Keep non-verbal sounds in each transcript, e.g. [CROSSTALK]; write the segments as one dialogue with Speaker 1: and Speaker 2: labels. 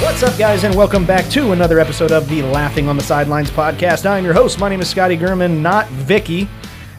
Speaker 1: What's up, guys, and welcome back to another episode of the Laughing on the Sidelines podcast. I'm your host. My name is Scotty Gurman, not Vicky.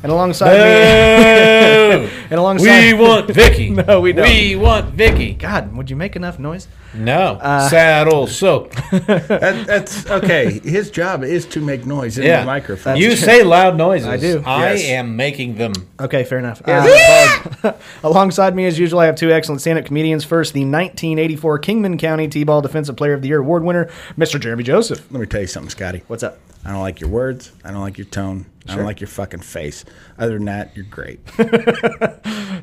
Speaker 1: And alongside
Speaker 2: [LAUGHS]
Speaker 1: me, and alongside
Speaker 2: we want Vicky. [LAUGHS]
Speaker 1: No, we don't.
Speaker 2: We want Vicky. Uh,
Speaker 1: God, would you make enough noise?
Speaker 2: No. Saddle [LAUGHS] soap.
Speaker 3: That, that's okay. His job is to make noise in
Speaker 2: Yeah.
Speaker 3: the microphone.
Speaker 2: You say loud noises. I
Speaker 1: do.
Speaker 2: I
Speaker 3: Yes.
Speaker 2: am making them.
Speaker 1: Okay, fair enough. Uh, [LAUGHS] alongside me, as usual, I have two excellent stand-up comedians. First, the 1984 Kingman County T-ball Defensive Player of the Year award winner, Mr. Jeremy Joseph.
Speaker 3: Let me tell you something, Scotty.
Speaker 1: What's up?
Speaker 3: I don't like your words. I don't like your tone. I don't like your fucking face. Other than that,
Speaker 1: [LAUGHS]
Speaker 3: you're great.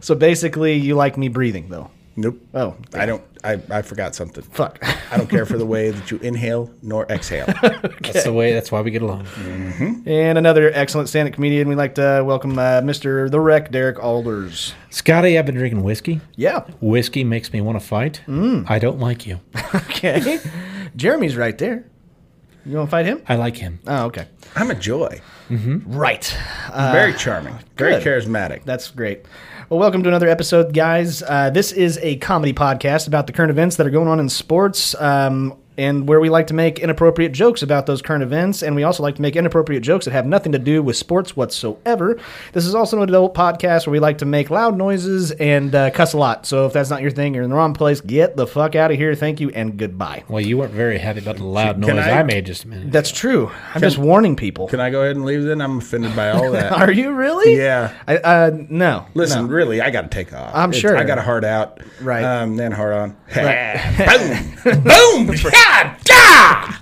Speaker 1: So basically, you like me breathing, though.
Speaker 3: Nope.
Speaker 1: Oh,
Speaker 3: I don't. I, I forgot something.
Speaker 1: Fuck. [LAUGHS]
Speaker 3: I don't care for the way that you inhale nor exhale.
Speaker 2: That's the way. That's why we get along.
Speaker 1: And another excellent stand-up comedian. We'd like to welcome uh, Mr. The Wreck, Derek Alders.
Speaker 2: Scotty, I've been drinking whiskey.
Speaker 1: Yeah.
Speaker 2: Whiskey makes me want to fight.
Speaker 3: Mm.
Speaker 2: I don't like you.
Speaker 1: Okay. [LAUGHS] Jeremy's right there. You want to fight him?
Speaker 2: I like him.
Speaker 1: Oh, okay.
Speaker 3: I'm a joy.
Speaker 1: Right.
Speaker 3: Very charming. Very
Speaker 1: Uh, good.
Speaker 3: charismatic.
Speaker 1: That's great. Well, welcome to another episode, guys. Uh, this is a comedy podcast about the current events that are going on in sports. Um, and where we like to make inappropriate jokes about those current events, and we also like to make inappropriate jokes that have nothing to do with sports whatsoever. This is also an adult podcast where we like to make loud noises and uh, cuss a lot. So if that's not your thing, you're in the wrong place. Get the fuck out of here. Thank you and goodbye.
Speaker 2: Well, you weren't very happy about the loud
Speaker 3: Can
Speaker 2: noise I,
Speaker 3: I-
Speaker 2: made just a minute.
Speaker 1: That's true. I'm just warning people.
Speaker 3: Can I go ahead and leave? Then I'm offended by
Speaker 1: [LAUGHS]
Speaker 3: all [LAUGHS] that.
Speaker 1: Are you really?
Speaker 3: Yeah.
Speaker 1: I, uh, no.
Speaker 3: Listen, really, I got to take off.
Speaker 1: I'm sure.
Speaker 3: I got a heart out.
Speaker 1: Right.
Speaker 3: Um, then heart on. Boom.
Speaker 1: [LAUGHS]
Speaker 3: [LAUGHS] Boom. Yeah. Yeah.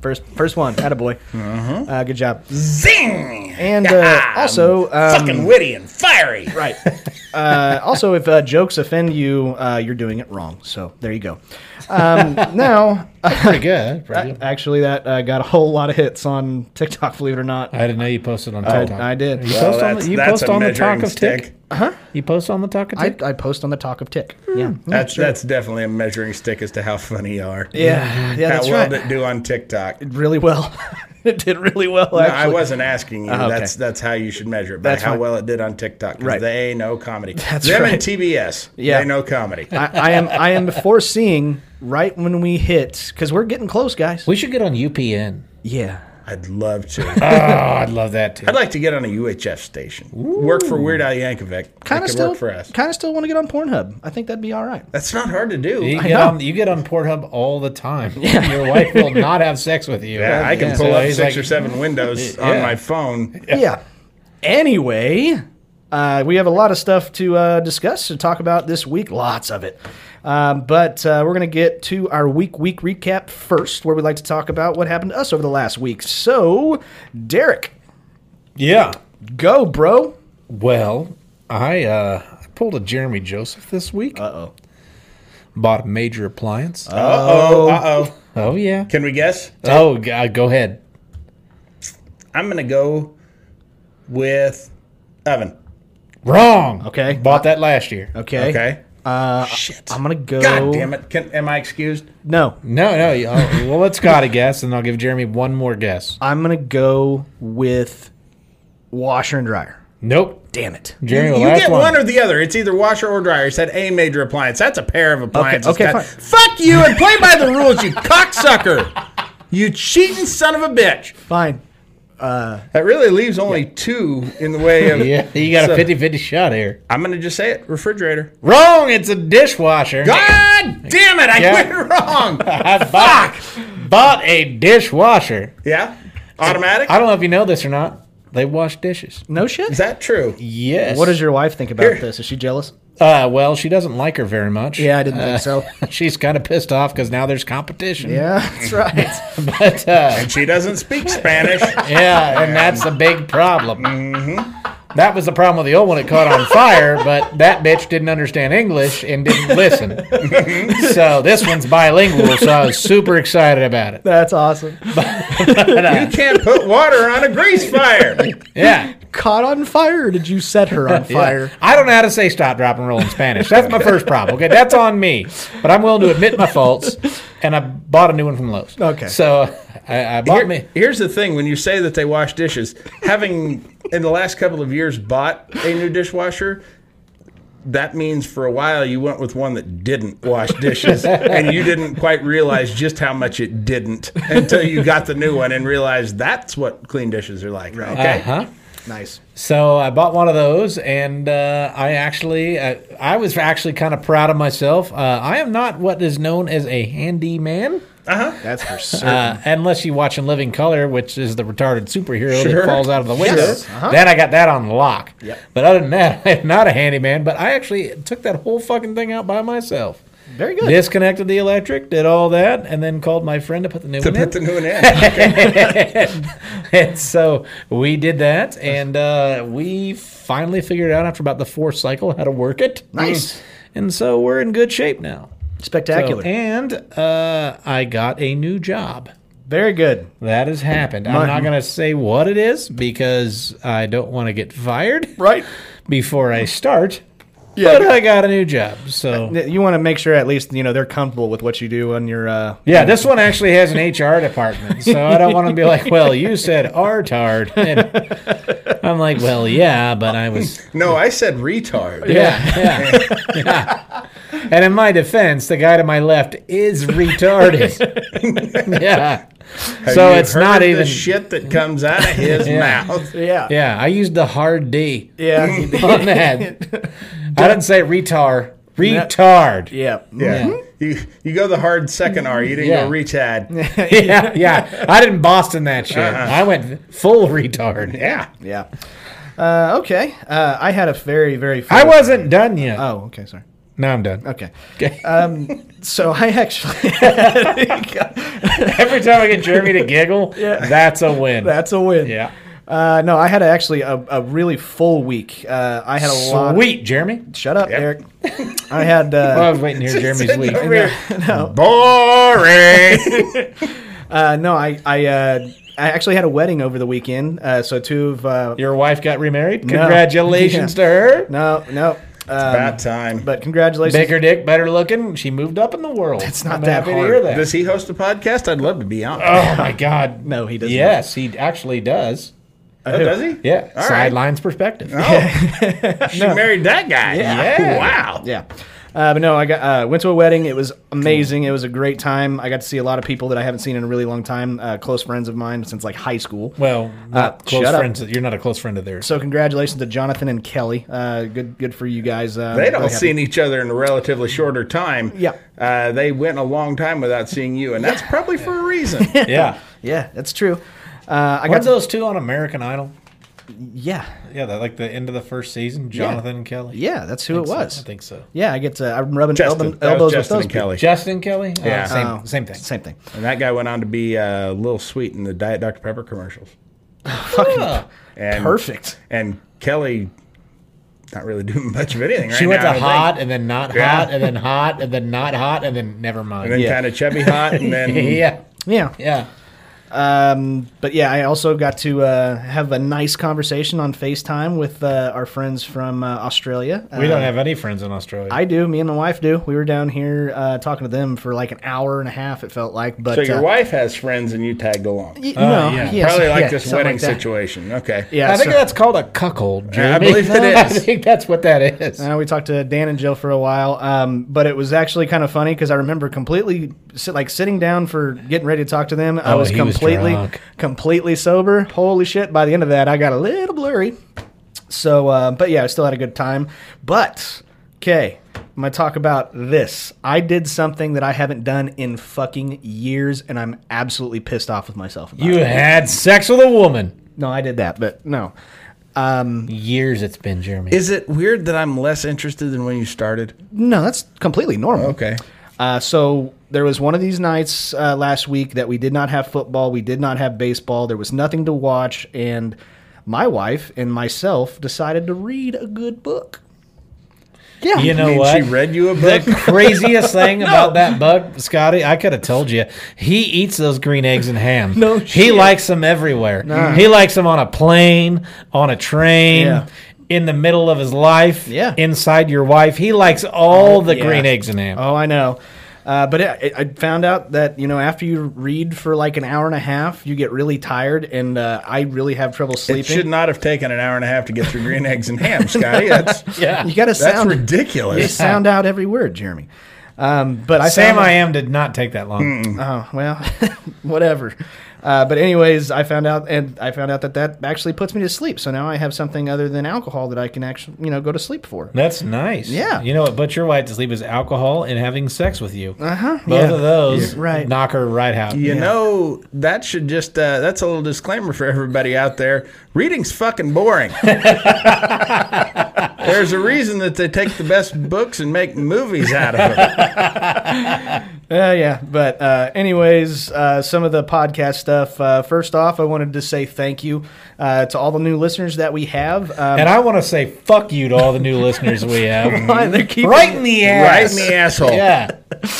Speaker 1: First, first one. Attaboy. Uh, good job.
Speaker 3: Zing.
Speaker 1: And uh, also, um,
Speaker 3: witty and fiery.
Speaker 1: right. Uh, also, if uh, jokes offend you, uh, you're doing it wrong. So there you go. Um, now,
Speaker 3: [LAUGHS]
Speaker 2: pretty good. Pretty good.
Speaker 1: actually, that uh, got a whole lot of hits on TikTok. Believe it or not.
Speaker 2: I didn't know you posted on TikTok.
Speaker 1: I did.
Speaker 2: You
Speaker 1: Well,
Speaker 2: post on
Speaker 3: that's-
Speaker 2: the, you
Speaker 3: that's
Speaker 2: post
Speaker 3: a
Speaker 2: on the
Speaker 3: measuring
Speaker 2: talk of tick.
Speaker 3: stick.
Speaker 2: Uh-huh. You post on the talk of
Speaker 1: I,
Speaker 2: tick.
Speaker 1: I post on the talk of tick. Yeah.
Speaker 3: That's that's definitely a measuring stick as to how funny you are.
Speaker 1: Yeah. Yeah.
Speaker 3: how
Speaker 1: That's
Speaker 3: well
Speaker 1: right.
Speaker 3: did it do on TikTok? No,
Speaker 1: really well. [LAUGHS] it did really well. actually.
Speaker 3: I wasn't asking you.
Speaker 1: okay.
Speaker 3: That's that's how you should measure it. By
Speaker 1: That's
Speaker 3: how
Speaker 1: fine.
Speaker 3: well it did on TikTok. 'cause
Speaker 1: Right.
Speaker 3: They know comedy.
Speaker 1: That's
Speaker 3: Them
Speaker 1: right.
Speaker 3: and TBS.
Speaker 1: Yeah.
Speaker 3: They know comedy.
Speaker 1: I, I am. I am foreseeing right when we hit because we're getting close, guys.
Speaker 2: we should get
Speaker 3: [LAUGHS]
Speaker 2: on UPN.
Speaker 1: Yeah.
Speaker 3: I'd love to.
Speaker 2: Oh, I'd love that too.
Speaker 3: I'd like to get on a UHF station. Work for Weird Al Yankovic. That
Speaker 1: kind of
Speaker 3: could
Speaker 1: still
Speaker 3: work for us.
Speaker 1: kind of still want to get on Pornhub. I think that'd be all right.
Speaker 3: That's not hard to do.
Speaker 2: You
Speaker 3: Yeah,
Speaker 2: get
Speaker 1: know.
Speaker 2: on you get on Pornhub all
Speaker 3: [LAUGHS]
Speaker 2: the time. Your wife will not have sex with you.
Speaker 3: I can
Speaker 2: Yeah.
Speaker 3: pull
Speaker 2: So
Speaker 3: up
Speaker 2: he's
Speaker 3: six
Speaker 2: like,
Speaker 3: or seven windows
Speaker 2: Yeah.
Speaker 3: on my phone.
Speaker 1: Yeah. Anyway, uh, we have a lot of stuff to uh, discuss and talk about this week. Lots of it. Um, but uh, we're going to get to our week week recap first, where we like to talk about what happened to us over the last week. So, Derek,
Speaker 2: Yeah.
Speaker 1: go, bro.
Speaker 2: Well, I uh I pulled a Jeremy Joseph this week. Uh oh. Bought a major appliance.
Speaker 3: Uh oh. Uh oh.
Speaker 2: oh yeah.
Speaker 3: Can we guess?
Speaker 2: Oh god, go ahead.
Speaker 3: I'm gonna go with oven.
Speaker 2: Wrong.
Speaker 1: Okay.
Speaker 2: Bought that last year.
Speaker 1: Okay.
Speaker 3: Okay.
Speaker 1: Shit. I'm gonna go.
Speaker 3: God damn it! Can, am I excused?
Speaker 1: No,
Speaker 2: No, no. you- oh, well, let's got a guess, and I'll give Jeremy one more guess.
Speaker 1: I'm gonna go with washer and dryer.
Speaker 2: Nope.
Speaker 1: Damn it.
Speaker 2: Jeremy, the
Speaker 3: You
Speaker 2: last
Speaker 3: get one. or the other. It's either washer or dryer. It's said a major appliance. That's a pair of appliances.
Speaker 1: okay,
Speaker 3: Scott.
Speaker 1: fine.
Speaker 3: Fuck you and play by the rules, you cocksucker. You cheating son of a bitch.
Speaker 1: Fine.
Speaker 3: That really leaves only two in the way of.
Speaker 2: [LAUGHS] yeah, you got
Speaker 3: So,
Speaker 2: a 50-50 shot here.
Speaker 3: I'm gonna just say it. Refrigerator.
Speaker 2: Wrong. It's a dishwasher.
Speaker 3: God damn it! I
Speaker 2: Yeah.
Speaker 3: went wrong.
Speaker 2: [LAUGHS] I bought, bought a dishwasher.
Speaker 3: Yeah. Automatic.
Speaker 2: I don't know if you know this or not. They wash dishes.
Speaker 1: No shit.
Speaker 3: Is that true?
Speaker 2: Yes.
Speaker 1: What does your wife think about this? Is she jealous?
Speaker 2: Uh, well, she doesn't like her very much.
Speaker 1: Yeah, I didn't think
Speaker 3: Uh, [LAUGHS]
Speaker 1: so.
Speaker 2: [LAUGHS] She's kind of pissed off because now there's
Speaker 1: [LAUGHS]
Speaker 2: competition.
Speaker 1: Yeah, that's right.
Speaker 2: But, uh,
Speaker 3: And she doesn't speak Spanish.
Speaker 2: yeah, and that's a big problem.
Speaker 1: Mm-hmm.
Speaker 2: That was the problem with the old one. It caught on fire, but that bitch didn't understand English and
Speaker 1: [LAUGHS]
Speaker 2: didn't listen. so this one's bilingual, so I was super excited about it.
Speaker 1: That's awesome.
Speaker 2: [LAUGHS]
Speaker 3: you can't put water on a grease fire.
Speaker 2: Yeah.
Speaker 1: Caught on fire? Or did you set her [LAUGHS] on
Speaker 2: Yeah.
Speaker 1: fire?
Speaker 2: I don't know how to say stop, drop, and roll in Spanish. That's my first problem. Okay, that's on me. But I'm willing to admit my faults, and I bought a new one from Lowe's.
Speaker 1: Okay.
Speaker 2: So I, I bought
Speaker 3: Here-
Speaker 2: me.
Speaker 3: here's the thing: when you say that they wash dishes, having in the last couple of years bought a new dishwasher, that means for a while you went with one that didn't wash
Speaker 2: [LAUGHS]
Speaker 3: dishes, and you didn't quite realize just how much it didn't until you got the new one and realized that's what clean dishes are like. Okay,
Speaker 2: Huh?
Speaker 1: Nice.
Speaker 2: So I bought one of those, and uh, I actually, uh, I was actually kind of proud of myself. Uh, I am not what is known as a handyman,
Speaker 1: That's for certain.
Speaker 2: uh, unless you watch in Living Color, which is the retarded superhero
Speaker 3: Sure.
Speaker 2: that falls out of the window.
Speaker 3: Yes. Uh-huh.
Speaker 2: Then I got that on lock. But other than that, [LAUGHS] I'm not a handyman. But I actually took that whole fucking thing out by myself.
Speaker 1: Very good.
Speaker 2: Disconnected the electric, did all that, and then called my friend to put the new
Speaker 3: to
Speaker 2: one in.
Speaker 3: put the new one
Speaker 2: [LAUGHS]
Speaker 3: in.
Speaker 2: and so we did that, and uh, we finally figured out after about the fourth cycle how to work it.
Speaker 1: Nice.
Speaker 2: And so we're in good shape now. So-
Speaker 1: Spectacular.
Speaker 2: and uh, I got a new job.
Speaker 1: Very good.
Speaker 2: That has happened. I'm
Speaker 1: Mine-
Speaker 2: not going to say what it is because I don't want to get fired
Speaker 1: Right.
Speaker 2: before I start.
Speaker 1: Yeah.
Speaker 2: But I got a new job. So,
Speaker 1: You want to make sure at least you know they're comfortable with what you do on your. Uh,
Speaker 2: yeah, this one actually has an HR department. So I don't want to be like, well, you said artard.
Speaker 1: [LAUGHS]
Speaker 2: And I'm like, well, yeah, but I was
Speaker 3: No, I said retard.
Speaker 2: Yeah, [LAUGHS] yeah, yeah. And in my defense, the guy to my left is [LAUGHS] retarded. yeah.
Speaker 3: Have
Speaker 2: so
Speaker 3: you
Speaker 2: it's
Speaker 3: heard
Speaker 2: not
Speaker 3: the
Speaker 2: even.
Speaker 3: shit
Speaker 2: [LAUGHS]
Speaker 3: that comes out of his
Speaker 2: Yeah.
Speaker 3: mouth.
Speaker 1: yeah.
Speaker 2: Yeah, I used the hard D
Speaker 1: Yeah. [LAUGHS]
Speaker 2: [LAUGHS] on that. I didn't say retar. Retard. Yeah.
Speaker 1: yeah. Mm,
Speaker 3: Yeah. You you go the hard second R. You didn't
Speaker 2: Yeah.
Speaker 3: go
Speaker 2: [LAUGHS]
Speaker 3: retard.
Speaker 2: [LAUGHS] yeah, I didn't Boston that shit. I went full retard.
Speaker 3: Yeah.
Speaker 1: Yeah. Uh, okay. Uh, I had a very very.
Speaker 2: I wasn't done yet.
Speaker 1: Oh, okay. Sorry.
Speaker 2: no, I'm done.
Speaker 1: Okay. Um,
Speaker 2: Okay.
Speaker 1: [LAUGHS] So I actually. [LAUGHS]
Speaker 2: Every time I get Jeremy to [LAUGHS] giggle, that's a win.
Speaker 1: that's a win.
Speaker 2: yeah.
Speaker 1: Uh, no, I had actually a, a really full week. Uh, I had a lot.
Speaker 2: Sweet, Jeremy.
Speaker 1: Shut up, Eric. I had. Uh,
Speaker 2: I was waiting to [LAUGHS] hear Jeremy's week.
Speaker 1: [LAUGHS]
Speaker 3: Boring.
Speaker 1: uh, no, I I, uh, I actually had a wedding over the weekend. Uh, so two of. Uh,
Speaker 2: [LAUGHS] Your wife got remarried. Congratulations
Speaker 1: Yeah.
Speaker 2: to her.
Speaker 1: no, no. Uh,
Speaker 3: About time.
Speaker 1: but congratulations.
Speaker 2: Bigger dick, better looking. She moved up in the world. It's
Speaker 1: not that hard.
Speaker 2: that.
Speaker 3: Does he host a podcast? I'd love to be on.
Speaker 1: Uh,
Speaker 2: oh my
Speaker 1: [LAUGHS]
Speaker 2: God!
Speaker 1: No, he does not.
Speaker 2: Yes, he actually does.
Speaker 3: Oh, does he?
Speaker 2: Yeah,
Speaker 3: All right. Uh, Oh.
Speaker 2: sidelines perspective.
Speaker 1: [LAUGHS]
Speaker 3: She married that guy.
Speaker 2: Yeah. Yeah.
Speaker 3: Wow.
Speaker 1: Yeah. Uh, but no, I got uh, went to a wedding. It was amazing. It was a great time. I got to see a lot of people that I haven't seen in a really long time. Uh, close friends of mine since like high school.
Speaker 2: Well, not close
Speaker 1: Uh, shut up.
Speaker 2: friends. You're not a close friend of theirs.
Speaker 1: So congratulations to Jonathan and Kelly. Uh, good, good for you guys. Uh,
Speaker 3: They'd
Speaker 1: really
Speaker 3: all
Speaker 1: happy.
Speaker 3: seen each other in a relatively shorter time.
Speaker 1: Yeah.
Speaker 3: Uh, they went a long time without seeing you, and that's probably for
Speaker 1: [LAUGHS]
Speaker 3: a reason.
Speaker 2: yeah.
Speaker 1: Yeah, that's true. Uh, I got
Speaker 2: Weren't
Speaker 1: to,
Speaker 2: those two on American Idol?
Speaker 1: yeah,
Speaker 2: Yeah, that like the end of the first season. Jonathan and Kelly.
Speaker 1: yeah. That's who it
Speaker 2: So,
Speaker 1: was.
Speaker 2: I think so.
Speaker 1: Yeah, I get to. I'm rubbing
Speaker 3: Justin,
Speaker 1: elbow-
Speaker 3: that was
Speaker 1: elbows with
Speaker 3: Justin
Speaker 1: those
Speaker 3: and
Speaker 1: people.
Speaker 3: Kelly.
Speaker 2: Justin Kelly. Uh,
Speaker 3: Yeah.
Speaker 2: same,
Speaker 1: Oh,
Speaker 2: same thing.
Speaker 1: Same thing.
Speaker 3: And that guy went on to be uh, Lil Sweet in the Diet Dr. Pepper commercials.
Speaker 2: Yeah.
Speaker 3: And,
Speaker 1: Perfect.
Speaker 3: And Kelly, not really [LAUGHS] doing much of anything right
Speaker 2: She went
Speaker 3: now, I
Speaker 2: to
Speaker 3: don't think.
Speaker 2: hot and then not
Speaker 3: Yeah.
Speaker 2: hot and then hot and then not hot and then never
Speaker 3: And then
Speaker 2: mind.
Speaker 1: Yeah.
Speaker 3: kind of chubby
Speaker 1: [LAUGHS]
Speaker 3: hot, and then
Speaker 2: yeah.
Speaker 1: Yeah.
Speaker 2: Yeah.
Speaker 1: Um, but yeah, I also got to uh, have a nice conversation on FaceTime with uh, our friends from uh, Australia.
Speaker 2: We
Speaker 1: Uh,
Speaker 2: don't have any friends in Australia.
Speaker 1: I do. Me and my wife do. We were down here uh, talking to them for like an hour and a half. It felt like, but
Speaker 3: So your
Speaker 1: uh,
Speaker 3: wife has friends and you tagged along.
Speaker 1: y-
Speaker 2: Uh,
Speaker 1: no,
Speaker 2: yeah.
Speaker 1: yes,
Speaker 3: Probably like
Speaker 1: yeah,
Speaker 3: this
Speaker 1: something
Speaker 3: wedding
Speaker 1: like that.
Speaker 3: situation. Okay.
Speaker 1: Yeah,
Speaker 2: I think
Speaker 1: so-
Speaker 2: that's called a cuckold.
Speaker 3: Yeah, I
Speaker 2: Jeremy.
Speaker 3: believe it
Speaker 2: [LAUGHS] I
Speaker 3: is.
Speaker 2: think that's what that is.
Speaker 1: Uh, we talked to Dan and Jill for a while, um, but it was actually kind of funny because I remember completely sit, like sitting down for getting ready to talk to them. I
Speaker 2: Oh,
Speaker 1: was
Speaker 2: he was
Speaker 1: completely
Speaker 2: drunk.
Speaker 1: completely sober. Holy shit! By the end of that, I got a little blurry. So, uh, but yeah, I still had a good time. But okay, I'm gonna talk about this. I did something that I haven't done in fucking years, and I'm absolutely pissed off with myself. About
Speaker 2: you
Speaker 1: it.
Speaker 2: had sex with a woman.
Speaker 1: No, I did that, but no. Um,
Speaker 2: Years it's been, Jeremy.
Speaker 3: Is it weird that I'm less interested than when you started?
Speaker 1: no, that's completely normal.
Speaker 3: Okay.
Speaker 1: Uh, so there was one of these nights uh, last week that we did not have football, we did not have baseball, there was nothing to watch, and my wife and myself decided to read a good book. Yeah,
Speaker 2: you know
Speaker 3: mean
Speaker 2: what?
Speaker 3: she read you a book?
Speaker 1: [LAUGHS]
Speaker 2: The craziest thing about that bug, Scotty, I could have told you. He eats those green eggs and ham.
Speaker 1: No
Speaker 2: he
Speaker 1: shit.
Speaker 2: likes them everywhere. He likes them on a plane, on a train.
Speaker 1: Yeah.
Speaker 2: In the middle of his life,
Speaker 1: Yeah.
Speaker 2: inside your wife, he likes all the
Speaker 1: Yeah.
Speaker 2: green eggs and ham.
Speaker 1: Oh, I know. Uh, but it, I found out that you know after you read for like an hour and a half, you get really tired, and uh, I really have trouble
Speaker 3: It should
Speaker 1: sleeping.
Speaker 3: not have taken an hour and a half to get through green eggs and
Speaker 1: [LAUGHS]
Speaker 3: ham, Scotty. That's,
Speaker 2: yeah,
Speaker 1: you got to
Speaker 3: that's
Speaker 1: sound you
Speaker 3: ridiculous.
Speaker 1: sound out every word, Jeremy. Um, but I
Speaker 2: Sam,
Speaker 1: found out-
Speaker 2: I am did not take that long.
Speaker 1: Oh well, [LAUGHS] whatever. Uh, but anyways, I found out, and I found out that that actually puts me to sleep. So now I have something other than alcohol that I can actually, you know, go to sleep for.
Speaker 2: That's nice.
Speaker 1: Yeah.
Speaker 2: You know what puts your wife to sleep is alcohol and having sex with you. Uh huh. Both
Speaker 1: Uh-huh. Yeah.
Speaker 2: of those
Speaker 1: Yeah. Right.
Speaker 2: knock her right out.
Speaker 3: You know, that should just, uh, that's a little disclaimer for everybody out there. Reading's fucking boring.
Speaker 1: [LAUGHS]
Speaker 3: There's a reason that they take the best books and make movies out of
Speaker 1: [LAUGHS]
Speaker 3: them.
Speaker 1: Uh, yeah, but uh, anyways, uh, some of the podcast stuff. Uh, first off, I wanted to say thank you uh, to all the new listeners that we have. [LAUGHS] Um,
Speaker 2: And I want to say fuck you to all the new listeners
Speaker 1: [LAUGHS]
Speaker 2: we have.
Speaker 1: why they're keeping
Speaker 2: right in the
Speaker 3: Right
Speaker 2: ass.
Speaker 3: in the asshole.
Speaker 2: Yeah.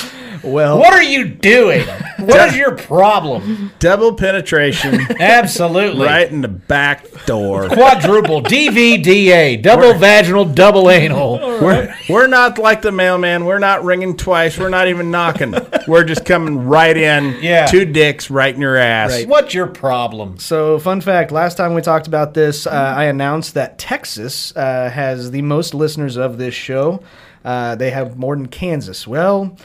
Speaker 1: [LAUGHS] well.
Speaker 2: What are
Speaker 1: [LAUGHS]
Speaker 2: you doing? What is your problem?
Speaker 3: Double penetration
Speaker 1: [LAUGHS]
Speaker 2: Absolutely.
Speaker 3: right in the back door.
Speaker 1: [LAUGHS]
Speaker 2: Quadruple DVDA, double vaginal, double anal.
Speaker 3: We're, we're not like the mailman. We're not ringing twice. We're not even knocking. We're just coming right in.
Speaker 2: Yeah.
Speaker 3: Two dicks right in your ass.
Speaker 2: What's your problem?
Speaker 1: So, fun fact: last time we talked about this, uh, I announced that Texas uh, has the most listeners of this show. Uh, they have more than Kansas. Well,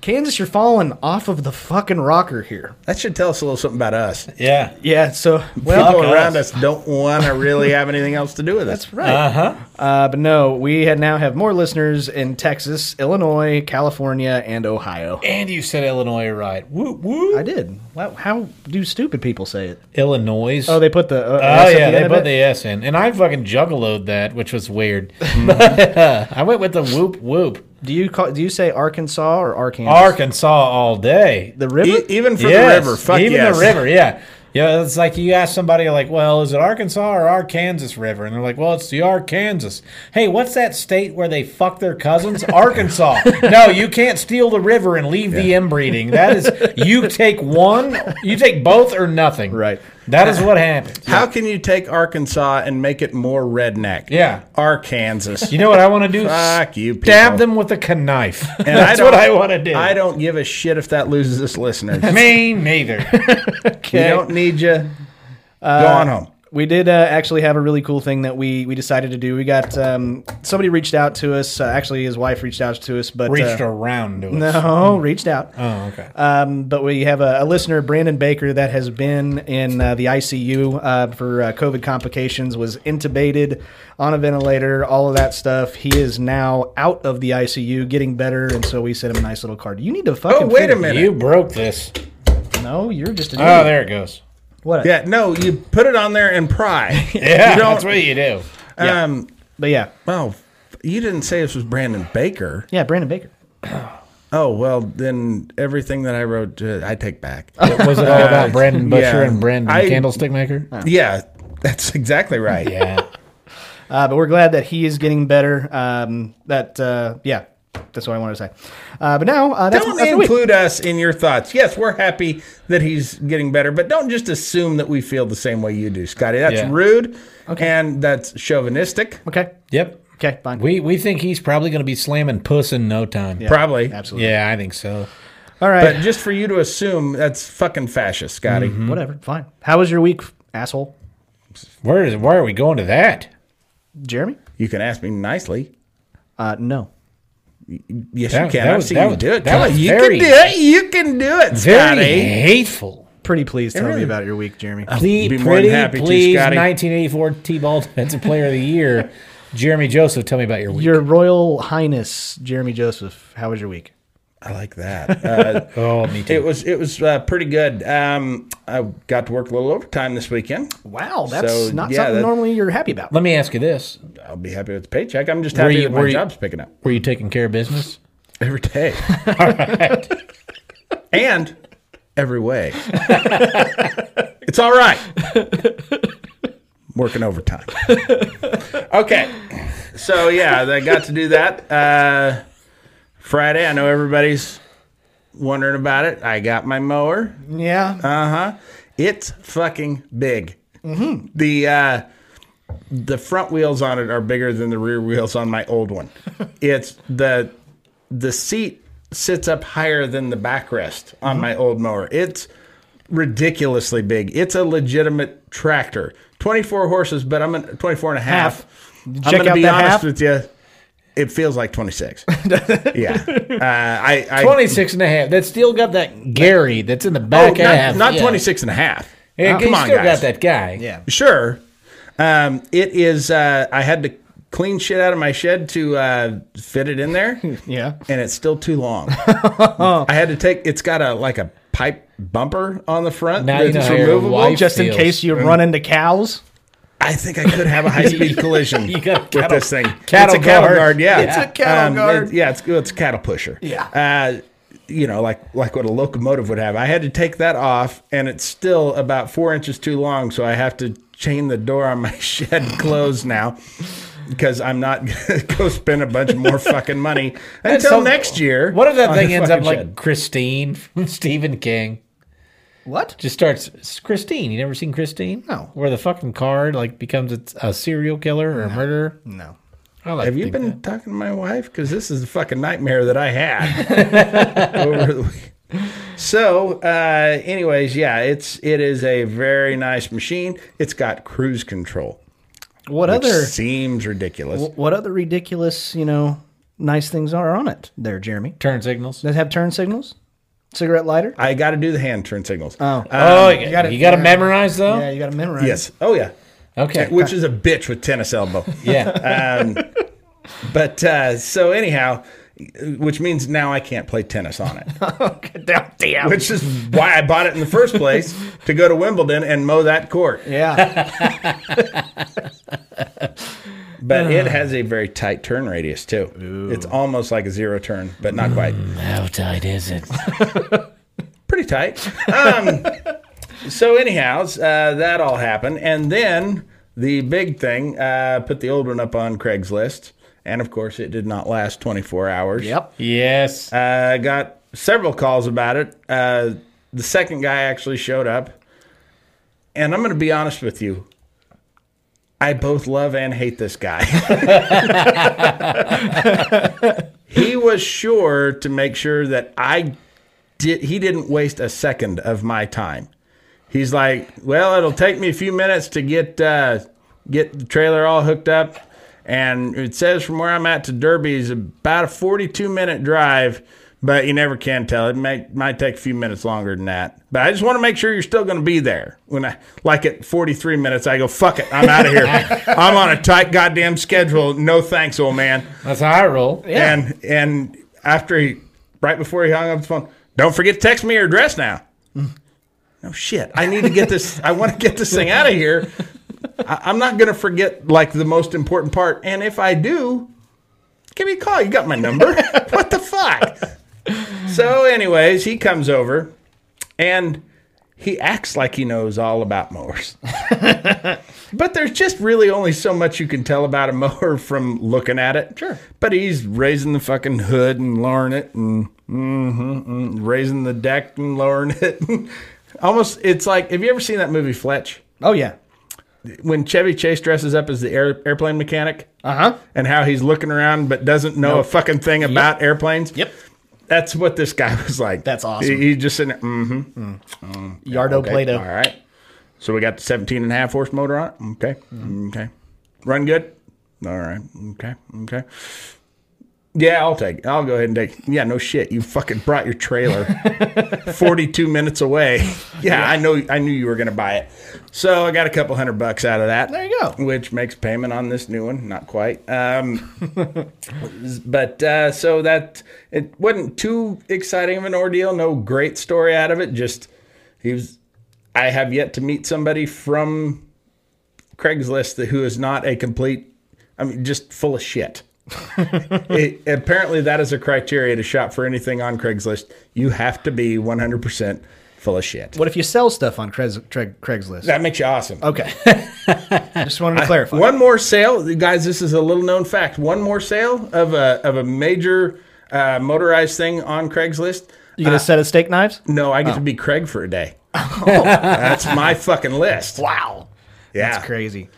Speaker 1: Kansas, you're falling off of the fucking rocker here.
Speaker 3: That should tell us a little something about us.
Speaker 2: Yeah.
Speaker 1: Yeah. So, well,
Speaker 3: People
Speaker 2: Fuck
Speaker 3: around
Speaker 2: us.
Speaker 3: us don't want to really have anything else to do with us.
Speaker 1: that's right. Uh-huh. But no, we had now have more listeners in Texas, Illinois, California, and Ohio.
Speaker 2: And you said Illinois right. Woo woo.
Speaker 1: I did. Wow, How do stupid people say it?
Speaker 2: Illinois.
Speaker 1: Oh, they put the. Uh, S
Speaker 2: Oh
Speaker 1: at
Speaker 2: yeah,
Speaker 1: the
Speaker 2: they
Speaker 1: end of
Speaker 2: put
Speaker 1: it?
Speaker 2: the S in, and I fucking juggaloed that, which was weird.
Speaker 1: Mm-hmm.
Speaker 2: [LAUGHS] I went with the whoop whoop
Speaker 1: Do you call? Do you say Arkansas or Arkansas?
Speaker 2: Arkansas all day.
Speaker 1: the river.
Speaker 3: E- even for
Speaker 2: Yes,
Speaker 3: the river. Fuck
Speaker 2: even
Speaker 3: yes.
Speaker 2: the river, yeah, yeah. It's like you ask somebody like, "Well, is it Arkansas or Arkansas River?" And they're like, "Well, it's the Arkansas." Hey, what's that state where they fuck their
Speaker 3: [LAUGHS]
Speaker 2: cousins? Arkansas. no, you can't steal the river and leave the inbreeding. That is, you take one, you take both, or nothing.
Speaker 1: Right.
Speaker 2: That is what happens.
Speaker 3: How can you take Arkansas and make it more redneck?
Speaker 2: Yeah.
Speaker 3: Arkansas.
Speaker 2: [LAUGHS] You know what I want to do?
Speaker 3: Fuck you, people.
Speaker 2: Stab them with a knife.
Speaker 3: And
Speaker 2: That's
Speaker 3: don't-
Speaker 2: what I want to do.
Speaker 3: I don't give a shit if that loses us
Speaker 2: [LAUGHS]
Speaker 3: listeners. we [LAUGHS]
Speaker 2: Me neither.
Speaker 3: don't need you. Go on home.
Speaker 1: We did uh, actually have a really cool thing that we we decided to do. We got um, somebody reached out to us. Uh, actually, his wife reached out to us, but
Speaker 2: Reached
Speaker 1: uh,
Speaker 2: around to
Speaker 1: [LAUGHS]
Speaker 2: us.
Speaker 1: no, reached out.
Speaker 2: Oh, okay.
Speaker 1: Um, but we have a, a listener, Brandon Baker, that has been in uh, the ICU uh, for uh, COVID complications, was intubated on a ventilator, all of that stuff. He is now out of the ICU, getting better, and so we sent him a nice little card. You need to fucking.
Speaker 3: Oh, wait
Speaker 1: figure-
Speaker 3: a minute.
Speaker 2: you broke this.
Speaker 1: No, you're just an
Speaker 2: Oh,
Speaker 1: idiot.
Speaker 2: there it goes.
Speaker 1: What? A,
Speaker 3: Yeah, no, you put it on there and pry.
Speaker 2: [LAUGHS] Yeah,
Speaker 3: You don't-
Speaker 2: that's what you do.
Speaker 3: Um,
Speaker 1: But yeah,
Speaker 3: well, you didn't say this was Brandon Baker.
Speaker 1: yeah, Brandon Baker.
Speaker 3: Oh well, then everything that I wrote, uh, I take back.
Speaker 2: Was it all about Brandon Butcher
Speaker 3: Uh, yeah.
Speaker 2: and Brandon
Speaker 3: I-
Speaker 2: Candlestick Maker?
Speaker 3: [LAUGHS] yeah, that's exactly right.
Speaker 2: [LAUGHS] Yeah.
Speaker 1: Uh, but we're glad that he is getting better. Um, that uh, yeah, that's what I wanted to say. Uh, but now uh, that's,
Speaker 3: Don't
Speaker 1: that's the week.
Speaker 3: include us in your thoughts. Yes, we're happy that he's getting better, but don't just assume that we feel the same way you do, Scotty. That's
Speaker 2: Yeah.
Speaker 3: rude, and that's chauvinistic.
Speaker 1: okay.
Speaker 2: Yep.
Speaker 1: Okay, fine.
Speaker 2: We we think he's probably going to be slamming puss in no time. Yeah.
Speaker 3: Probably,
Speaker 1: Absolutely.
Speaker 2: Yeah, I think so.
Speaker 1: All right.
Speaker 3: but just for you to assume that's fucking fascist, Scotty.
Speaker 2: Mm-hmm.
Speaker 1: Whatever. Fine. How was your week, asshole,
Speaker 2: Where is where are we going to that?
Speaker 1: Jeremy?
Speaker 3: You can ask me nicely.
Speaker 1: Uh, no.
Speaker 3: Yes,
Speaker 2: That-
Speaker 3: you can.
Speaker 2: that
Speaker 3: I've
Speaker 2: was-
Speaker 3: seen
Speaker 2: that
Speaker 3: you
Speaker 2: was-
Speaker 3: do it.
Speaker 2: that
Speaker 3: Come
Speaker 2: was
Speaker 3: on, you
Speaker 2: very-
Speaker 3: can do it. You can do it,
Speaker 2: Very
Speaker 3: Scotty.
Speaker 2: hateful.
Speaker 1: Pretty please tell me about your week, Jeremy.
Speaker 2: Ple-
Speaker 3: be more
Speaker 2: pretty
Speaker 3: than happy to,
Speaker 2: please,
Speaker 3: Scotty.
Speaker 2: 1984 T-ball Defensive Player of the Year, Jeremy Joseph. Tell me about your week.
Speaker 1: Your Royal Highness, Jeremy Joseph. How was your week?
Speaker 3: I like
Speaker 2: [LAUGHS]
Speaker 3: that. Uh,
Speaker 2: Oh, me too.
Speaker 3: It was it was uh, pretty good. Um, I got to work a little overtime this weekend.
Speaker 1: Wow, that's
Speaker 3: So,
Speaker 1: not
Speaker 3: yeah,
Speaker 1: something
Speaker 3: that-
Speaker 1: normally you're happy about.
Speaker 2: Let me ask you this:
Speaker 3: I'll be happy with the paycheck. I'm just happy
Speaker 2: you-
Speaker 3: that my
Speaker 2: were you-
Speaker 3: job's picking up
Speaker 2: Were you taking care of business?
Speaker 3: every [LAUGHS] day. and every
Speaker 2: [LAUGHS]
Speaker 3: way. it's all right. Working overtime. okay, so yeah, I got to do that uh, Friday. I know everybody's wondering about it. I got my mower.
Speaker 1: yeah,
Speaker 3: Uh huh. It's fucking big.
Speaker 2: Mm-hmm.
Speaker 3: The uh, the front wheels on it are bigger than the rear wheels on my old
Speaker 2: [LAUGHS]
Speaker 3: one. it's the the seat sits up higher than the backrest on
Speaker 2: Mm-hmm.
Speaker 3: my old mower. It's ridiculously big. It's a legitimate tractor. 24 horses, but I'm at 24 and a half. I'm
Speaker 1: check
Speaker 3: going to
Speaker 1: out
Speaker 3: be
Speaker 1: that
Speaker 3: honest
Speaker 1: half?
Speaker 3: with you. It feels like
Speaker 2: [LAUGHS]
Speaker 3: 26. yeah. Uh, I, I
Speaker 2: 26 and a half. That's still got that Gary that's in the back
Speaker 3: oh, not,
Speaker 2: half.
Speaker 3: Not
Speaker 2: yeah.
Speaker 3: 26 and a half.
Speaker 2: Yeah,
Speaker 3: Come
Speaker 2: you
Speaker 3: on,
Speaker 2: still
Speaker 3: guys.
Speaker 2: got that guy.
Speaker 1: yeah.
Speaker 3: Sure. Um, it is. Uh, I had to clean shit out of my shed to uh, fit it in there.
Speaker 1: Yeah.
Speaker 3: And it's still too long. I had to take. It's got a like a pipe bumper on the front.
Speaker 2: Now you know
Speaker 3: that's
Speaker 2: how your
Speaker 3: removable.
Speaker 2: wife-
Speaker 1: Just in
Speaker 2: feels-
Speaker 1: case you run into cows.
Speaker 3: I think I could have a high speed collision
Speaker 2: [LAUGHS] You got a
Speaker 3: with
Speaker 2: cattle-
Speaker 3: this thing.
Speaker 2: cattle
Speaker 3: it's a cattle
Speaker 2: guard.
Speaker 3: guard. yeah. Um,
Speaker 1: It's a cattle guard.
Speaker 3: it- yeah, it's it's a cattle pusher.
Speaker 1: Yeah.
Speaker 3: Uh, you know, like like what a locomotive would have. I had to take that off, and it's still about four inches too long, so I have to chain the door on my [LAUGHS] shed closed now because I'm not [LAUGHS] gonna go spend a bunch more fucking
Speaker 2: [LAUGHS]
Speaker 3: money until
Speaker 2: So-
Speaker 3: next year.
Speaker 2: What if that
Speaker 3: on
Speaker 2: thing
Speaker 3: the
Speaker 2: ends up
Speaker 3: fucking
Speaker 2: like
Speaker 3: shed.
Speaker 2: Christine from [LAUGHS] Stephen King?
Speaker 1: What?
Speaker 2: Just starts it's Christine. You never seen Christine?
Speaker 1: No.
Speaker 2: Where the fucking card like becomes a, a serial killer or a murderer?
Speaker 1: No.
Speaker 2: I like
Speaker 3: Have [LAUGHS]
Speaker 2: to
Speaker 3: you
Speaker 2: think
Speaker 3: been talking to my wife? Because this is the fucking nightmare that I had over the week. So, uh, anyways, yeah, it's it is a very nice machine. It's got cruise control,
Speaker 1: What
Speaker 3: which
Speaker 1: other
Speaker 3: seems ridiculous.
Speaker 1: what other ridiculous, you know, nice things are on it there, Jeremy?
Speaker 2: turn signals.
Speaker 1: Does it have turn signals? Cigarette lighter? Um,
Speaker 3: I got to do the hand turn signals. Oh,
Speaker 2: oh, you got
Speaker 1: gotta-
Speaker 2: to you got to
Speaker 1: yeah.
Speaker 2: memorize though.
Speaker 1: Yeah, you got to memorize.
Speaker 3: yes, oh yeah,
Speaker 2: Okay.
Speaker 3: which is a bitch with tennis elbow.
Speaker 2: [LAUGHS] yeah.
Speaker 3: But uh, so anyhow, which means now I can't play tennis on it.
Speaker 1: Damn. damn.
Speaker 3: which is why I bought it in the first place to go to Wimbledon and mow that court.
Speaker 1: Yeah.
Speaker 3: But it has a very tight turn radius too. It's almost like a zero turn, but not quite.
Speaker 2: How tight is it?
Speaker 3: Pretty tight. Um, [LAUGHS] so anyhow, uh, that all happened, and then the big thing uh, put the old one up on Craigslist, and of course it did not last 24 hours.
Speaker 1: yep.
Speaker 2: Yes.
Speaker 3: I Uh, got several calls about it. Uh, the second guy actually showed up. And I'm going to be honest with you. I both love and hate this guy. [LAUGHS] he was sure to make sure that I did he didn't waste a second of my time. He's like, "Well, it'll take me a few minutes to get uh, get the trailer all hooked up, and it says from where I'm at to Derby is about a 42 minute drive, but you never can tell. It may, might take a few minutes longer than that. But I just want to make sure you're still going to be there when I like at 43 minutes. I go, fuck it, I'm out of here. I'm on a tight goddamn schedule. No thanks, old man.
Speaker 2: That's how I roll.
Speaker 3: And and after he, right before he hung up the phone, don't forget to text me your address now. No shit. I need to get this. I want to get this thing out of here. I, I'm not gonna forget like the most important part. And if I do, give me a call. You got my number. [LAUGHS] what the fuck? So, anyways, he comes over, and he acts like he knows all about mowers. But there's just really only so much you can tell about a mower [LAUGHS] from looking at it. Sure. But he's raising the fucking hood and lowering it and, mhm, mm raising the deck and lowering [LAUGHS] it. Almost, it's like, have you ever seen that movie Fletch?
Speaker 1: Oh yeah.
Speaker 3: When Chevy Chase dresses up as the air, airplane mechanic? Uh
Speaker 1: Uh-huh.
Speaker 3: huh. And how he's looking around but doesn't know a fucking thing about airplanes?
Speaker 1: Yep.
Speaker 3: That's what this guy [LAUGHS] was like.
Speaker 1: That's awesome.
Speaker 3: He, he just sitting there, mm hmm.
Speaker 1: Yardo
Speaker 3: Okay,
Speaker 1: Play-Doh.
Speaker 3: All right. So we got the 17 and a half horse motor on
Speaker 1: Mm-hmm.
Speaker 3: it. Okay. Okay. Run good. All right. Okay. Okay. Yeah, I'll take it. I'll go ahead and take it. Yeah, no shit. You fucking brought
Speaker 1: [LAUGHS]
Speaker 3: your trailer 42 minutes away. Yeah, I know I knew you were gonna buy it. So I got a couple hundred bucks out of that.
Speaker 1: There you go.
Speaker 3: Which makes payment on this new one. Not quite. Um, [LAUGHS] but uh, so that it wasn't too exciting of an ordeal. No great story out of it. Just he was I have yet to meet somebody from Craigslist that- who is not a complete I mean just full
Speaker 1: [LAUGHS]
Speaker 3: of shit it, apparently that is a criteria to shop for anything on Craigslist. You have to be 100% full of shit.
Speaker 1: What if you sell stuff on Craigs- Craig- Craigslist?
Speaker 3: That makes you awesome.
Speaker 1: okay. I just wanted to clarify.
Speaker 3: One more sale, guys. This is a little known fact. One more sale of a of a major uh, motorized thing on Craigslist.
Speaker 1: You get a set of steak knives?
Speaker 3: No, I get to be Craig for a
Speaker 1: [LAUGHS]
Speaker 3: day. That's my fucking list.
Speaker 1: Oh. Wow.
Speaker 3: Yeah,
Speaker 1: That's crazy.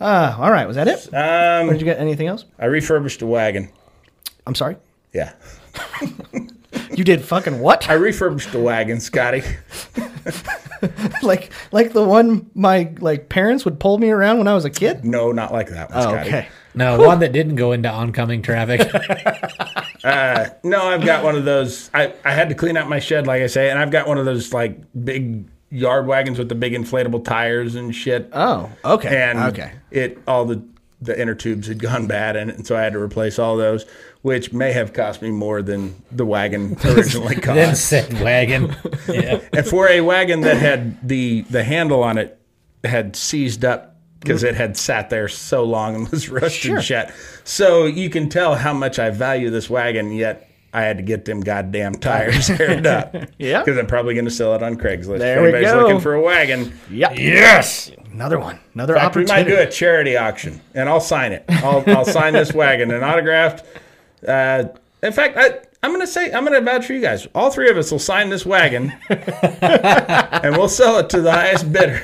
Speaker 1: Uh, all right. Was that it? Um, Did you get anything else?
Speaker 3: I refurbished a wagon.
Speaker 1: I'm sorry.
Speaker 3: Yeah,
Speaker 1: You did fucking what? [LAUGHS]
Speaker 3: I refurbished a wagon, Scotty.
Speaker 1: like like the one my like parents would pull me around when I was a kid.
Speaker 3: No, not like that one, Scotty.
Speaker 1: Oh, okay.
Speaker 2: No, one that didn't go into oncoming traffic.
Speaker 3: No, I've got one of those. I, I had to clean out my shed, like I say, and I've got one of those like big yard wagons with the big inflatable tires and shit.
Speaker 1: Oh, okay.
Speaker 3: and
Speaker 1: okay.
Speaker 3: it all the the inner tubes had gone bad, in it, and so I had to replace all those, which may have cost me more than the
Speaker 1: [LAUGHS]
Speaker 3: wagon originally
Speaker 2: then
Speaker 3: cost.
Speaker 2: said wagon. Yeah.
Speaker 3: [LAUGHS] and for a wagon that had the the handle on it had seized up because it had sat there so long and was rusted
Speaker 1: Mm-hmm. Sure.
Speaker 3: and shit. So you can tell how much I value this wagon, yet I had to get them
Speaker 1: [LAUGHS]
Speaker 3: goddamn tires aired up.
Speaker 1: Yeah.
Speaker 3: Because I'm probably going to sell it on Craigslist.
Speaker 1: There
Speaker 3: if
Speaker 1: we
Speaker 3: anybody's
Speaker 1: go.
Speaker 3: looking for a wagon,
Speaker 2: Yes.
Speaker 1: Another one. Another
Speaker 3: fact, we might
Speaker 1: opportunity.
Speaker 3: do a charity auction, and I'll sign it. I'll, I'll sign this wagon and autographed. Uh, in fact, I, I'm going to say I'm going to vouch for you guys. All three of us will sign
Speaker 1: [LAUGHS]
Speaker 3: this wagon, and we'll sell it to the highest bidder,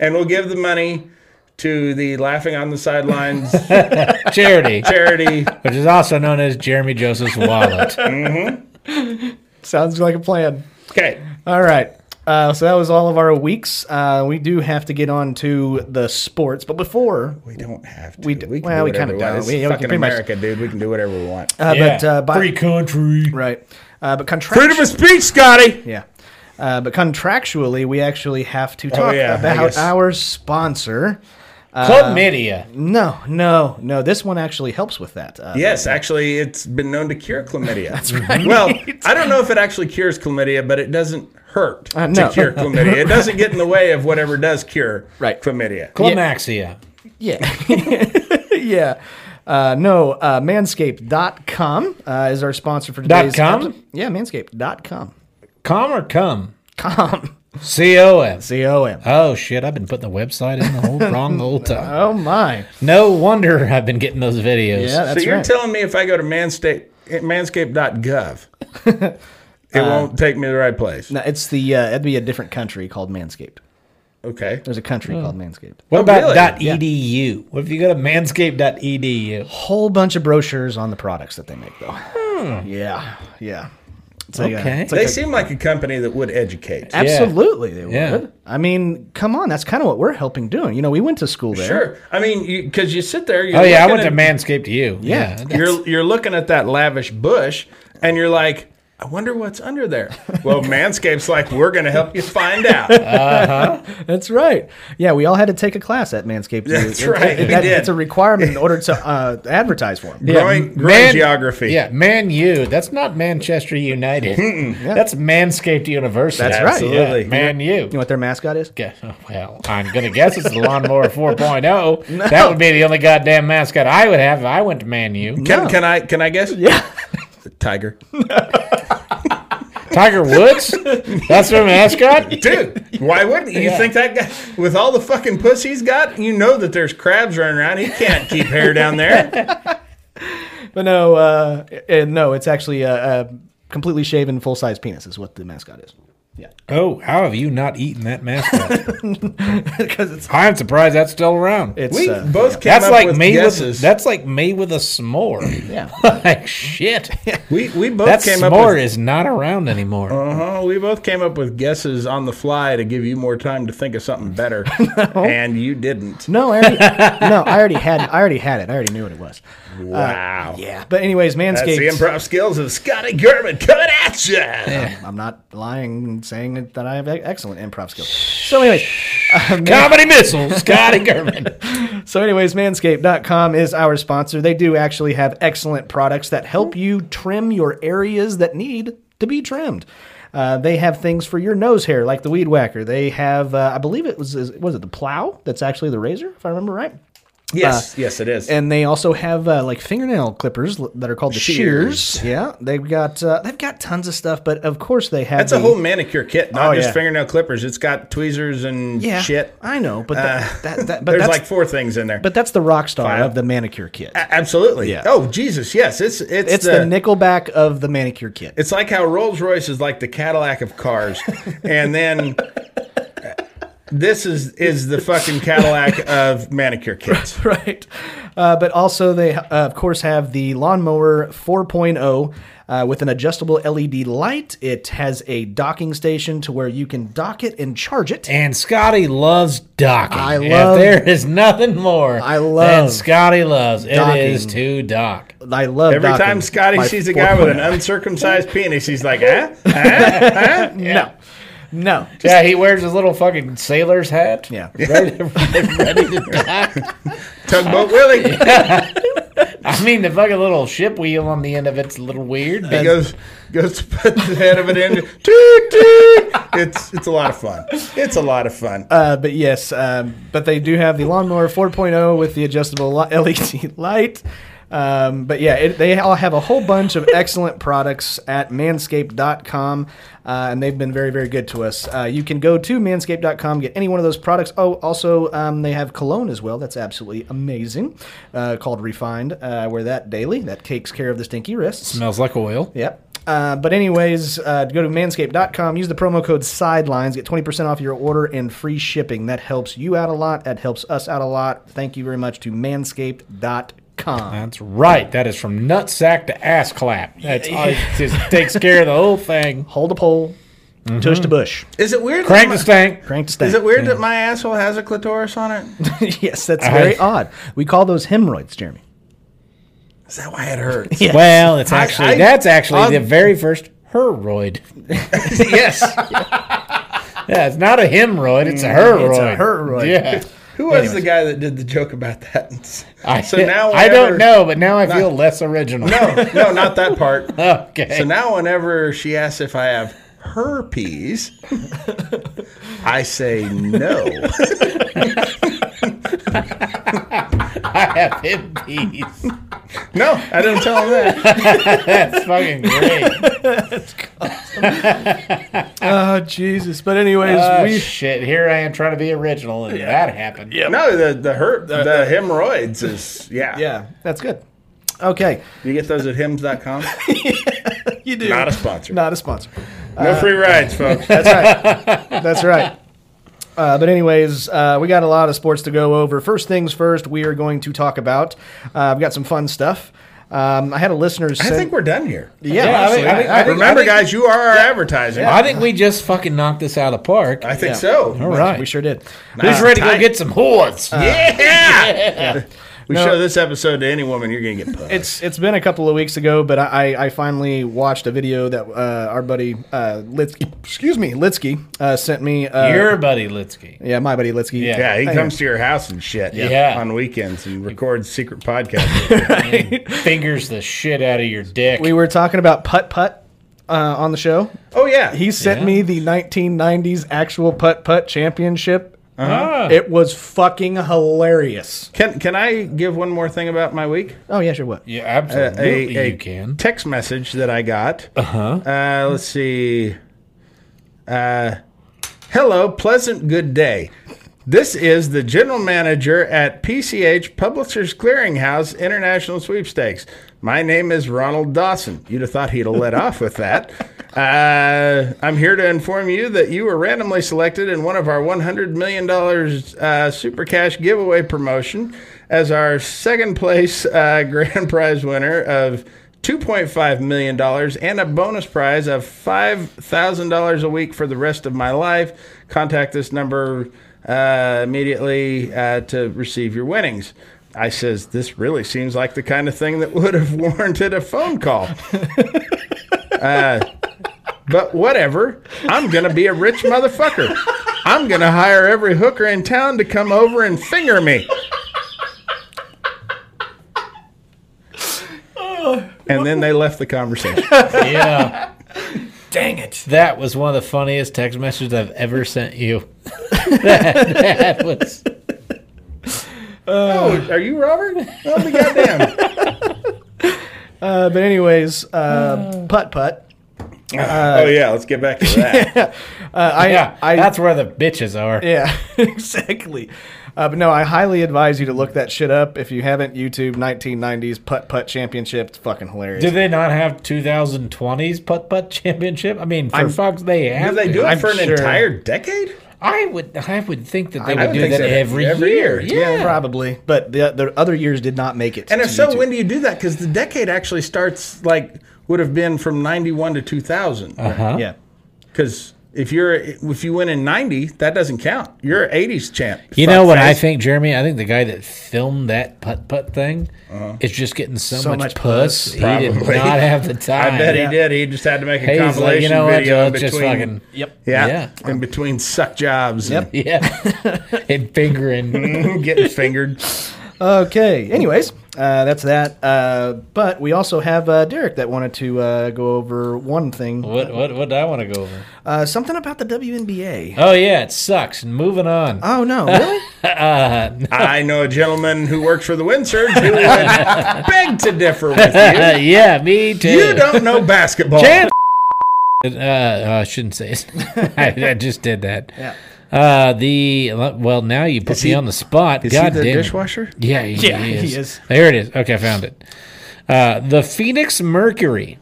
Speaker 3: and we'll give the money to the Laughing on the Sidelines
Speaker 2: Charity,
Speaker 3: charity.
Speaker 2: which is also known as Jeremy Joseph's wallet.
Speaker 1: Sounds like a plan.
Speaker 3: Okay,
Speaker 1: All right. Uh, so that was all of our weeks. Uh, we do have to get on to the sports, but before,
Speaker 3: we don't have to.
Speaker 1: We d- well, we
Speaker 3: whatever
Speaker 1: kinda
Speaker 3: want.
Speaker 1: don't.
Speaker 3: It's
Speaker 1: We- we can
Speaker 3: fucking
Speaker 1: pretty much-
Speaker 3: America, dude. We can do whatever we want.
Speaker 1: uh, but uh, by,
Speaker 2: free country.
Speaker 1: right, uh, but
Speaker 3: Freedom
Speaker 1: contractually,
Speaker 3: of speech, Scotty.
Speaker 1: yeah, uh, but contractually, we actually have to talk
Speaker 3: Oh, yeah, I
Speaker 1: about
Speaker 3: guess.
Speaker 1: our sponsor.
Speaker 2: Club Media.
Speaker 1: No, no, no. This one actually helps with that. Uh,
Speaker 3: Yes, actually, it's been known to cure chlamydia. That's right. Well, I don't know if it actually cures chlamydia, but it doesn't hurt
Speaker 1: Uh, no.
Speaker 3: to cure chlamydia. It doesn't get in the way of whatever does cure
Speaker 1: Right.
Speaker 3: chlamydia.
Speaker 2: Chlamyxia.
Speaker 1: Yeah. [LAUGHS] yeah. Uh, no, uh, manscaped.com uh, is our sponsor for
Speaker 2: Dot
Speaker 1: today's
Speaker 2: com?
Speaker 1: episode. Yeah, manscaped.com.
Speaker 2: Com or cum?
Speaker 1: Com.
Speaker 2: C O M.
Speaker 1: C O M.
Speaker 2: Oh shit! I've been putting the website in the
Speaker 1: [LAUGHS]
Speaker 2: whole wrong whole time.
Speaker 1: Oh, my.
Speaker 2: No wonder I've been getting those videos.
Speaker 1: Yeah, that's
Speaker 3: so you're
Speaker 1: right.
Speaker 3: telling me if I go to manscape, manscaped.gov, it won't take me to the right place.
Speaker 1: no, it's the, uh, it'd be a different country called Manscaped.
Speaker 3: Okay.
Speaker 1: There's a country called Manscaped.
Speaker 2: What
Speaker 3: Oh, really?
Speaker 2: about .edu? What if you go to E manscaped.edu?
Speaker 1: Whole bunch of brochures on the products that they make, though. Hmm. Yeah, yeah. It's like a-
Speaker 2: Okay.
Speaker 1: it's like
Speaker 3: They
Speaker 1: a-
Speaker 3: seem like a company that would educate.
Speaker 1: absolutely, they would.
Speaker 2: Yeah.
Speaker 1: I mean, come on, that's kind of what we're helping doing. You know, we went to school there.
Speaker 3: Sure. I mean, because you, sit there. You're
Speaker 2: Oh yeah, I
Speaker 3: looking
Speaker 2: went to
Speaker 3: at-
Speaker 2: Manscaped U.
Speaker 1: Yeah.
Speaker 3: You're you're looking at that lavish bush, and you're like, I wonder what's under
Speaker 2: [LAUGHS]
Speaker 3: there. Well, Manscaped's like, we're going to help you find out.
Speaker 1: That's right. Yeah, we all had to take a class at [LAUGHS] Manscaped.
Speaker 3: That's right, we did.
Speaker 1: It's a requirement in order to [LAUGHS] uh, advertise for them.
Speaker 3: growing, growing
Speaker 2: Man-
Speaker 3: geography.
Speaker 2: Yeah, Man U. That's not Manchester United. That's Manscaped University.
Speaker 1: That's right.
Speaker 3: Absolutely.
Speaker 2: Yeah, Man U.
Speaker 1: You know what their mascot is?
Speaker 2: Guess- oh, Well, I'm gonna guess it's the
Speaker 1: [LAUGHS]
Speaker 2: lawnmower 4.0. That would be the only goddamn mascot I would have if I went to Man U.
Speaker 3: Can,
Speaker 1: No.
Speaker 3: can I can I guess?
Speaker 1: Yeah.
Speaker 3: [LAUGHS]
Speaker 2: [LAUGHS]
Speaker 3: Tiger.
Speaker 2: Tiger Woods.
Speaker 3: [LAUGHS]
Speaker 2: That's their mascot.
Speaker 3: Dude, why wouldn't you
Speaker 2: Yeah.
Speaker 3: think that guy with all the fucking puss he's got, you know that there's crabs running around. He can't keep hair down
Speaker 2: [LAUGHS]
Speaker 3: there.
Speaker 1: But no, uh, and no, it's actually a, a completely shaven full size penis is [LAUGHS] what the mascot is. Yeah,
Speaker 2: Oh, how have you not eaten
Speaker 3: [LAUGHS]
Speaker 2: that mascot?
Speaker 1: because it's
Speaker 2: I'm surprised that's still around.
Speaker 1: it's
Speaker 3: We
Speaker 1: uh,
Speaker 3: both came
Speaker 2: that's
Speaker 3: up
Speaker 2: like
Speaker 3: with
Speaker 2: me
Speaker 3: guesses.
Speaker 2: with that's like me with
Speaker 3: [CLEARS THROAT]
Speaker 2: a s'more.
Speaker 1: yeah.
Speaker 2: [LAUGHS]
Speaker 3: [LAUGHS]
Speaker 2: like shit.
Speaker 3: we we both
Speaker 2: That
Speaker 3: came
Speaker 2: s'more
Speaker 3: up with
Speaker 2: is not around anymore.
Speaker 3: Uh-huh. We both came up with guesses on the fly to give you more time to think of
Speaker 1: [LAUGHS]
Speaker 3: something better, and you didn't.
Speaker 1: No, I [LAUGHS] already, no, I already had I already had it. I already knew what it was.
Speaker 3: Wow.
Speaker 1: Yeah, but anyways,
Speaker 3: That's the
Speaker 1: Manscaped.
Speaker 3: improv skills of Scotty German coming at you.
Speaker 1: I'm not lying and saying that- that I have excellent improv skills. So, anyways, uh, Man-
Speaker 3: [LAUGHS]
Speaker 2: Comedy missiles, Scotty German.
Speaker 1: so anyways, Manscaped.com is our sponsor. They do actually have excellent products that help you trim your areas that need to be trimmed. Uh, they have things for your nose hair, like the weed whacker. They have, uh, I believe it was, is- was it the plow? That's actually the razor, if I remember right.
Speaker 3: Yes, yes, it is.
Speaker 1: and they also have uh, like fingernail clippers l- that are called the shears. Yeah, they've got uh, they've got tons of stuff, but of course they have
Speaker 3: That's a
Speaker 1: the-
Speaker 3: whole manicure kit, not
Speaker 1: Oh,
Speaker 3: just
Speaker 1: yeah.
Speaker 3: fingernail clippers. It's got tweezers and
Speaker 1: yeah,
Speaker 3: shit. Uh,
Speaker 1: I know, but that, that,
Speaker 3: [LAUGHS]
Speaker 1: that but
Speaker 3: There's
Speaker 1: that's
Speaker 3: like four things in there.
Speaker 1: but that's the rock star
Speaker 3: File.
Speaker 1: of the manicure kit.
Speaker 3: A- absolutely.
Speaker 1: Yeah.
Speaker 3: Oh Jesus, yes. It's it's,
Speaker 1: It's the, Nickelback of the manicure kit.
Speaker 3: It's like how Rolls Royce is like the Cadillac of cars, and then uh, this is is the fucking Cadillac of manicure
Speaker 1: [LAUGHS]
Speaker 3: kits.
Speaker 1: right. Uh, but also, they, uh, of course, have the lawnmower 4.0 uh, with an adjustable LED light. It has a docking station to where you can dock it and charge it.
Speaker 2: And Scotty loves docking.
Speaker 1: I
Speaker 2: If
Speaker 1: love-
Speaker 2: there is nothing more
Speaker 1: I
Speaker 2: than
Speaker 1: love
Speaker 2: Scotty loves.
Speaker 1: docking.
Speaker 2: It is to dock.
Speaker 1: I love
Speaker 3: Every
Speaker 1: docking
Speaker 3: time Scotty
Speaker 1: my oh.
Speaker 3: sees a guy with an
Speaker 1: 4.0.
Speaker 3: uncircumcised penis, he's like, huh? huh?
Speaker 1: no, no,
Speaker 2: yeah, he wears his little fucking sailor's hat.
Speaker 1: Yeah.
Speaker 2: [LAUGHS] Ready, ready to dock.
Speaker 3: [LAUGHS] Tugboat Willie.
Speaker 2: I mean, the fucking little ship wheel on the end of it's a little weird.
Speaker 3: He
Speaker 2: but-
Speaker 3: goes goes to put the head of it in. [LAUGHS] Toot toot. It's it's a lot of fun. It's a lot of fun.
Speaker 1: Uh, but yes, um, but they do have the lawnmower 4.0 with the adjustable li- [LAUGHS] LED light. Um, but yeah, it, they all have a whole bunch of excellent products at manscaped.com, uh, and they've been very, very good to us. Uh, you can go to manscaped.com, get any one of those products. Oh, also, um, they have cologne as well. That's absolutely amazing, uh, called Refined. Uh, I wear that daily. That takes care of the stinky wrists.
Speaker 2: Smells like oil.
Speaker 1: Yep. Uh, but anyways, uh, go to manscaped.com, use the promo code sidelines, get 20% off your order and free shipping. That helps you out a lot. That helps us out a lot. Thank you very much to manscaped.com.
Speaker 2: That's right. That is from nutsack to ass clap. That's uh, it just takes care of the
Speaker 3: [LAUGHS]
Speaker 2: whole thing.
Speaker 1: Hold a pole, tush to bush,
Speaker 3: is it weird?
Speaker 2: Crank the
Speaker 3: that
Speaker 2: stank.
Speaker 3: my,
Speaker 1: crank to
Speaker 3: Is it
Speaker 1: stank.
Speaker 3: weird that my asshole has a clitoris on [LAUGHS] it?
Speaker 1: [LAUGHS] yes, that's very odd. We call those hemorrhoids, Jeremy.
Speaker 3: Is that why it hurts? [LAUGHS]
Speaker 1: Yes.
Speaker 2: Well, it's
Speaker 3: I-
Speaker 2: actually
Speaker 3: I-
Speaker 2: that's actually the
Speaker 3: I'm-
Speaker 2: very first [LAUGHS] heroid.
Speaker 3: [LAUGHS] yes. Mm,
Speaker 2: Yeah, it's not a hemorrhoid. It's a heroid.
Speaker 1: It's a heroid.
Speaker 2: Yeah.
Speaker 3: Who was the guy that did the joke about that?
Speaker 2: I,
Speaker 3: so [LAUGHS] now
Speaker 2: I
Speaker 3: whenever-
Speaker 2: don't know, but now I feel less original.
Speaker 3: No, no, not that [LAUGHS] part.
Speaker 2: [LAUGHS] Okay.
Speaker 3: So now, whenever she asks if I have [LAUGHS] herpes, I say no. [LAUGHS]
Speaker 2: I have him
Speaker 3: [LAUGHS]
Speaker 2: peas.
Speaker 3: No, I didn't tell him that.
Speaker 2: That's fucking great.
Speaker 3: [LAUGHS]
Speaker 1: Oh, Jesus. But anyways,
Speaker 3: Uh,
Speaker 2: Oh, shit. Here I am trying to be original, and that happened. [LAUGHS] Yeah. Uh,
Speaker 3: No, the the herp the, the hemorrhoids is yeah.
Speaker 1: yeah, that's good. Okay.
Speaker 3: You get those at
Speaker 2: [LAUGHS]
Speaker 3: hymns.com?
Speaker 1: You do.
Speaker 3: Not a sponsor.
Speaker 1: Not a sponsor.
Speaker 2: uh,
Speaker 3: No free rides, folks.
Speaker 1: That's right. Uh, but anyways, uh, we got a lot of sports to go over. First things first, we are going to talk about. Uh, I've got some fun stuff. Um, I had a listener.
Speaker 3: I think we're done here.
Speaker 1: Yeah,
Speaker 2: Yeah, I think-
Speaker 1: honestly,
Speaker 2: I think-
Speaker 3: Remember, guys, you are our advertising.
Speaker 2: I think we just fucking knocked this out of the park.
Speaker 3: I think
Speaker 1: Yeah.
Speaker 3: so.
Speaker 2: All right.
Speaker 1: we sure did.
Speaker 2: Who's ready to
Speaker 3: Ah, tight. Uh,
Speaker 2: go get some hordes?
Speaker 3: Yeah. We show this episode to any woman, you're gonna get punched.
Speaker 1: It's it's been a couple of weeks ago, but I, I I finally watched a video that uh, our buddy uh, Litsky, excuse me, Litsky uh, sent me. Uh,
Speaker 2: Your buddy Litsky.
Speaker 1: yeah, my buddy Litsky.
Speaker 2: Yeah.
Speaker 3: yeah, he
Speaker 1: I-
Speaker 3: comes to your house and shit.
Speaker 2: Yeah.
Speaker 3: on weekends and records secret podcasts.
Speaker 2: Fingers the shit out of your dick.
Speaker 1: We were talking about putt putt uh, on the show.
Speaker 3: oh
Speaker 2: [LAUGHS]
Speaker 3: yeah,
Speaker 1: He sent
Speaker 2: Yeah.
Speaker 1: me the 1990s actual putt putt championship.
Speaker 2: Ah.
Speaker 3: Uh,
Speaker 1: It was fucking hilarious.
Speaker 3: Can can I give one more thing about my week?
Speaker 1: Oh yeah, sure. What?
Speaker 2: yeah,
Speaker 3: A-
Speaker 2: absolutely
Speaker 3: a
Speaker 2: you can.
Speaker 3: text message that I got. Uh-huh. let's see. Uh, hello, pleasant good day. This is the general manager at PCH Publishers Clearinghouse International Sweepstakes. My name is Ronald Dawson. You'd have thought he'd have let off with that. Uh, I'm here to inform you that you were randomly selected in one of our $100 million uh, super cash giveaway promotion as our second place uh, [LAUGHS] grand prize winner of $2.5 million and a bonus prize of $5,000 a week for the rest of my life. Contact this number uh, immediately uh, to receive your winnings. I says, This really seems like the kind of thing that [LAUGHS] would have warranted a phone call. [LAUGHS] Uh, But whatever. I'm going to be a rich motherfucker. I'm going to hire every hooker in town to come over and finger me. And then they left the conversation.
Speaker 2: Yeah.
Speaker 4: Dang it.
Speaker 2: That was one of the funniest text messages I've ever sent you. [LAUGHS] that, that was.
Speaker 3: Oh, are you Robert? Oh, the goddamn.
Speaker 1: Uh, but anyways, uh, putt putt.
Speaker 3: oh, yeah, let's get back to that. [LAUGHS]
Speaker 1: Uh, I,
Speaker 2: Yeah,
Speaker 1: I,
Speaker 2: that's where the bitches are.
Speaker 1: Yeah, [LAUGHS] exactly. Uh, but no, I highly advise you to look that shit up if you haven't. YouTube 1990s putt putt championship. It's fucking hilarious.
Speaker 2: Do they not have 2020's putt putt championship? I mean, for fuck's they have.
Speaker 3: Do they do
Speaker 2: to.
Speaker 3: it
Speaker 2: I'm
Speaker 3: for an
Speaker 2: sure.
Speaker 3: entire decade?
Speaker 2: I would, I would think that they
Speaker 3: I
Speaker 2: would
Speaker 3: would
Speaker 2: do
Speaker 3: think
Speaker 2: that
Speaker 3: so.
Speaker 2: every,
Speaker 3: Every
Speaker 2: year.
Speaker 3: year.
Speaker 2: Yeah.
Speaker 1: Probably, but the the other years did not make it.
Speaker 3: And
Speaker 1: to
Speaker 3: if so,
Speaker 1: YouTube.
Speaker 3: when do you do that? Because the decade actually starts like would have been from ninety one to two thousand.
Speaker 2: Uh-huh.
Speaker 1: yeah,
Speaker 3: Because if you're if you win in ninety, that doesn't count. You're eighties champ.
Speaker 2: You know what I
Speaker 3: fuckface.
Speaker 2: think, Jeremy? I think the guy that filmed that putt putt thing
Speaker 3: Uh-huh.
Speaker 2: is just getting so,
Speaker 1: So
Speaker 2: much,
Speaker 1: much
Speaker 2: puss.
Speaker 1: puss.
Speaker 2: He did
Speaker 3: Probably.
Speaker 2: not have the
Speaker 3: [LAUGHS]
Speaker 2: time.
Speaker 3: I bet
Speaker 1: Yeah.
Speaker 3: he did. He just had to make a
Speaker 2: Hey, he's
Speaker 3: compilation
Speaker 2: like, you know what?
Speaker 3: video
Speaker 2: Joe,
Speaker 3: in
Speaker 2: it's
Speaker 3: between.
Speaker 2: just fucking.
Speaker 1: yep.
Speaker 3: yeah,
Speaker 2: yeah.
Speaker 3: in between suck jobs.
Speaker 1: Yep.
Speaker 2: [LAUGHS] Yeah.
Speaker 3: [LAUGHS]
Speaker 2: and fingering.
Speaker 3: and [LAUGHS] getting fingered.
Speaker 1: Okay. Anyways, uh, that's that. Uh, but we also have uh, Derek that wanted to uh, go over one thing,
Speaker 2: What, what, what do I want to go over?
Speaker 1: uh, something about the WNBA.
Speaker 2: Oh, yeah, it sucks. And moving on.
Speaker 1: Oh no, [LAUGHS] really?
Speaker 3: I know a gentleman who works for the Windsurge who
Speaker 2: [LAUGHS]
Speaker 3: would beg to differ with you.
Speaker 2: Uh, yeah, me too.
Speaker 3: You
Speaker 2: [LAUGHS]
Speaker 3: don't know basketball.
Speaker 2: Jan- uh, [LAUGHS] uh, I shouldn't say it. [LAUGHS] I, I just did that.
Speaker 1: yeah.
Speaker 2: Uh, the well, now you put
Speaker 3: Is
Speaker 2: me
Speaker 3: he-
Speaker 2: on the spot.
Speaker 3: Is
Speaker 2: God
Speaker 3: he the
Speaker 2: damn it.
Speaker 3: dishwasher?
Speaker 2: Yeah, he,
Speaker 1: Yeah,
Speaker 2: he, is.
Speaker 1: he is.
Speaker 2: There it is. Okay, I found it. Uh, the Phoenix Mercury.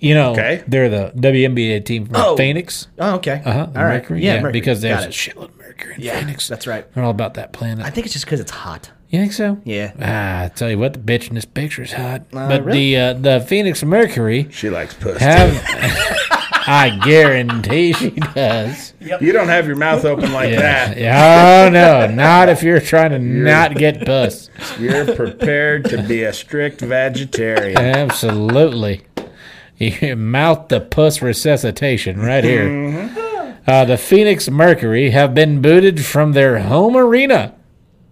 Speaker 2: You know,
Speaker 3: Okay.
Speaker 2: they're the WNBA team from
Speaker 1: Oh.
Speaker 2: Phoenix.
Speaker 1: Oh, okay.
Speaker 2: Uh-huh, the
Speaker 1: All right.
Speaker 2: Mercury.
Speaker 1: Yeah, Mercury.
Speaker 2: because there's
Speaker 1: Got
Speaker 2: a
Speaker 1: it.
Speaker 2: shitload of Mercury in
Speaker 1: Yeah,
Speaker 2: Phoenix.
Speaker 1: that's right.
Speaker 2: They're all about that planet.
Speaker 4: I think it's just because it's hot.
Speaker 2: you think so?
Speaker 4: Yeah.
Speaker 2: Ah, I tell you what, the bitch in this picture's hot. but the uh, the Phoenix Mercury
Speaker 3: She likes puss.
Speaker 2: have. [LAUGHS] I guarantee she does.
Speaker 3: You don't have your mouth open like that.
Speaker 1: Ah.
Speaker 2: Yeah. Oh no, not if you're trying to not get puss.
Speaker 3: You're prepared to be a strict vegetarian.
Speaker 2: Absolutely. You mouth the puss resuscitation right here.
Speaker 1: Mm-hmm.
Speaker 2: Uh, the Phoenix Mercury have been booted from their home arena.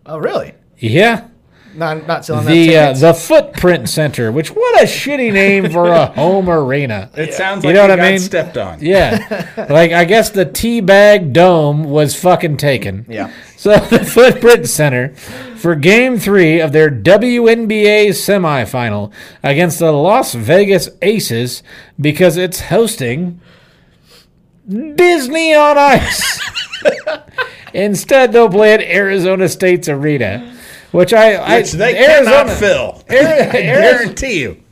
Speaker 1: Oh, really?
Speaker 2: Yeah.
Speaker 1: Not not selling
Speaker 2: The
Speaker 1: that.
Speaker 2: uh, the Footprint Center, which what a shitty name for
Speaker 1: [LAUGHS]
Speaker 2: a home arena.
Speaker 3: It sounds
Speaker 2: You
Speaker 3: like you,
Speaker 2: know what I
Speaker 3: got
Speaker 2: mean?
Speaker 3: stepped on.
Speaker 2: Yeah. like I guess the teabag dome was fucking taken.
Speaker 1: Yeah.
Speaker 2: [LAUGHS] So the Footprint Center for game three of their WNBA semifinal against the Las Vegas Aces because it's hosting Disney on Ice. [LAUGHS] Instead, they'll play at Arizona State's arena, which I,
Speaker 3: Which
Speaker 2: I
Speaker 3: they cannot fill.
Speaker 2: Ari-
Speaker 3: [LAUGHS] I guarantee you.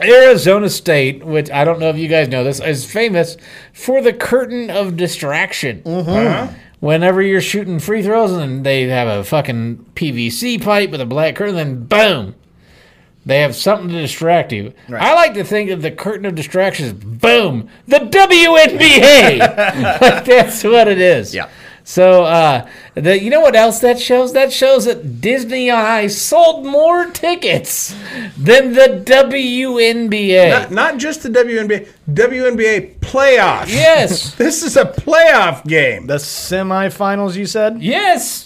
Speaker 2: Arizona State, which I don't know if you guys know this, is famous for the curtain of distraction. Uh-huh. Whenever you're shooting free throws and they have a fucking PVC pipe with a black curtain, then boom, they have something to distract you. I like to think of the curtain of distractions, boom, the WNBA. like that's what it is.
Speaker 1: Yeah.
Speaker 2: So, uh, the, you know what else that shows? That shows that Disney on Ice sold more tickets than the WNBA.
Speaker 3: Not, not just the WNBA, WNBA playoffs. [LAUGHS]
Speaker 2: yes.
Speaker 3: This is a playoff game.
Speaker 1: The semifinals, you said?
Speaker 2: yes.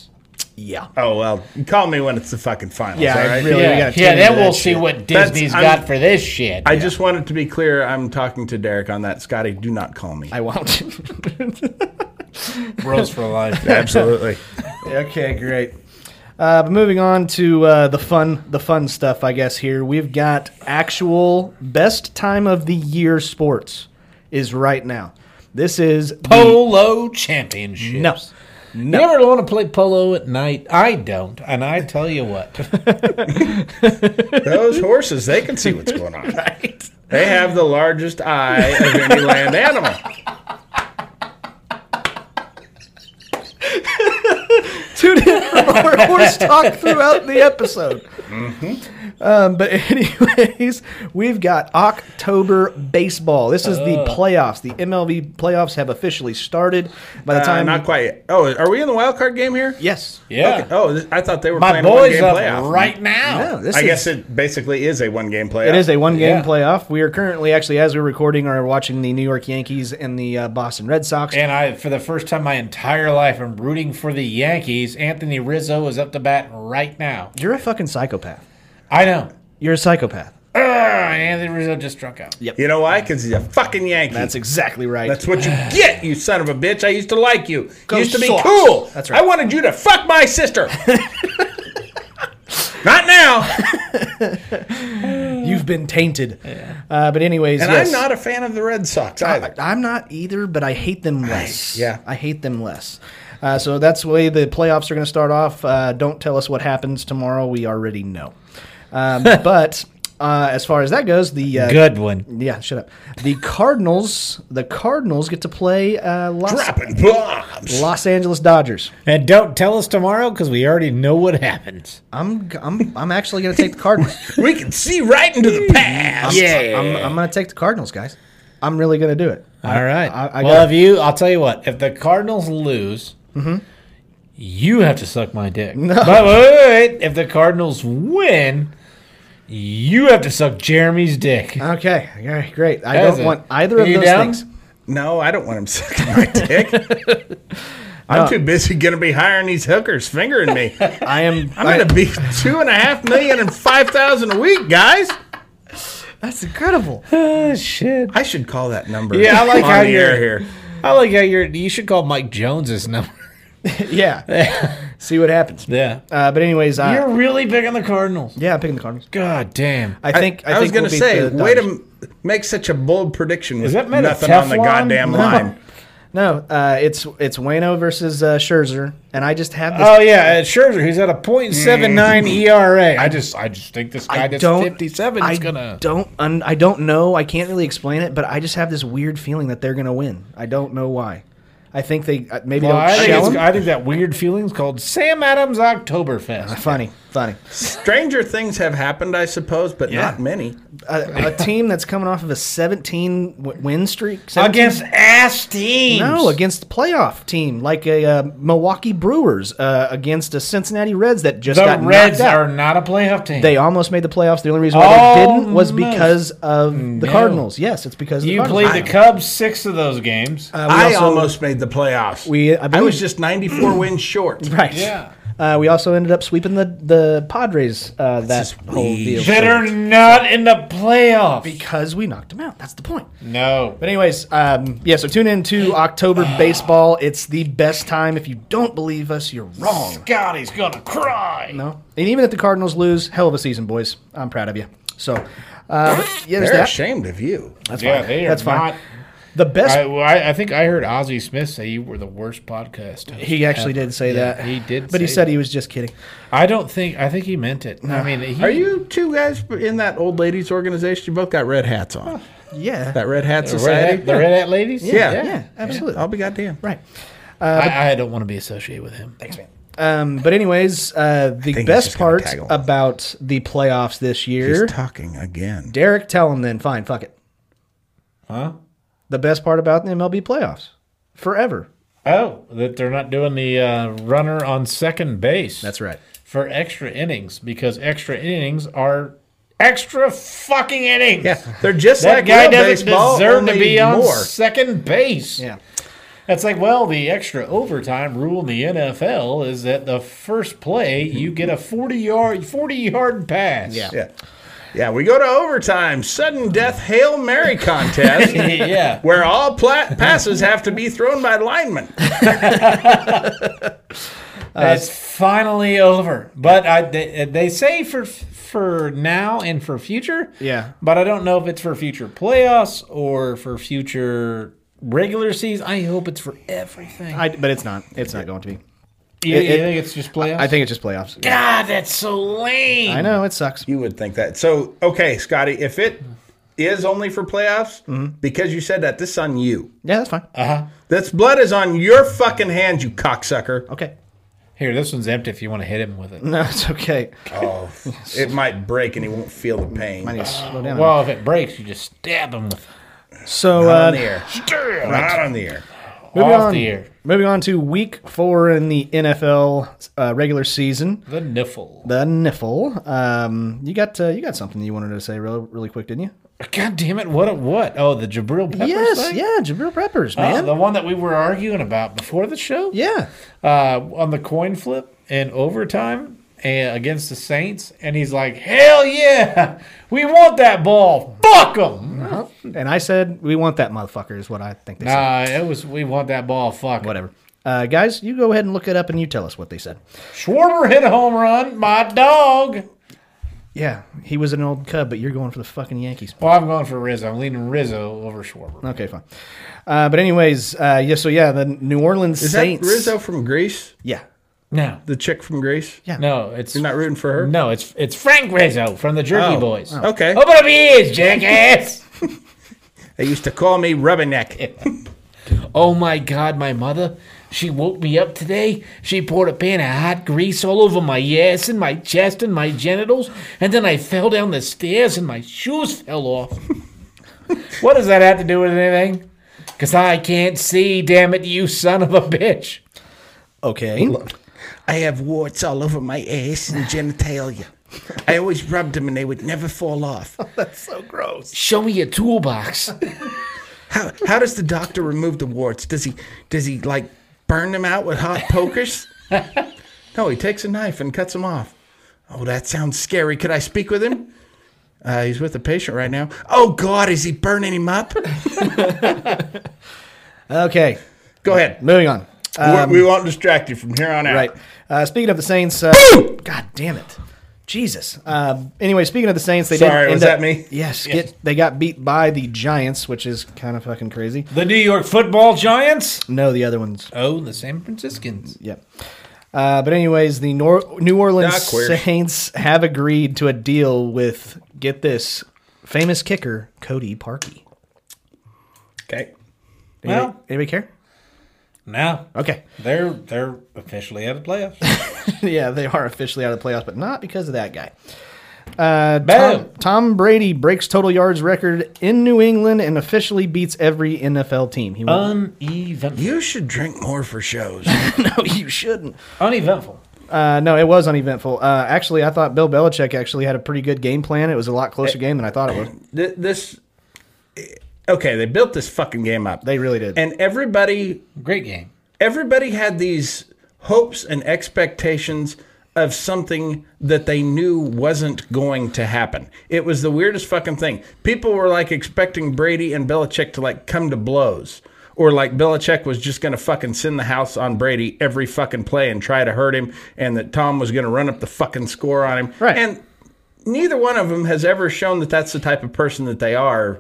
Speaker 1: Yeah.
Speaker 3: Oh well, call me when it's the fucking finals.
Speaker 1: Yeah,
Speaker 3: all
Speaker 1: I
Speaker 3: right?
Speaker 1: really- we
Speaker 2: Yeah,
Speaker 1: gotta
Speaker 2: yeah
Speaker 1: tune
Speaker 2: then
Speaker 1: into
Speaker 2: we'll
Speaker 1: that
Speaker 2: see
Speaker 1: shit.
Speaker 2: what
Speaker 3: That's-
Speaker 2: Disney's
Speaker 3: I'm-
Speaker 2: got for this shit. [LAUGHS]
Speaker 3: I just wanted to be clear. I'm talking to Derek on that. Scotty, do not call me.
Speaker 1: I won't.
Speaker 2: Bros for
Speaker 3: [LAUGHS]
Speaker 2: life.
Speaker 3: Absolutely.
Speaker 1: Okay, great. Uh, but moving on to uh, the fun, the fun stuff, I guess. Here we've got actual best time of the year sports is right now. This is the-
Speaker 2: Polo Championship.
Speaker 1: no,
Speaker 2: You ever want to play polo at night? I don't, and I tell
Speaker 3: [LAUGHS]
Speaker 2: you what,
Speaker 3: Those horses, they can see
Speaker 1: [LAUGHS]
Speaker 3: what's going on. They have the largest eye of
Speaker 1: [LAUGHS]
Speaker 3: any land animal.
Speaker 1: Tune in for more [LAUGHS] horse talk throughout the episode.
Speaker 3: Mm-hmm.
Speaker 1: Um, but [LAUGHS] anyways, we've got October baseball. This is the playoffs. The MLB playoffs have officially started. By the
Speaker 3: Uh,
Speaker 1: time,
Speaker 3: not quite. yet. Oh, are we in the wild card game here?
Speaker 1: yes,
Speaker 2: yeah,
Speaker 3: Okay. Oh, this- I thought they were
Speaker 2: my
Speaker 3: playing a one
Speaker 2: boys
Speaker 3: game
Speaker 2: up
Speaker 3: playoff. Mm.
Speaker 2: right now.
Speaker 1: No, Oh, this
Speaker 3: I
Speaker 1: is,
Speaker 3: guess it basically is a one game playoff.
Speaker 1: It is a one game
Speaker 2: Yeah.
Speaker 1: playoff. We are currently, actually, as we're recording, are watching the New York Yankees and the uh, Boston Red Sox.
Speaker 2: And I, for the first time in my entire life, I'm rooting for the Yankees. Anthony Rizzo is up to bat right now.
Speaker 1: You're a fucking psychopath.
Speaker 2: I know.
Speaker 1: You're a psychopath.
Speaker 2: Ugh, Anthony Rizzo just struck out.
Speaker 3: You know why? Because he's a fucking Yankee.
Speaker 1: That's exactly right.
Speaker 3: That's what you get, you son of a bitch. I used to like you.
Speaker 1: Go
Speaker 3: used to be
Speaker 1: Sox.
Speaker 3: cool.
Speaker 1: That's right.
Speaker 3: I wanted you to fuck my
Speaker 1: [LAUGHS]
Speaker 3: sister. Not now.
Speaker 1: You've been tainted. Uh, but anyways,
Speaker 3: And
Speaker 1: yes. Ah,
Speaker 3: I'm not a fan of the Red Sox either.
Speaker 1: I- I'm not either, but I hate them less.
Speaker 3: yeah.
Speaker 1: I hate them less. Uh, so that's the way the playoffs are going to start off. Uh, don't tell us what happens tomorrow. We already know. [LAUGHS] Um, but uh, as far as that goes, the uh,
Speaker 2: Good one.
Speaker 1: yeah, shut up. The Cardinals, the Cardinals get to play uh, Los,
Speaker 3: Dropping bombs.
Speaker 1: Los Angeles Dodgers.
Speaker 2: And don't tell us tomorrow because we already know what happens.
Speaker 1: I'm I'm I'm actually going to take the [LAUGHS] Cardinals.
Speaker 3: We can see right into the past.
Speaker 2: Yeah.
Speaker 1: I'm, I'm going to take the Cardinals, guys. I'm really going to do it.
Speaker 2: All right.
Speaker 1: I- I
Speaker 2: well,
Speaker 1: got- Mm-hmm.
Speaker 2: if you, I'll tell you what. If the Cardinals lose, you have to suck my dick. But wait, wait, if the Cardinals win, you have to suck Jeremy's dick.
Speaker 1: Okay, all right, great. I
Speaker 2: That's
Speaker 1: don't
Speaker 2: it.
Speaker 1: want either of
Speaker 2: You
Speaker 1: those
Speaker 2: down?
Speaker 1: things.
Speaker 3: No, I don't want him [LAUGHS] sucking my
Speaker 1: [LAUGHS]
Speaker 3: dick. I'm too busy going to be hiring these hookers fingering
Speaker 1: [LAUGHS]
Speaker 3: me.
Speaker 1: I am.
Speaker 3: I'm going to be two and a half million and five thousand a week, guys.
Speaker 1: That's incredible.
Speaker 2: Oh, shit.
Speaker 3: I should call that number.
Speaker 2: Yeah, I like
Speaker 3: on
Speaker 2: how
Speaker 3: the
Speaker 2: you're
Speaker 3: air here.
Speaker 2: I like how you're. You should call Mike Jones's number.
Speaker 1: Yeah.
Speaker 2: [LAUGHS]
Speaker 1: See what happens.
Speaker 2: Yeah.
Speaker 1: Uh, but anyways, I,
Speaker 2: You're really big on the Cardinals.
Speaker 1: yeah, I'm picking the Cardinals.
Speaker 2: God damn.
Speaker 1: I think I,
Speaker 3: I, was
Speaker 1: think we'll
Speaker 3: going to
Speaker 1: beat
Speaker 3: say,
Speaker 1: the
Speaker 3: way to
Speaker 1: Dodgers.
Speaker 3: m- make such a bold prediction with
Speaker 2: that made of
Speaker 3: nothing on the
Speaker 2: Teflon?
Speaker 3: goddamn
Speaker 2: No.
Speaker 3: line.
Speaker 1: No, uh, it's it's Wayno versus uh, Scherzer, and I just have this.
Speaker 2: Oh yeah, uh, Scherzer. He's at a .79 ERA. Mm. I just, I just think this guy
Speaker 1: I
Speaker 2: that's
Speaker 1: don't.
Speaker 2: 57
Speaker 1: I
Speaker 2: is gonna.
Speaker 1: don't. Un, I don't know. I can't really explain it, but I just have this weird feeling that they're gonna win. I don't know why. I think they uh, maybe
Speaker 2: Well, I,
Speaker 1: they'll
Speaker 2: think
Speaker 1: shell
Speaker 2: it's-
Speaker 1: him.
Speaker 2: I think that weird feeling's called Sam Adams
Speaker 1: [LAUGHS]
Speaker 2: Oktoberfest.
Speaker 1: funny, funny.
Speaker 3: Stranger things have happened, I suppose, but not many.
Speaker 1: A,
Speaker 2: [LAUGHS]
Speaker 1: a team that's coming off of a 17 w- win streak 17
Speaker 2: Against ass teams.
Speaker 1: No, against playoff team like a uh, Milwaukee Brewers uh, against a Cincinnati Reds that just
Speaker 2: the
Speaker 1: got
Speaker 2: Reds
Speaker 1: knocked out.
Speaker 2: are not a playoff team.
Speaker 1: They almost made the playoffs. The only reason why they didn't was
Speaker 2: Almost.
Speaker 1: because of the Cardinals. Yes, it's because of the
Speaker 2: you
Speaker 1: Cardinals.
Speaker 2: played the Cubs six of those games.
Speaker 1: Uh, we
Speaker 3: I
Speaker 1: also-
Speaker 3: almost made the playoffs.
Speaker 1: We- I
Speaker 3: I,
Speaker 1: believe-
Speaker 3: was just 94 wins
Speaker 1: [CLEARS THROAT]
Speaker 3: short.
Speaker 1: right.
Speaker 2: yeah.
Speaker 1: Uh, we also ended up sweeping the the Padres uh, that
Speaker 3: is
Speaker 1: whole deal
Speaker 3: weird.
Speaker 2: They're not in the playoffs.
Speaker 1: because we knocked them out. That's the point.
Speaker 2: no.
Speaker 1: But anyways, um, yeah. So tune in to October baseball. It's the best time. If you don't believe us, you're wrong.
Speaker 2: Scotty's gonna cry.
Speaker 1: No. And even if the Cardinals lose, hell of a season, boys. I'm proud of you. So, uh, but yeah, there's
Speaker 3: They're
Speaker 1: that.
Speaker 3: ashamed of you.
Speaker 1: That's
Speaker 2: yeah,
Speaker 1: fine.
Speaker 2: they are
Speaker 1: That's fine.
Speaker 2: not.
Speaker 1: The best.
Speaker 2: I, well, I, I think I heard Ozzy Smith say you were the worst podcast. host
Speaker 1: he actually
Speaker 2: ever.
Speaker 1: did say
Speaker 2: Yeah,
Speaker 1: that.
Speaker 2: He did,
Speaker 1: but he
Speaker 2: say
Speaker 1: said
Speaker 2: that.
Speaker 1: he was just kidding.
Speaker 2: I don't think. I think he meant it. I mean, he,
Speaker 3: Are you two guys in that old ladies organization? You both got red hats on.
Speaker 1: Yeah.
Speaker 3: That red hat
Speaker 2: the red,
Speaker 3: society?
Speaker 2: hat, the red hat ladies?
Speaker 3: Yeah.
Speaker 1: yeah, absolutely.
Speaker 3: I'll be goddamn.
Speaker 1: Right.
Speaker 2: I, I don't want to be associated with him. Thanks, man.
Speaker 1: Um, but anyways, uh, the
Speaker 3: he's
Speaker 1: best
Speaker 3: just gonna
Speaker 1: part
Speaker 3: tag along.
Speaker 1: about the playoffs this year.
Speaker 3: He's talking again.
Speaker 1: Derek, tell him then. Fine, fuck it.
Speaker 2: Huh?
Speaker 1: The best part about the MLB playoffs, forever.
Speaker 2: Oh, that they're not doing the uh, runner on second base.
Speaker 1: That's right.
Speaker 2: For extra innings because extra innings are extra fucking innings.
Speaker 3: Yeah, they're just
Speaker 2: That
Speaker 3: like
Speaker 2: guy
Speaker 3: real
Speaker 2: doesn't
Speaker 3: baseball,
Speaker 2: deserve to
Speaker 3: only
Speaker 2: be on
Speaker 3: more.
Speaker 2: second base.
Speaker 1: Yeah.
Speaker 2: That's like, well, the extra overtime rule in the NFL is that the first play you get a forty yard forty yard pass.
Speaker 1: Yeah.
Speaker 3: Yeah. Yeah, we go to overtime. Sudden death Hail Mary [LAUGHS] contest.
Speaker 2: [LAUGHS] Yeah.
Speaker 3: Where all pla- passes have to be thrown by linemen.
Speaker 1: Uh,
Speaker 2: It's finally over. But I they, they say for for now and for future.
Speaker 1: Yeah.
Speaker 2: But I don't know if it's for future playoffs or for future regular season. I hope it's for everything.
Speaker 1: I, but it's not. It's not going to be.
Speaker 2: you,
Speaker 1: it-
Speaker 2: you
Speaker 1: it-
Speaker 2: think it's just playoffs?
Speaker 1: I think it's just playoffs.
Speaker 2: God, that's so lame.
Speaker 1: I know it sucks.
Speaker 3: You would think that. So, okay, Scotty, if it is only for playoffs, because you said that, this is on you.
Speaker 1: Yeah, that's fine.
Speaker 3: This blood is on your fucking hands, you cocksucker.
Speaker 1: okay. [LAUGHS]
Speaker 2: Here, this one's empty. If you want to hit him with it.
Speaker 1: No, it's okay.
Speaker 3: Oh. [LAUGHS] It might break and he won't feel the pain.
Speaker 1: I need to slow down.
Speaker 2: Well, if it breaks, you just stab him with
Speaker 1: so
Speaker 3: Not on
Speaker 1: uh,
Speaker 3: the air. Not on the air.
Speaker 1: moving
Speaker 2: off
Speaker 1: on,
Speaker 2: the air.
Speaker 1: moving on to week four in the NFL uh, regular season.
Speaker 2: The niffle.
Speaker 1: The Niffle. Um, you got uh, you got something you wanted to say real really quick, didn't you?
Speaker 2: God damn it! What? A, what? Oh, the Jabril Peppers
Speaker 1: yes,
Speaker 2: thing.
Speaker 1: yeah, Jabril Preppers,
Speaker 2: Oh,
Speaker 1: man.
Speaker 2: the one that we were arguing about before the show.
Speaker 1: yeah,
Speaker 2: uh, on the coin flip in overtime uh, against the Saints, and he's like, "Hell yeah, we want that ball. Fuck them."
Speaker 1: and I said we want that motherfucker is what I think they said.
Speaker 2: Uh, it was we want that ball. Fuck 'em."
Speaker 1: Whatever. Uh, guys, you go ahead and look it up and you tell us what they said.
Speaker 2: Schwarber hit a home run. My dog.
Speaker 1: Yeah, he was an old cub, but you're going for the fucking Yankees.
Speaker 2: Well, I'm going for Rizzo. I'm leaning Rizzo over Schwarber.
Speaker 1: Okay, fine. Uh, but anyways, uh, yeah. So yeah, the New Orleans
Speaker 3: Is
Speaker 1: Saints.
Speaker 3: that Rizzo from Greece?
Speaker 1: Yeah,
Speaker 2: No,
Speaker 3: The chick from Greece?
Speaker 1: Yeah.
Speaker 2: no, it's
Speaker 3: You're not rooting for her?
Speaker 2: no, it's it's Frank Rizzo from the Jerky
Speaker 3: Oh,
Speaker 2: Boys.
Speaker 3: Okay.
Speaker 2: Open up your ears, jackass. [LAUGHS]
Speaker 3: They used to call me Rubberneck.
Speaker 2: Oh my God, my mother. She woke me up today. She poured a pan of hot grease all over my ass and my chest and my genitals, and then I fell down the stairs and my shoes fell off. [LAUGHS] what does that have to do with anything? Because I can't see, damn it, you son of a bitch.
Speaker 1: Okay.
Speaker 3: I have warts all over my ass and genitalia. I always rubbed them and they would never fall off.
Speaker 2: Show me your toolbox.
Speaker 3: How, how does the doctor remove the warts? Does he does he like burn them out with hot pokers? no, he takes a knife and cuts them off. Oh, that sounds scary. Could I speak with him? Uh, he's with a patient right now. Oh God, is he burning him up?
Speaker 1: Okay.
Speaker 3: Go ahead.
Speaker 1: Moving on. Uh,
Speaker 3: we won't distract you from here on out.
Speaker 1: right. Uh, speaking of the Saints. Uh, God damn it. Jesus. Uh, anyway, speaking of the Saints, they
Speaker 3: Sorry,
Speaker 1: did end
Speaker 3: was
Speaker 1: up-
Speaker 3: that me?
Speaker 1: Yes, Get, they got beat by the Giants, which is kind of fucking crazy.
Speaker 2: The New York football giants?
Speaker 1: No, the other ones.
Speaker 2: Oh, the San Franciscans.
Speaker 1: Yep. Uh, but anyways, the Nor- New Orleans
Speaker 3: Not queer.
Speaker 1: Saints have agreed to a deal with get this famous kicker Cody Parkey.
Speaker 3: Okay.
Speaker 1: Anybody,
Speaker 2: Well-
Speaker 1: anybody care?
Speaker 2: Now
Speaker 1: Okay.
Speaker 2: they're they're officially out of playoffs.
Speaker 1: [LAUGHS] yeah, they are officially out of the playoffs, but not because of that guy. Uh,
Speaker 2: Boom.
Speaker 1: Tom, Tom Brady breaks total yards record in New England and officially beats every NFL team. He
Speaker 3: Uh.
Speaker 1: won.
Speaker 2: Uneventful.
Speaker 3: You should drink more for shows.
Speaker 1: [LAUGHS] no, you shouldn't.
Speaker 2: Uneventful.
Speaker 1: Uh, no, it was uneventful. Uh, actually, I thought Bill Belichick actually had a pretty good game plan. It was a lot
Speaker 3: Eh.
Speaker 1: closer game than I thought it was.
Speaker 3: Th- this okay they built this fucking game up
Speaker 1: They really did.
Speaker 3: and everybody
Speaker 2: Great game.
Speaker 3: everybody had these hopes and expectations of something that they knew wasn't going to happen. It was the weirdest fucking thing. People were like expecting Brady and Belichick to like come to blows. Or like Belichick was just gonna fucking send the house on Brady every fucking play and try to hurt him, and that Tom was gonna run up the fucking score on him.
Speaker 1: Right.
Speaker 3: And neither one of them has ever shown that that's the type of person that they are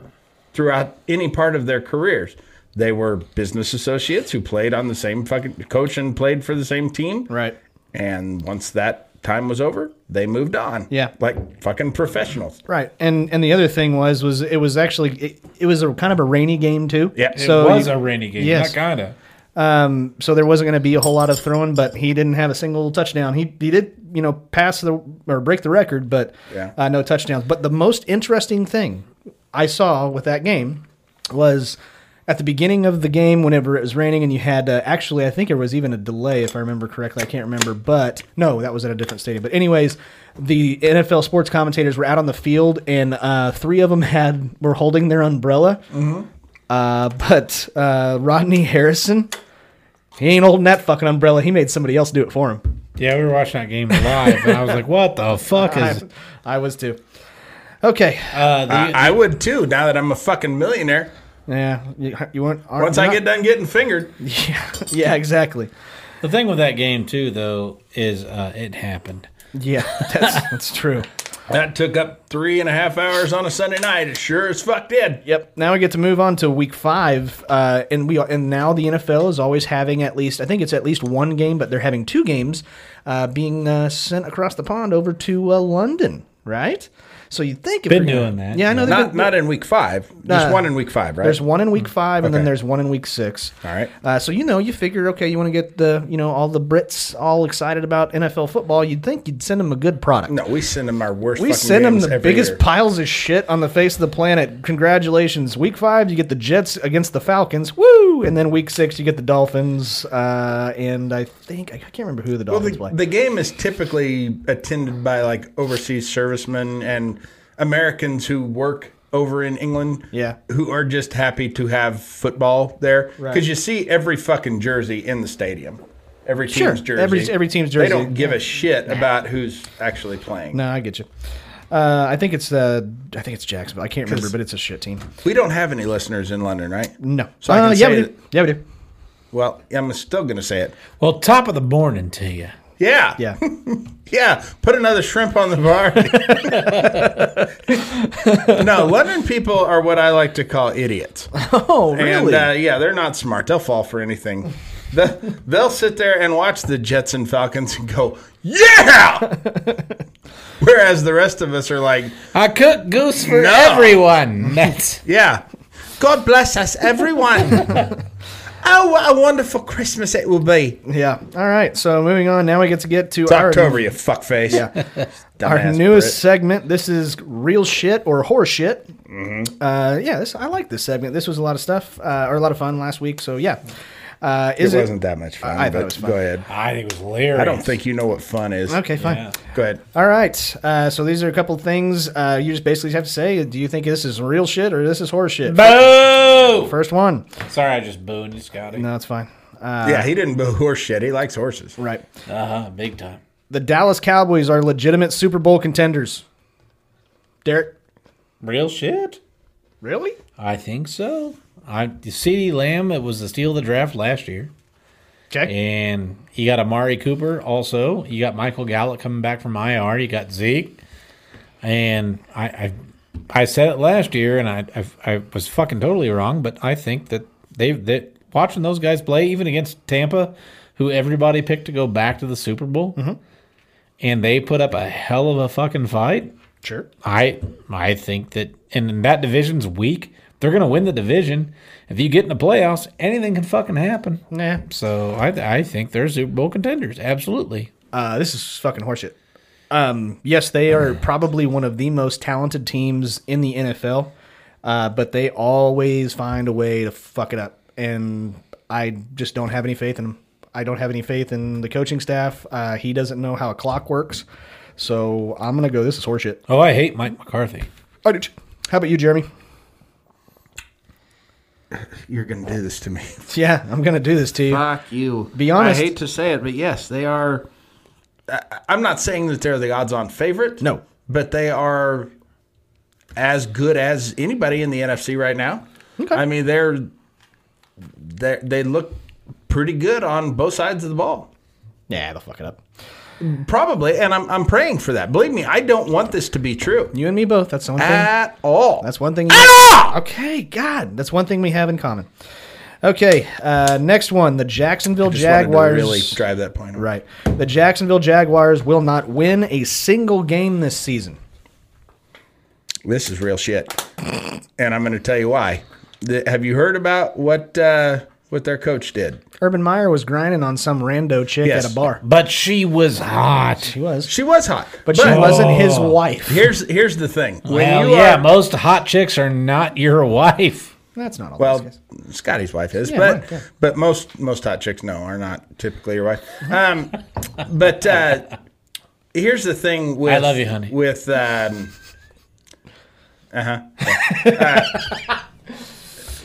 Speaker 3: throughout any part of their careers. They were business associates who played on the same fucking coach and played for the same team.
Speaker 1: Right.
Speaker 3: And once that time was over, they moved on.
Speaker 1: Yeah.
Speaker 3: Like fucking professionals.
Speaker 1: Right, and and the other thing was was it was actually it, it was a kind of a rainy game too.
Speaker 3: Yeah. It
Speaker 1: so
Speaker 2: it was
Speaker 1: you-
Speaker 2: a rainy game.
Speaker 1: Yes.
Speaker 2: Yes. Not kinda.
Speaker 1: so there wasn't going to be a whole lot of throwing, but he didn't have a single touchdown. He he did you know pass the or break the record, but
Speaker 3: Yeah.
Speaker 1: uh, no touchdowns. But the most interesting thing I saw with that game was at the beginning of the game, whenever it was raining, and you had uh, actually I think there was even a delay if I remember correctly. I can't remember, but no, that was at a different stadium. But anyways, the NFL sports commentators were out on the field, and uh, three of them [LAUGHS] had were holding their umbrella. Uh, but uh, Rodney Harrison, he ain't holding that fucking umbrella. He made somebody else do it for him.
Speaker 2: Yeah, we were watching that game live, and I was like, "What the
Speaker 1: [LAUGHS]
Speaker 2: fuck is?"
Speaker 1: [LAUGHS] I was too. Okay.
Speaker 2: Uh, the,
Speaker 3: I, I would too, now that I'm a fucking millionaire.
Speaker 1: yeah. You, you want? are-
Speaker 3: Once I get done getting fingered,
Speaker 1: Yeah. Exactly.
Speaker 2: the thing with that game too, though, is uh, it happened.
Speaker 1: [LAUGHS] Yeah. That's that's true.
Speaker 3: That took up three and a half hours on a Sunday night. It sure as fuck did.
Speaker 1: Yep. Now we get to move on to week five, uh, and we and now the NFL is always having at least I think it's at least one game, but they're having two games uh, being uh, sent across the pond over to uh, London, right? So you think if
Speaker 2: Been
Speaker 1: you're gonna-
Speaker 2: doing that.
Speaker 1: Yeah, I know. they've
Speaker 3: Not
Speaker 1: been-
Speaker 3: not in week five. There's
Speaker 1: Uh,
Speaker 3: one in week five, right? Mm.
Speaker 1: There's one in week five, and then
Speaker 3: Okay.
Speaker 1: there's one in week six.
Speaker 3: All right.
Speaker 1: Uh, so you know, you figure, okay, you want to get the you know all the Brits all excited about NFL football. You'd think you'd send them a good product.
Speaker 3: No, we send them our worst.
Speaker 1: We
Speaker 3: fucking
Speaker 1: send them
Speaker 3: games
Speaker 1: the
Speaker 3: every
Speaker 1: biggest
Speaker 3: year.
Speaker 1: piles of shit on the face of the planet. Congratulations. Week five, you get the Jets against the Falcons. Woo! And then week six, you get the Dolphins. Uh, and I think, I can't remember who the
Speaker 3: Well,
Speaker 1: Dolphins
Speaker 3: the,
Speaker 1: play.
Speaker 3: the game is typically attended by like overseas servicemen and Americans who work over in England.
Speaker 1: Yeah.
Speaker 3: Who are just happy to have football there. Because
Speaker 1: Right.
Speaker 3: you see every fucking jersey in the stadium. Every team's
Speaker 1: Sure.
Speaker 3: jersey.
Speaker 1: Every- every team's
Speaker 3: They
Speaker 1: jersey.
Speaker 3: don't give a shit about who's actually playing.
Speaker 1: no, I get you. Uh, I think it's uh, I think it's Jacksonville. I can't remember, but it's a shit team.
Speaker 3: We don't have any listeners in London, right?
Speaker 1: No.
Speaker 3: So I can
Speaker 1: uh, yeah,
Speaker 3: say
Speaker 1: we
Speaker 3: that-
Speaker 1: do. Yeah, we do.
Speaker 3: Well, I'm still going to say it.
Speaker 2: Well, top of the morning to you.
Speaker 3: Yeah.
Speaker 1: Yeah.
Speaker 3: [LAUGHS] Yeah, put another shrimp on
Speaker 1: [LAUGHS]
Speaker 3: the bar. no, London people are what I like to call idiots.
Speaker 1: oh,
Speaker 3: And
Speaker 1: really?
Speaker 3: uh, yeah, they're not smart. They'll fall for anything. The, they'll sit there and watch the Jets and Falcons and go,
Speaker 1: [LAUGHS]
Speaker 3: yeah! Whereas the rest of us are like,
Speaker 2: I cook goose for
Speaker 3: No.
Speaker 2: everyone. [LAUGHS] That's
Speaker 3: yeah, God bless us, everyone.
Speaker 1: [LAUGHS]
Speaker 3: oh, what a wonderful Christmas it will be.
Speaker 1: yeah. All right. So moving on. Now we get to get to
Speaker 3: It's
Speaker 1: our
Speaker 3: October, you fuckface.
Speaker 1: Yeah. our
Speaker 3: [LAUGHS] Dumbass
Speaker 1: newest
Speaker 3: Brit.
Speaker 1: segment. This is real shit or horse shit.
Speaker 3: Mm-hmm.
Speaker 1: Uh, yeah, this, I like this segment. This was a lot of stuff uh, or a lot of fun last week. So yeah, uh, is
Speaker 3: It
Speaker 1: it,
Speaker 3: wasn't that much fun.
Speaker 1: I thought
Speaker 3: but
Speaker 1: it was fun.
Speaker 3: Go ahead.
Speaker 2: I think it was hilarious.
Speaker 3: I don't think you know what fun is.
Speaker 1: okay? Fine.
Speaker 3: Go ahead.
Speaker 1: All right. Uh, so these are a couple things uh, you just basically have to say. Do you think this is real shit or this is horse shit?
Speaker 2: Boo!
Speaker 1: First one.
Speaker 2: Sorry, I just booed you, Scotty.
Speaker 1: No, it's fine. Uh,
Speaker 3: yeah, he didn't boo horse shit. He likes horses.
Speaker 1: right.
Speaker 2: Uh huh. Big time.
Speaker 1: The Dallas Cowboys are legitimate Super Bowl contenders. Derek,
Speaker 2: Real shit.
Speaker 1: really?
Speaker 2: I think so. I CeeDee Lamb. It was the steal of the draft last year,
Speaker 1: Okay.
Speaker 2: and you got Amari Cooper. Also, you got Michael Gallup coming back from IR. You got Zeke, and I. I I said it last year, and I, I I was fucking totally wrong. But I think that they that watching those guys play, even against Tampa, who everybody picked to go back to the Super Bowl, and they put up a hell of a fucking fight.
Speaker 1: Sure.
Speaker 2: I I think that and that division's weak. They're gonna win the division. If you get in the playoffs, anything can fucking happen.
Speaker 1: Nah.
Speaker 2: So I I think they're Super Bowl contenders. Absolutely.
Speaker 1: Uh, this is fucking horseshit. Um, yes, they are probably one of the most talented teams in the NFL, uh, but they always find a way to fuck it up, and I just don't have any faith in them. I don't have any faith in the coaching staff. Uh, he doesn't know how a clock works, so I'm gonna go. This is horseshit.
Speaker 2: Oh, I hate Mike McCarthy.
Speaker 1: All right, How about you, Jeremy? [LAUGHS]
Speaker 3: You're going to do this to me. [LAUGHS]
Speaker 1: Yeah, I'm gonna do this to you.
Speaker 3: Fuck you.
Speaker 1: Be honest.
Speaker 3: I hate to say it, but yes, they are. I- I'm not saying that they're the odds-on favorite.
Speaker 1: No.
Speaker 3: but they are as good as anybody in the NFC right now.
Speaker 1: Okay.
Speaker 3: I mean, they're they they look pretty good on both sides of the ball.
Speaker 1: Nah, they'll fuck it up.
Speaker 3: Probably, and I'm I'm praying for that. Believe me, I don't want this to be true
Speaker 1: You and me both. That's the one thing.
Speaker 3: at all.
Speaker 1: That's one thing.
Speaker 3: all!
Speaker 1: Okay, God, that's one thing we have in common. Okay, uh, next one: the Jacksonville
Speaker 3: Just wanted to
Speaker 1: Jaguars.
Speaker 3: really drive that point. home.
Speaker 1: right, the Jacksonville Jaguars will not win a single game this season.
Speaker 3: This is real shit, and I'm going to tell you why. The, have you heard about what uh, what their coach did?
Speaker 1: Urban Meyer was grinding on some rando chick
Speaker 3: Yes.
Speaker 1: at a bar.
Speaker 2: But she was hot.
Speaker 1: She was,
Speaker 3: She was hot,
Speaker 1: but she wasn't his
Speaker 3: Oh.
Speaker 1: wife.
Speaker 3: Here's here's the thing. When
Speaker 2: Oh. Well,
Speaker 3: you
Speaker 2: yeah,
Speaker 3: are-
Speaker 2: most hot chicks are not your [LAUGHS] wife.
Speaker 1: That's not all.
Speaker 3: well,
Speaker 1: this
Speaker 3: Scotty's wife is,
Speaker 1: Yeah,
Speaker 3: but
Speaker 1: right, yeah.
Speaker 3: but most most hot chicks no are not typically your wife. Um, but uh, here's the thing with
Speaker 2: love you, honey.
Speaker 3: With um, uh-huh. uh,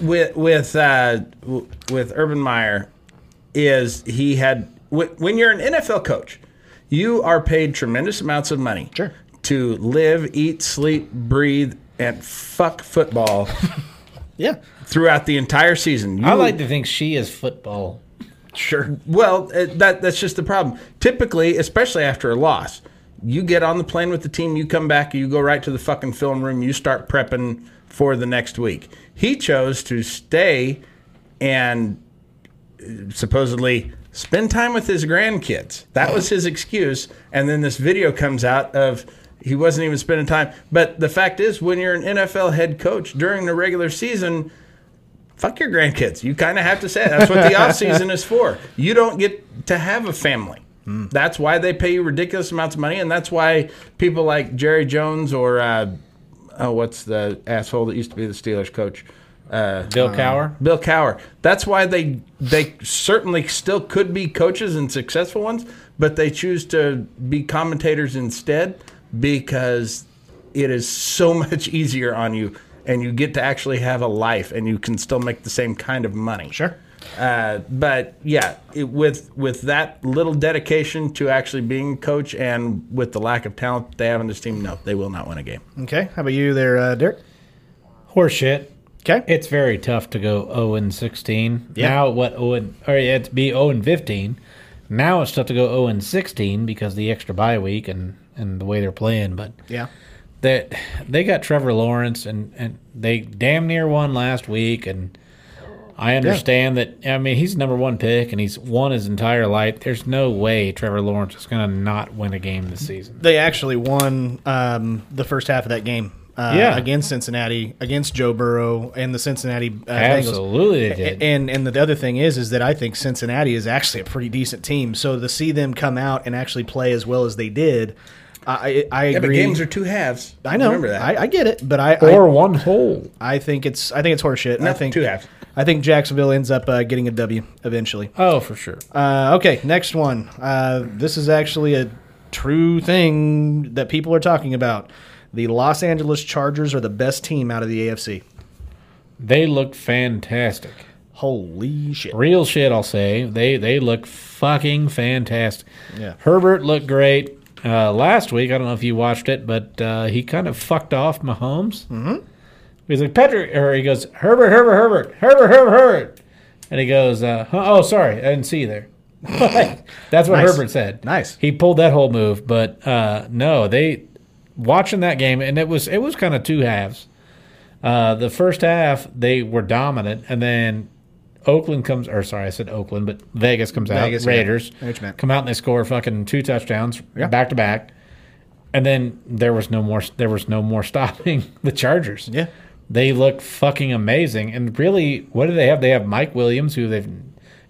Speaker 3: with with uh, w- with Urban Meyer is he had wh- when you're an NFL coach, you are paid tremendous amounts of money
Speaker 1: Sure.
Speaker 3: to live, eat, sleep, breathe, and fuck football
Speaker 1: yeah,
Speaker 3: throughout the entire season. You,
Speaker 2: I like to think she is football.
Speaker 3: sure. Well, uh, that that's just the problem. Typically, especially after a loss, You get on the plane with the team, you come back, you go right to the fucking film room, you start prepping for the next week. He chose to stay and uh, supposedly spend time with his grandkids. That was his excuse. And then this video comes out of he wasn't even spending time. But the fact is, when you're an NFL head coach during the regular season, fuck your grandkids. You kind of have to say it. that's what the off season is for. You don't get to have a family. That's why they pay you ridiculous amounts of money, and that's why people like Jerry Jones or uh, oh, what's the asshole that used to be the Steelers coach? Uh,
Speaker 2: Bill Cower.
Speaker 3: Bill Cower. That's why they they certainly still could be coaches and successful ones, but they choose to be commentators instead because it is so [LAUGHS] much easier on you and you get to actually have a life and you can still make the same kind of money.
Speaker 1: Sure.
Speaker 3: Uh, but yeah, it, with with that little dedication to actually being a coach and with the lack of talent they have on this team, no, they will not win a game.
Speaker 1: Okay. How about you there, uh, Derek?
Speaker 2: Horseshit.
Speaker 1: Okay.
Speaker 2: It's very tough to go 0 and 16.
Speaker 1: Yeah.
Speaker 2: Now what 0 and, or yeah, to be 0 and 15. Now it's tough to go 0 and 16 because the extra bye week and and the way they're playing, but
Speaker 1: yeah.
Speaker 2: that they got Trevor Lawrence and and they damn near won last week and I understand that I mean he's number 1 pick and he's won his entire life. There's no way Trevor Lawrence is going to not win a game this season.
Speaker 1: They actually won um, the first half of that game. Uh,
Speaker 2: Yeah.
Speaker 1: Against Cincinnati, against Joe Burrow and the Cincinnati uh, Bengals.
Speaker 2: Absolutely they did.
Speaker 1: A- And and the other thing is is that I think Cincinnati is actually a pretty decent team. So to see them come out and actually play as well as they did, I I I
Speaker 3: Yeah, but
Speaker 1: agree.
Speaker 3: games are two halves.
Speaker 1: I know.
Speaker 3: Remember that.
Speaker 1: I, I get it, but I
Speaker 2: or one hole.
Speaker 1: I, I think it's I think it's horseshit. I
Speaker 3: No,
Speaker 1: think
Speaker 3: two halves.
Speaker 1: I think Jacksonville ends up uh, getting a W eventually.
Speaker 2: Oh, for sure.
Speaker 1: Uh, okay, next one. Uh, this is actually a true thing that people are talking about. The Los Angeles Chargers are the best team out of the AFC.
Speaker 2: They looked fantastic.
Speaker 1: Holy shit!
Speaker 2: Real shit, I'll say. They they look fucking fantastic.
Speaker 1: Yeah.
Speaker 2: Herbert looked great uh, last week. I don't know if you watched it, but uh, he kind of fucked off Mahomes. Mm-hmm. He's like Patrick, or he goes Herbert, Herbert, Herbert, Herbert, Herbert, Herbert, and he goes, uh, huh, "Oh, sorry, I didn't see you there." [LAUGHS] That's what
Speaker 1: Nice.
Speaker 2: Herbert said.
Speaker 1: Nice.
Speaker 2: He pulled that whole move, but uh, no, they watching that game, and it was it was kind of two halves. Uh, the first half they were dominant, and then Oakland comes, or sorry, I said Oakland, but Vegas comes
Speaker 1: Vegas,
Speaker 2: out.
Speaker 1: yeah.
Speaker 2: Raiders
Speaker 1: I know what you meant.
Speaker 2: come out and they score fucking two touchdowns back to back, and then there was no more. There was no more [LAUGHS] stopping the Chargers.
Speaker 1: Yeah.
Speaker 2: they looked fucking amazing. And really, what do they have? They have Mike Williams, who they've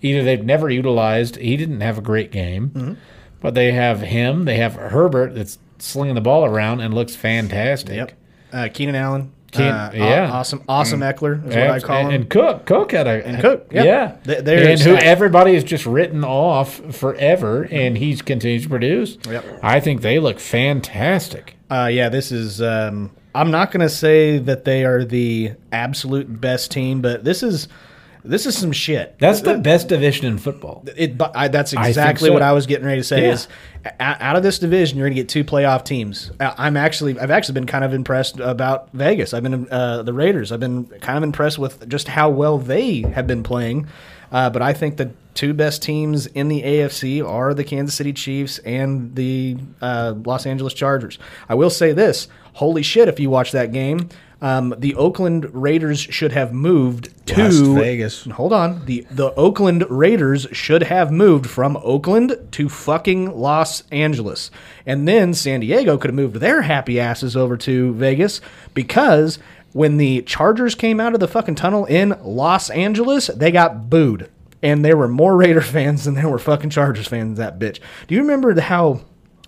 Speaker 2: either they've never utilized. He didn't have a great game,
Speaker 1: Mm-hmm.
Speaker 2: but they have him. They have Herbert that's slinging the ball around and looks fantastic.
Speaker 1: Yep. Uh, Keenan Allen.
Speaker 2: Keen-
Speaker 1: uh, aw-
Speaker 2: yeah.
Speaker 1: Awesome. Awesome Eckler is what I
Speaker 2: Abs-
Speaker 1: call
Speaker 2: and,
Speaker 1: him.
Speaker 2: and Cook, Cook had a
Speaker 1: And Cook, yeah. Th-
Speaker 2: and
Speaker 1: there's
Speaker 2: who
Speaker 1: that.
Speaker 2: everybody has just written off forever, and he's continues to produce.
Speaker 1: Yep.
Speaker 2: I think they look fantastic.
Speaker 1: uh, yeah, this is. Um, I'm not going to say that they are the absolute best team, but this is this is some shit.
Speaker 2: That's the best division in football.
Speaker 1: It, but I, that's
Speaker 2: think
Speaker 1: exactly
Speaker 2: so.
Speaker 1: what I was getting ready to say.
Speaker 2: Yeah.
Speaker 1: Is o- out of this division, you're going to get two playoff teams. I- I'm actually, I've actually been kind of impressed about Vegas. I've been uh, the Raiders. I've been kind of impressed with just how well they have been playing. Uh, but I think the two best teams in the AFC are the Kansas City Chiefs and the uh, Los Angeles Chargers. I will say this: holy shit! If you watch that game. Um, the Oakland Raiders should have moved to
Speaker 3: Las Vegas.
Speaker 1: Hold on. The the Oakland Raiders should have moved from Oakland to fucking Los Angeles. And then San Diego could have moved their happy asses over to Vegas because when the Chargers came out of the fucking tunnel in Los Angeles, they got booed. And there were more Raider fans than there were fucking Chargers fans in that bitch. Do you remember the- how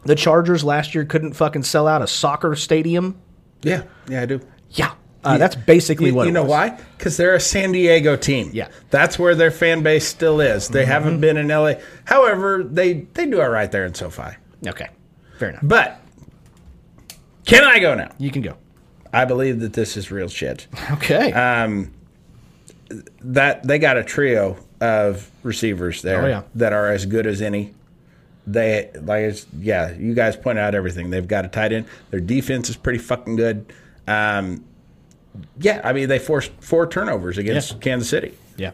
Speaker 1: the Chargers last year couldn't fucking sell out a soccer stadium?
Speaker 3: Yeah, yeah, I do.
Speaker 1: Yeah. Uh, that's basically
Speaker 3: You,
Speaker 1: what
Speaker 3: you
Speaker 1: it
Speaker 3: know
Speaker 1: was.
Speaker 3: why? Because they're a San Diego team.
Speaker 1: Yeah. Mm-hmm.
Speaker 3: that's where their fan base still is. They haven't been in LA. However, they they do all right there in SoFi.
Speaker 1: Okay. Fair enough.
Speaker 3: But can I go now?
Speaker 1: You can go.
Speaker 3: I believe that this is real shit.
Speaker 1: Okay.
Speaker 3: That they got a trio of receivers there
Speaker 1: Oh, yeah.
Speaker 3: that are as good as any. They like it's- yeah, you guys point out everything. They've got a tight end. Their defense is pretty fucking good. Um, yeah, I mean they forced four turnovers against Kansas City.
Speaker 1: yeah.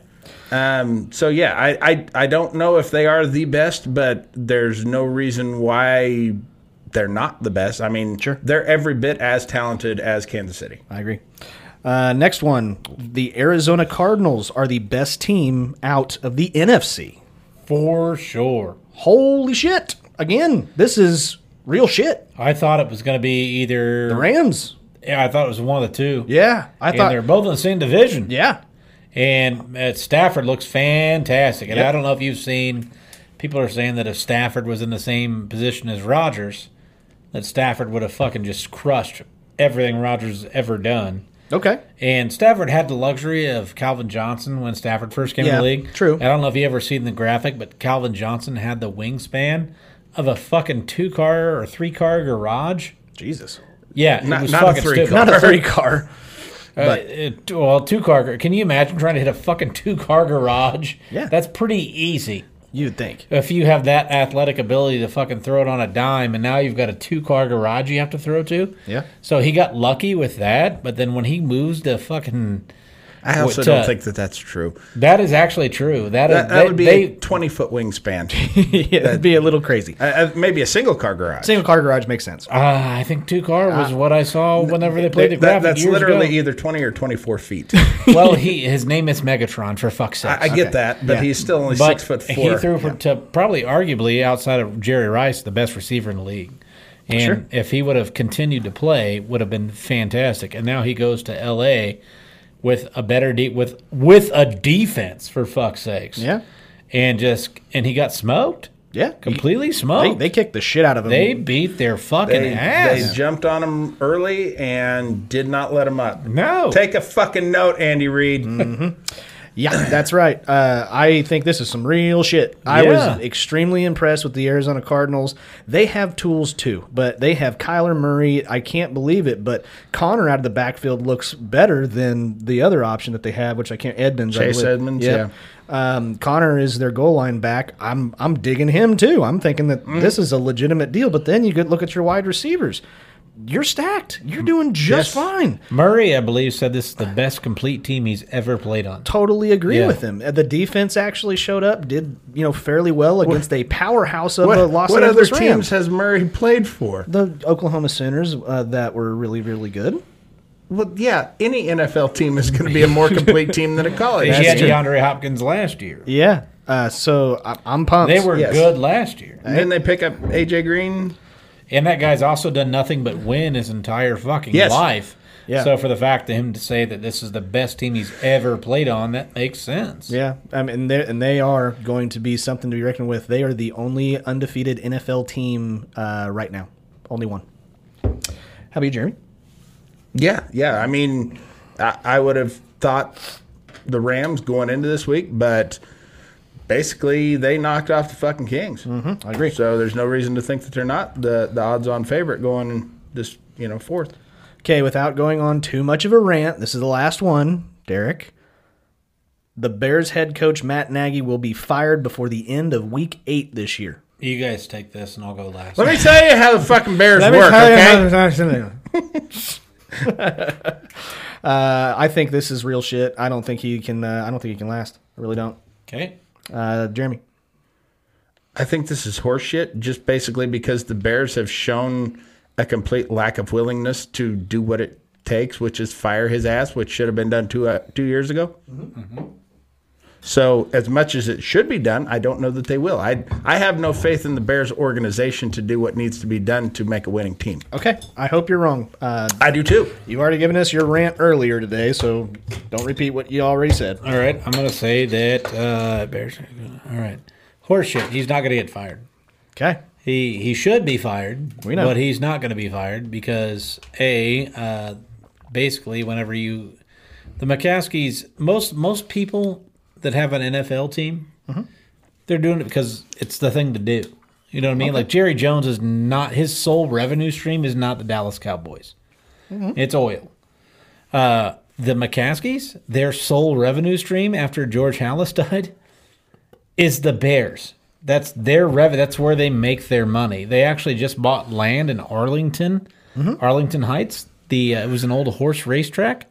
Speaker 3: Um, so yeah, I, I I don't know if they are the best, but there's no reason why they're not the best. I mean,
Speaker 1: Sure.
Speaker 3: they're every bit as talented as Kansas City.
Speaker 1: I agree. Uh, next one. The Arizona Cardinals are the best team out of the NFC.
Speaker 2: For sure.
Speaker 1: Holy shit. Again, this is real shit.
Speaker 2: I thought it was going to be either.
Speaker 1: The Rams.
Speaker 2: Yeah, I thought it was one of the two.
Speaker 1: Yeah. I
Speaker 2: and
Speaker 1: thought.
Speaker 2: they're both in the same division.
Speaker 1: yeah.
Speaker 2: And uh, Stafford looks fantastic. And
Speaker 1: Yep.
Speaker 2: I don't know if you've seen, people are saying that if Stafford was in the same position as Rodgers, that Stafford would have fucking just crushed everything Rodgers has ever done.
Speaker 1: Okay.
Speaker 2: And Stafford had the luxury of Calvin Johnson when Stafford first came in
Speaker 1: Yeah,
Speaker 2: the league.
Speaker 1: true.
Speaker 2: I don't know if you ever seen the graphic, but Calvin Johnson had the wingspan of a fucking two car or three car garage.
Speaker 1: Jesus.
Speaker 2: Yeah,
Speaker 3: Not-
Speaker 2: it was
Speaker 3: not a
Speaker 2: fucking
Speaker 3: three-car.
Speaker 2: stupid.
Speaker 1: Not
Speaker 3: [LAUGHS]
Speaker 1: a three car.
Speaker 2: Uh, it- well, two car. Can you imagine trying to hit a fucking two car garage?
Speaker 1: Yeah.
Speaker 2: that's pretty easy.
Speaker 1: You'd think.
Speaker 2: If you have that athletic ability to fucking throw it on a dime, and now you've got a two car garage you have to throw to.
Speaker 1: Yeah.
Speaker 2: So he got lucky with that, but then when he moves to fucking,
Speaker 3: I also
Speaker 2: What,
Speaker 3: don't
Speaker 2: uh,
Speaker 3: think that that's true.
Speaker 2: that is actually true. That, is-
Speaker 3: That, that
Speaker 2: they-
Speaker 3: would be
Speaker 2: they,
Speaker 3: a 20 foot wingspan,
Speaker 1: [LAUGHS]
Speaker 2: [LAUGHS]
Speaker 1: yeah, that'd be a little crazy.
Speaker 3: Uh, uh, maybe a single car garage.
Speaker 1: Single car garage makes sense.
Speaker 2: Uh, I think two car was what I saw whenever they played the
Speaker 3: Ah, That- that-
Speaker 2: graphic
Speaker 3: that's
Speaker 2: years
Speaker 3: literally
Speaker 2: ago.
Speaker 3: either 20 or 24
Speaker 2: [LAUGHS]
Speaker 3: feet.
Speaker 2: well, he his name is Megatron for fuck's sake.
Speaker 3: I, I get that, but
Speaker 1: Yeah.
Speaker 3: he's still only
Speaker 2: but
Speaker 3: six foot four.
Speaker 2: he threw for, to probably arguably outside of Jerry Rice the best receiver in the league. And
Speaker 1: Sure.
Speaker 2: if he would have continued to play, would have been fantastic. And now he goes to L.A. with a better de- with with a defense for fuck's sakes.
Speaker 1: Yeah.
Speaker 2: and just and he got smoked.
Speaker 1: Yeah.
Speaker 2: completely
Speaker 1: They,
Speaker 2: smoked.
Speaker 1: they kicked the shit out of him.
Speaker 2: They beat their fucking
Speaker 3: They,
Speaker 2: ass.
Speaker 3: they jumped on him early and did not let him up.
Speaker 2: No.
Speaker 3: Take a fucking note, Andy Reid.
Speaker 2: [LAUGHS]
Speaker 1: Yeah, that's right. Uh, I think this is some real shit. I was
Speaker 2: Yeah.
Speaker 1: extremely impressed with the Arizona Cardinals. They have tools too, but they have Kyler Murray. I can't believe it, but Connor out of the backfield looks better than the other option that they have, which I can't. Edmonds, I
Speaker 3: Chase
Speaker 1: believe.
Speaker 3: Edmonds,
Speaker 1: Um, Connor is their goal line back. I'm I'm digging him too. I'm thinking that
Speaker 3: Mm-hmm.
Speaker 1: this is a legitimate deal. But then you could look at your wide receivers. You're stacked. You're
Speaker 3: Mm-hmm.
Speaker 1: doing just fine.
Speaker 2: Murray, I believe, said this is the best complete team he's ever played on.
Speaker 1: totally agree
Speaker 2: Yeah.
Speaker 1: with him. Uh, The defense actually showed up, did you know fairly well against a powerhouse of
Speaker 3: What,
Speaker 1: a Los
Speaker 3: what other
Speaker 1: Angeles
Speaker 3: teams
Speaker 1: Rams.
Speaker 3: has Murray played for?
Speaker 1: the Oklahoma Sooners uh, that were really really good.
Speaker 3: Well, yeah, any NFL team is going to be a [LAUGHS] more complete team than a college.
Speaker 2: He had
Speaker 3: team.
Speaker 2: DeAndre Hopkins last year.
Speaker 1: Yeah, uh, so I, I'm pumped.
Speaker 2: They were
Speaker 3: Yes.
Speaker 2: good last year.
Speaker 3: And then they pick up AJ Green.
Speaker 2: And that guy's also done nothing but win his entire fucking
Speaker 3: Yes.
Speaker 2: life.
Speaker 1: Yeah.
Speaker 2: So for the fact that him to say that this is the best team he's ever played on, that makes sense.
Speaker 1: Yeah, I mean, they and they are going to be something to be reckoned with. They are the only undefeated NFL team uh, right now, only one. How about you, Jeremy?
Speaker 3: Yeah, yeah. I mean, I, I would have thought the Rams going into this week, but basically they knocked off the fucking Kings. Mm-hmm, I agree. So there's no reason to think that they're not the the odds on favorite going this you know fourth.
Speaker 1: Okay, without going on too much of a rant, this is the last one, Derek. The Bears head coach Matt Nagy will be fired before the end of week eight this year.
Speaker 2: You guys take this and I'll go
Speaker 3: [LAUGHS]
Speaker 2: last.
Speaker 3: Let me tell you how the fucking Bears work. Okay,
Speaker 1: [LAUGHS] Uh, I think this is real shit. I don't think he can. Uh, I don't think he can last. I really don't.
Speaker 2: Okay.
Speaker 1: Uh, Jeremy.
Speaker 3: I think this is horseshit. Just basically because the Bears have shown a complete lack of willingness to do what it takes, which is fire his ass, which should have been done two uh, two years ago. So as much as it should be done, I don't know that they will. I I have no faith in the Bears organization to do what needs to be done to make a winning team.
Speaker 1: Okay, I hope you're wrong. Uh,
Speaker 3: I do too.
Speaker 1: you've already given us your rant earlier today, so don't repeat what you already said.
Speaker 2: All right. I'm going to say that uh, Bears. All right. Horseshit. He's not going to get fired.
Speaker 1: Okay.
Speaker 2: He he should be fired.
Speaker 1: We know.
Speaker 2: but he's not going to be fired because a uh, basically whenever you the McCaskies most most people that have an NFL team
Speaker 1: Mm-hmm.
Speaker 2: they're doing it because it's the thing to do. You know what I mean? Like Jerry Jones is not his sole revenue stream is not the Dallas Cowboys.
Speaker 1: Mm-hmm.
Speaker 2: It's oil. Uh, the McCaskies, their sole revenue stream after George Hallis [LAUGHS] died is the Bears. That's their revenue. That's where they make their money. They actually just bought land in Arlington,
Speaker 3: Mm-hmm.
Speaker 2: Arlington Heights. The uh, it was an old horse racetrack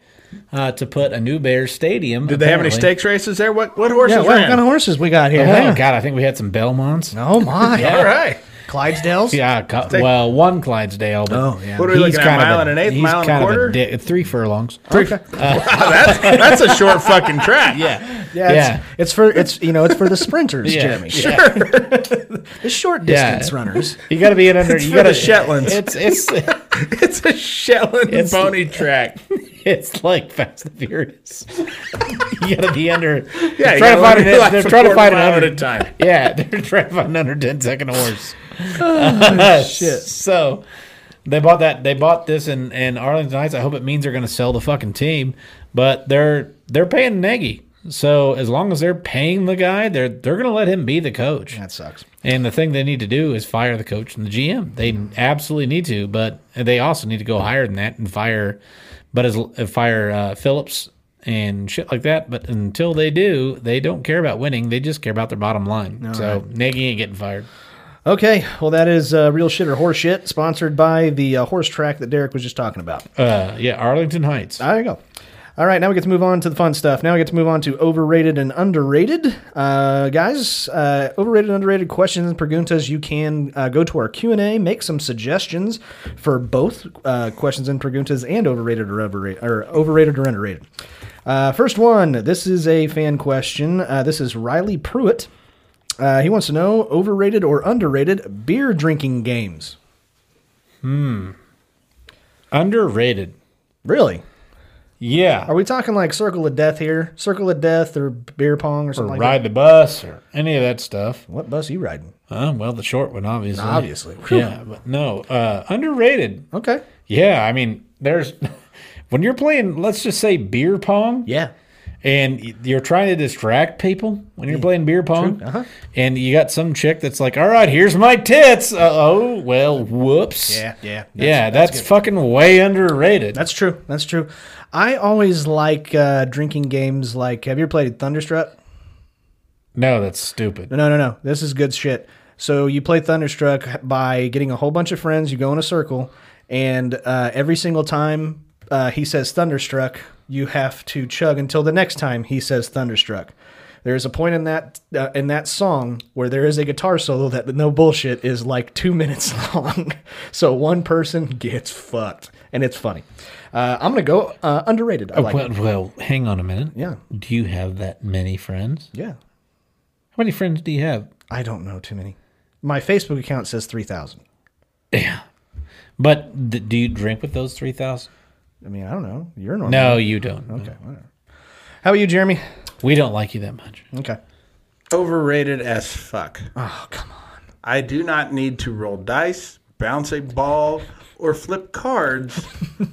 Speaker 2: uh, to put a new Bears stadium.
Speaker 3: Did they have any
Speaker 2: apparently.
Speaker 3: stakes races there? What what horses
Speaker 1: Yeah, what
Speaker 3: ran?
Speaker 1: kind of horses we got here?
Speaker 2: Oh God, I think we had some Belmonts.
Speaker 1: Oh my!
Speaker 3: All right.
Speaker 1: Clydesdales.
Speaker 2: Yeah, co- well, one Clydesdale, but
Speaker 4: Oh, yeah.
Speaker 3: What are we
Speaker 2: he's
Speaker 3: looking at,
Speaker 2: kind of
Speaker 3: mile and an eighth,
Speaker 2: he's
Speaker 3: mile and a
Speaker 2: kind of
Speaker 3: quarter?
Speaker 2: dick- three furlongs. uh,
Speaker 3: Wow, that's, that's a short fucking track. Yeah.
Speaker 1: yeah, it's,
Speaker 2: Yeah.
Speaker 1: it's for it's you know it's for the sprinters,
Speaker 2: [LAUGHS] Yeah.
Speaker 1: Jeremy.
Speaker 2: Sure.
Speaker 1: [LAUGHS] The short
Speaker 2: Yeah.
Speaker 1: distance runners.
Speaker 2: You got to be
Speaker 3: [LAUGHS]
Speaker 2: in under. you
Speaker 3: for
Speaker 2: got to
Speaker 3: the Shetlands. [LAUGHS]
Speaker 2: It's it's
Speaker 3: It's a Shetland
Speaker 2: It's-
Speaker 3: pony track.
Speaker 2: [LAUGHS] it's like Fast and Furious. [LAUGHS] you got to be under.
Speaker 3: Yeah,
Speaker 2: Yeah,
Speaker 3: you
Speaker 2: trying
Speaker 3: gotta
Speaker 2: to
Speaker 3: [LAUGHS]
Speaker 2: find
Speaker 3: live your life
Speaker 2: an, they're
Speaker 3: a
Speaker 2: trying
Speaker 3: quarter
Speaker 2: to find an
Speaker 3: mile at
Speaker 2: under
Speaker 3: a time.
Speaker 2: Yeah, [LAUGHS] they're trying to find an under 10 second horse. [LAUGHS] shit. So they bought that. They bought this in in Arlington Heights. I hope it means they're going to sell the fucking team, but they're they're paying Nagy. So as long as they're paying the guy, they're they're going to let him be the coach.
Speaker 1: That sucks.
Speaker 2: And the thing they need to do is fire the coach and the GM. They absolutely need to, but they also need to go higher than that and fire, but as fire uh, Phillips and shit like that. But until they do, they don't care about winning. They just care about their bottom line. so Nagy ain't getting fired.
Speaker 1: Okay, well that is uh, real shit or horse shit, sponsored by the uh, horse track that Derek was just talking about.
Speaker 2: Uh, yeah, Arlington Heights.
Speaker 1: There you go. All right, now we get to move on to the fun stuff. Now we get to move on to overrated and underrated, uh, guys. Uh, overrated, and underrated questions and preguntas. You can uh, go to our Q and A, make some suggestions for both uh, questions and preguntas, and overrated or overrated or overrated or underrated. Uh, first one. This is a fan question. Uh, this is Riley Pruitt. Uh, he wants to know overrated or underrated beer drinking games.
Speaker 2: Underrated.
Speaker 1: Really?
Speaker 2: Yeah.
Speaker 1: Are we talking like Circle of Death here? Circle of Death or beer pong or
Speaker 2: or
Speaker 1: something like that?
Speaker 2: ride the bus or any of that stuff.
Speaker 1: What bus you riding?
Speaker 2: Uh, well, the short one, obviously.
Speaker 1: Oh, [LAUGHS] Obviously.
Speaker 2: Yeah, but no, uh, underrated.
Speaker 1: Okay.
Speaker 2: Yeah, I mean, there's [LAUGHS] when you're playing, let's just say beer pong,
Speaker 4: Yeah.
Speaker 2: and y- you're trying to distract people when you're playing beer pong,
Speaker 1: Uh-huh.
Speaker 2: and you got some chick that's like, "All right, here's my tits." Uh oh, well, whoops.
Speaker 1: Yeah, yeah, that's-
Speaker 2: yeah, that's, fucking way underrated.
Speaker 1: That's true. That's true. I always like uh, drinking games like have you ever played Thunderstruck?
Speaker 2: no, that's stupid.
Speaker 1: No, no, no. This is good shit. So you play Thunderstruck by getting a whole bunch of friends, you go in a circle, and uh, every single time uh, he says Thunderstruck, you have to chug until the next time he says Thunderstruck. There is a point in that uh, in that song where there is a guitar solo that no bullshit is like two [LAUGHS] minutes long, so one person gets fucked, and it's funny. Uh, I'm gonna go uh, underrated. I [LAUGHS] like
Speaker 2: Oh, well,
Speaker 1: it.
Speaker 2: well, hang on a minute.
Speaker 1: Yeah.
Speaker 2: Do you have that many friends?
Speaker 1: Yeah,
Speaker 2: How many friends do you have? [LAUGHS]
Speaker 1: I don't know too many. My Facebook account says three thousand.
Speaker 2: But th- do you drink with those three thousand?
Speaker 1: I mean, I don't know. You're normal.
Speaker 2: No, you don't. Okay.
Speaker 1: How about you, Jeremy?
Speaker 2: We don't like you that much.
Speaker 1: Okay.
Speaker 3: Overrated as fuck. Oh, come on. I do not need to roll dice, bounce a ball, or flip
Speaker 2: [LAUGHS]
Speaker 3: cards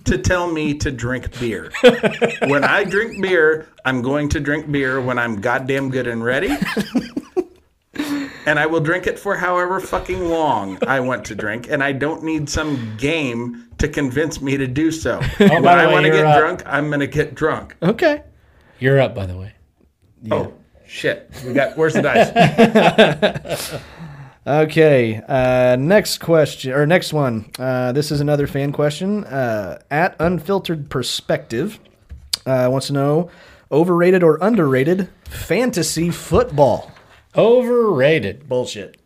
Speaker 3: to tell me to drink beer. when I drink beer, I'm going to drink beer when I'm goddamn good and ready. and I will drink it for however fucking long I want to drink. And I don't need some game to convince me to do so. when
Speaker 2: Oh, by the
Speaker 3: I
Speaker 2: way,
Speaker 3: want to
Speaker 2: you're uh,
Speaker 3: get
Speaker 2: up.
Speaker 3: drunk, I'm going to get drunk.
Speaker 1: Okay.
Speaker 2: You're up, by the way.
Speaker 3: Oh, shit. We got, where's the
Speaker 2: [LAUGHS]
Speaker 3: dice?
Speaker 1: Okay. Uh, next question or next one. Uh, this is another fan question. Uh, at unfiltered perspective uh, wants to know overrated or underrated fantasy football.
Speaker 2: Overrated
Speaker 1: Bullshit.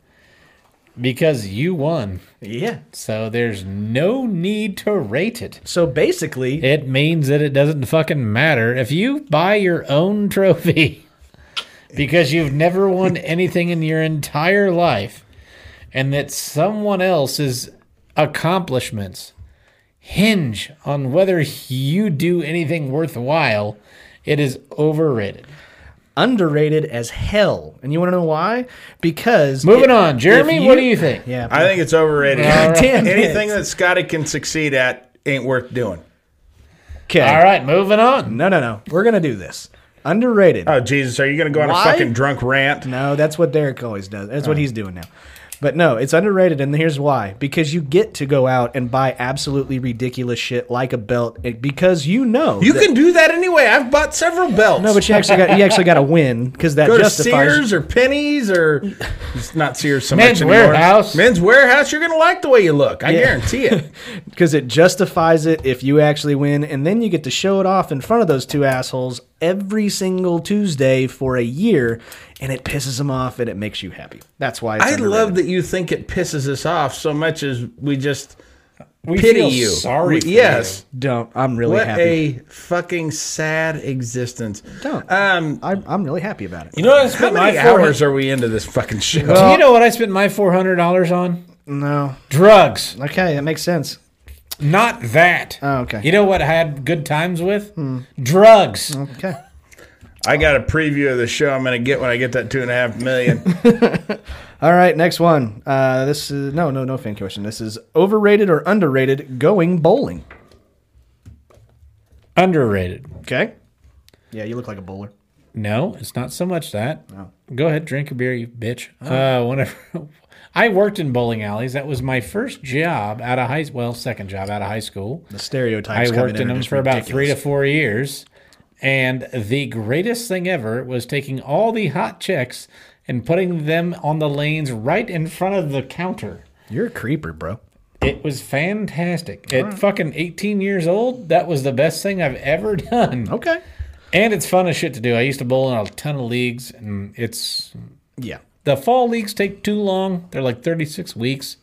Speaker 2: because you won.
Speaker 1: Yeah.
Speaker 2: So there's no need to rate it.
Speaker 1: So basically,
Speaker 2: It means that it doesn't fucking matter if you buy your own trophy [LAUGHS] because you've never
Speaker 3: [LAUGHS]
Speaker 2: won anything in your entire life and that someone else's accomplishments hinge on whether you do anything worthwhile. It is overrated.
Speaker 1: underrated as hell. And you want to know why? Because
Speaker 2: Moving
Speaker 1: it-
Speaker 2: on, Jeremy,
Speaker 1: if
Speaker 2: what
Speaker 1: you-
Speaker 2: do you think?
Speaker 1: Yeah.
Speaker 3: I think it's overrated.
Speaker 1: Damn it.
Speaker 3: Anything that Scotty can succeed at ain't worth doing.
Speaker 1: okay.
Speaker 2: All right, moving on.
Speaker 1: No, no, no. We're gonna do this. Underrated.
Speaker 3: Oh Jesus, are you gonna go on
Speaker 1: Why?
Speaker 3: a fucking drunk rant?
Speaker 1: No, that's what Derek always does. That's what he's doing now. But no, it's underrated, and here's why: because you get to go out and buy absolutely ridiculous shit like a belt, it- because you know
Speaker 3: You [LAUGHS]
Speaker 1: that-
Speaker 3: can do that anyway. I've bought several belts.
Speaker 1: No, but you actually got you actually got to win because that
Speaker 3: go to
Speaker 1: justifies.
Speaker 3: Sears or Penny's or
Speaker 1: [LAUGHS]
Speaker 3: it's not Sears so
Speaker 2: Men's
Speaker 3: much anymore.
Speaker 2: Warehouse.
Speaker 3: Men's Warehouse. You're gonna like the way you look.
Speaker 1: [LAUGHS]
Speaker 3: I guarantee it.
Speaker 1: because it justifies it if you actually win, and then you get to show it off in front of those two assholes every single Tuesday for a year, and it pisses them off and it makes you happy. That's why it's
Speaker 3: I
Speaker 1: underrated.
Speaker 3: love that you think it pisses us off so much as we just
Speaker 2: We
Speaker 3: pity
Speaker 2: feel
Speaker 3: you.
Speaker 2: sorry
Speaker 3: We-
Speaker 2: for
Speaker 3: yes.
Speaker 1: Don't. I'm really
Speaker 3: What
Speaker 1: happy.
Speaker 3: a fucking sad existence.
Speaker 1: Don't.
Speaker 3: Um,
Speaker 1: I'm, I'm really happy about it.
Speaker 2: You know what I
Speaker 3: how
Speaker 2: spent
Speaker 3: many
Speaker 2: my four
Speaker 3: hours
Speaker 2: hours?
Speaker 3: are we into this fucking show?
Speaker 2: Do you know what I spent my four hundred dollars on?
Speaker 1: No.
Speaker 2: Drugs.
Speaker 1: Okay, that makes sense.
Speaker 2: Not that.
Speaker 1: Oh, okay. Hmm.
Speaker 2: You know what I had good times with? Drugs.
Speaker 1: Okay.
Speaker 3: I got a preview of the show I'm going to get when I get that two and a half million.
Speaker 1: All right, next one. Uh, this is no, no, no fan question. This is overrated or underrated going bowling.
Speaker 2: Underrated.
Speaker 1: Okay. Yeah, you look like a bowler.
Speaker 2: No, it's not so much that. Go ahead, drink a beer, you bitch. Uh, whenever [LAUGHS] I worked in bowling alleys, that was my first job out of high. Well, second job out of high school.
Speaker 1: The stereotypes.
Speaker 2: I
Speaker 1: coming
Speaker 2: worked in
Speaker 1: are
Speaker 2: them
Speaker 1: just
Speaker 2: for about three to
Speaker 1: ridiculous.
Speaker 2: four years, and the greatest thing ever was taking all the hot chicks and putting them on the lanes right in front of the counter.
Speaker 1: You're a creeper, bro.
Speaker 2: It was fantastic. At fucking 18 years old, that was the best thing I've ever [LAUGHS] done.
Speaker 1: Okay.
Speaker 2: And it's fun as shit to do. I used to bowl in a ton of leagues, and it's
Speaker 1: Yeah.
Speaker 2: the fall leagues take too long. They're like 36 weeks.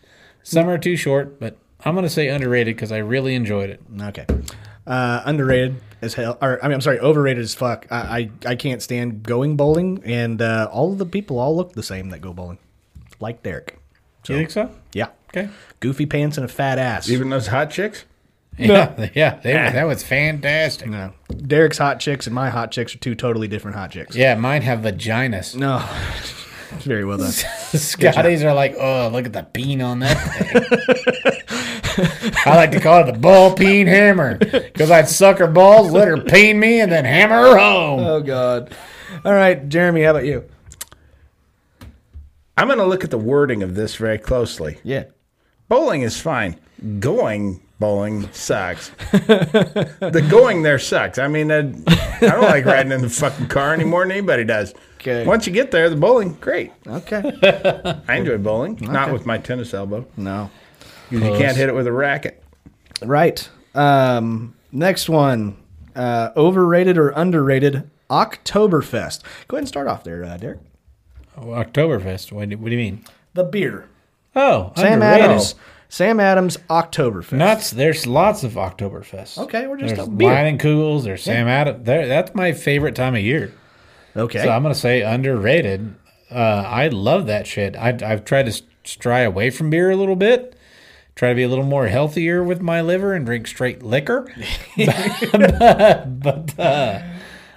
Speaker 2: Some are too short, but I'm going to say underrated because I really enjoyed it.
Speaker 1: Okay. Uh, underrated as hell. Or I mean, I'm sorry, overrated as fuck. I I, I can't stand going bowling, and uh, all of the people all look the same that go bowling, like Derek.
Speaker 2: you think so?
Speaker 1: Yeah.
Speaker 2: Okay.
Speaker 1: Goofy pants and a fat ass.
Speaker 3: Even those hot chicks?
Speaker 2: Yeah, [LAUGHS] yeah, they, that was fantastic.
Speaker 1: No. Derek's hot chicks and my hot chicks are two totally different hot chicks.
Speaker 2: Yeah, mine have vaginas.
Speaker 1: No. [LAUGHS] Very well done.
Speaker 2: Scotties are like, oh, look at the peen on that thing. I like to call it the ball peen hammer because I'd suck her balls, let her peen me, and then hammer her
Speaker 1: [LAUGHS]
Speaker 2: home.
Speaker 1: oh God. All right, Jeremy, how about you?
Speaker 3: I'm going to look at the wording of this very closely.
Speaker 1: Yeah.
Speaker 3: Bowling is fine. Going bowling sucks. the going there sucks. I mean, I, I don't like riding in the fucking car anymore than anybody does.
Speaker 1: 'Kay.
Speaker 3: Once you get there, the bowling, great.
Speaker 1: [LAUGHS] Okay.
Speaker 3: I enjoy bowling, not with my tennis elbow.
Speaker 1: no.
Speaker 3: 'cause You can't hit it with a racket.
Speaker 1: Right. Um, next one. Uh, overrated or underrated Oktoberfest. Go ahead and start off there, uh, Derek.
Speaker 2: Oh, Oktoberfest. What do, what do you mean?
Speaker 1: The beer.
Speaker 2: Oh,
Speaker 1: Sam
Speaker 2: underrated.
Speaker 1: Adams. Sam Adams Oktoberfest.
Speaker 2: Nuts. There's lots of Oktoberfest.
Speaker 1: Okay, we're just
Speaker 2: there's
Speaker 1: a beer.
Speaker 2: wine and Kugels. There's Sam Adams. There, that's my favorite time of year.
Speaker 1: okay.
Speaker 2: So I'm gonna say underrated. Uh, I love that shit. I, I've tried to s- stray away from beer a little bit. Try to be a little more healthier with my liver and drink
Speaker 1: [LAUGHS]
Speaker 2: straight liquor. [LAUGHS] but uh,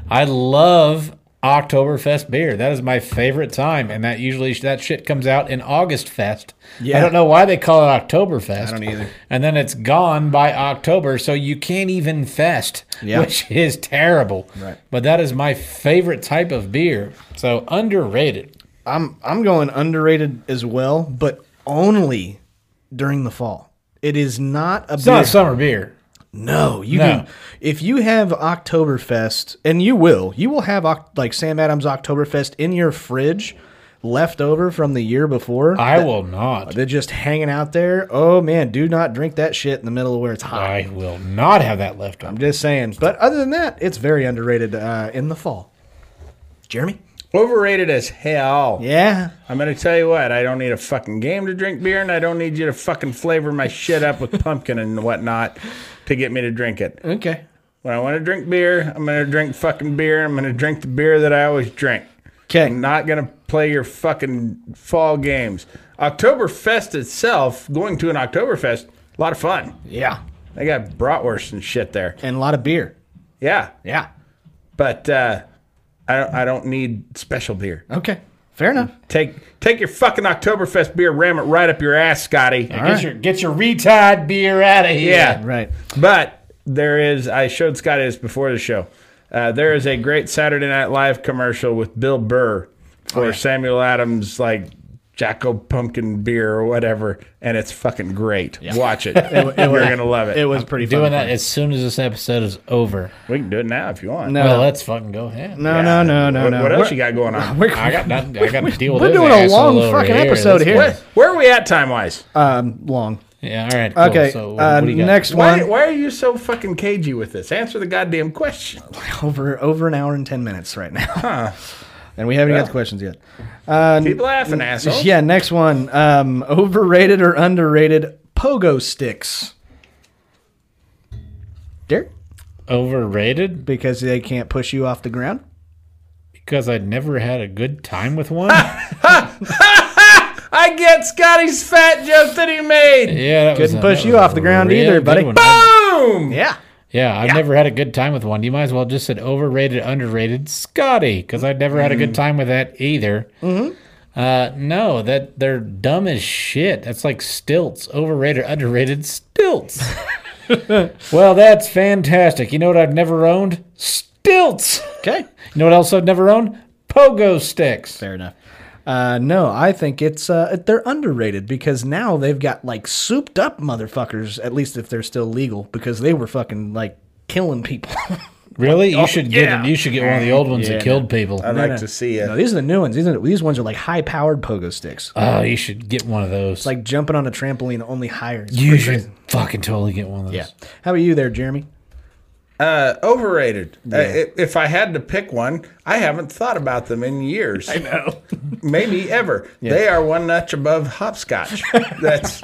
Speaker 2: I love Oktoberfest beer. That is my favorite time, and that usually that shit comes out in August Fest.
Speaker 1: Yeah.
Speaker 2: I don't know why they call it Oktoberfest. I
Speaker 1: don't either.
Speaker 2: And then it's gone by October, so you can't even fest,
Speaker 1: Yeah.
Speaker 2: which is terrible.
Speaker 1: Right.
Speaker 2: But that is my favorite type of beer. So underrated.
Speaker 1: I'm I'm going underrated as well, but only during the fall. It is not a
Speaker 2: It's
Speaker 1: beer.
Speaker 2: not summer beer.
Speaker 1: No, you
Speaker 2: No.
Speaker 1: can. If you have Oktoberfest, and you will, you will have Oc- like Sam Adams Oktoberfest in your fridge, left over from the year before.
Speaker 2: I will not.
Speaker 1: They're just hanging out there. Oh man, do not drink that shit in the middle of where it's hot.
Speaker 2: I will not have that left
Speaker 1: I'm
Speaker 2: on.
Speaker 1: just saying. But other than that, it's very underrated uh, in the fall. Jeremy.
Speaker 3: Overrated as hell.
Speaker 1: Yeah.
Speaker 3: I'm going to tell you what, I don't need a fucking game to drink beer, and I don't need you to fucking flavor my shit up with pumpkin and whatnot to get me to drink it.
Speaker 1: Okay.
Speaker 3: When I want to drink beer, I'm going to drink fucking beer. I'm going to drink the beer that I always drink.
Speaker 1: Okay.
Speaker 3: I'm not going to play your fucking fall games. Oktoberfest itself, going to an Oktoberfest, a lot of fun.
Speaker 1: Yeah.
Speaker 3: They got bratwurst and shit there.
Speaker 1: And a lot of beer.
Speaker 3: Yeah.
Speaker 1: Yeah.
Speaker 3: But uh, I, don't, I don't need special beer.
Speaker 1: Okay. Fair enough.
Speaker 3: Take take your fucking Oktoberfest beer, ram it right up your ass, Scotty.
Speaker 2: Get your get your retired beer out of here.
Speaker 3: Yeah.
Speaker 1: Right.
Speaker 3: But there is, I showed Scott this before the show. Uh, there is a great Saturday Night Live commercial with Bill Burr for
Speaker 1: Oh,
Speaker 3: Samuel Adams, like Jacko Pumpkin beer or whatever, and it's fucking great.
Speaker 1: [LAUGHS]
Speaker 3: Watch it. You're gonna love it.
Speaker 1: It was pretty fun.
Speaker 2: Doing that as soon as this episode is over.
Speaker 3: we can do it now if you want.
Speaker 1: No.
Speaker 2: Well, let's fucking go ahead.
Speaker 1: Uh, No,
Speaker 3: Yeah.
Speaker 1: no, no, no,
Speaker 3: What,
Speaker 1: no.
Speaker 3: what else you
Speaker 1: We're-
Speaker 3: got going
Speaker 1: [LAUGHS]
Speaker 3: on?
Speaker 1: we're-
Speaker 2: I got nothing. I got to deal with
Speaker 1: We're
Speaker 2: this
Speaker 1: doing a
Speaker 2: asshole
Speaker 1: long
Speaker 2: over
Speaker 1: fucking episode
Speaker 2: This
Speaker 1: here.
Speaker 2: guy-
Speaker 1: Uh,
Speaker 3: Where, where are we at time wise?
Speaker 1: um, long.
Speaker 2: Yeah. All right. cool.
Speaker 1: Okay.
Speaker 2: So
Speaker 1: uh,
Speaker 2: what do you got?
Speaker 1: next
Speaker 3: Why,
Speaker 1: one.
Speaker 3: why are you so fucking cagey with this? Answer the goddamn question.
Speaker 1: Over over an hour and ten minutes right now, and we haven't got the questions yet. Uh,
Speaker 3: Keep laughing, asshole.
Speaker 1: [LAUGHS] yeah. Next one. Um, overrated or underrated pogo sticks? Derek,
Speaker 2: overrated
Speaker 1: because they can't push you off the ground.
Speaker 2: because I'd never had a good time with
Speaker 1: [LAUGHS]
Speaker 2: one.
Speaker 3: I get Scotty's fat joke that he made.
Speaker 2: yeah. That
Speaker 1: Couldn't
Speaker 2: was a-
Speaker 1: push
Speaker 2: that
Speaker 1: you
Speaker 2: was a
Speaker 1: off the ground
Speaker 2: real
Speaker 1: either,
Speaker 2: good
Speaker 1: buddy. [LAUGHS]
Speaker 2: one.
Speaker 3: Boom!
Speaker 1: Yeah.
Speaker 2: Yeah, I've never had a good time with one. You might as well just said overrated, underrated Scotty, because I've never had a
Speaker 1: Mm-hmm.
Speaker 2: good time with that either. Mm-hmm. Uh, no, that they're dumb as shit. That's like stilts, overrated, underrated
Speaker 1: [LAUGHS]
Speaker 2: stilts. well, that's fantastic. You know what I've never owned? Stilts.
Speaker 1: Okay.
Speaker 2: [LAUGHS] You know what else I've never owned? Pogo sticks.
Speaker 1: Fair enough. Uh, no, I think it's uh, they're underrated because now they've got like souped up motherfuckers. At least if they're still legal, because they were fucking like killing people.
Speaker 2: Really?
Speaker 1: Oh,
Speaker 2: You should get you should get one of the old ones that killed people.
Speaker 3: I'd like to see it.
Speaker 1: no, these are the new ones. These are, these ones are like high powered pogo sticks.
Speaker 2: Oh, you should get one of those.
Speaker 1: like jumping on a trampoline only higher. It's
Speaker 2: you
Speaker 1: pretty
Speaker 2: should
Speaker 1: crazy.
Speaker 2: fucking totally get one of those.
Speaker 1: Yeah. How about you there, Jeremy?
Speaker 3: Uh, overrated. Uh, i- if I had to pick one, I haven't thought about them in years. I know. [LAUGHS]
Speaker 1: Oh,
Speaker 3: Maybe ever. They are one notch above hopscotch. That's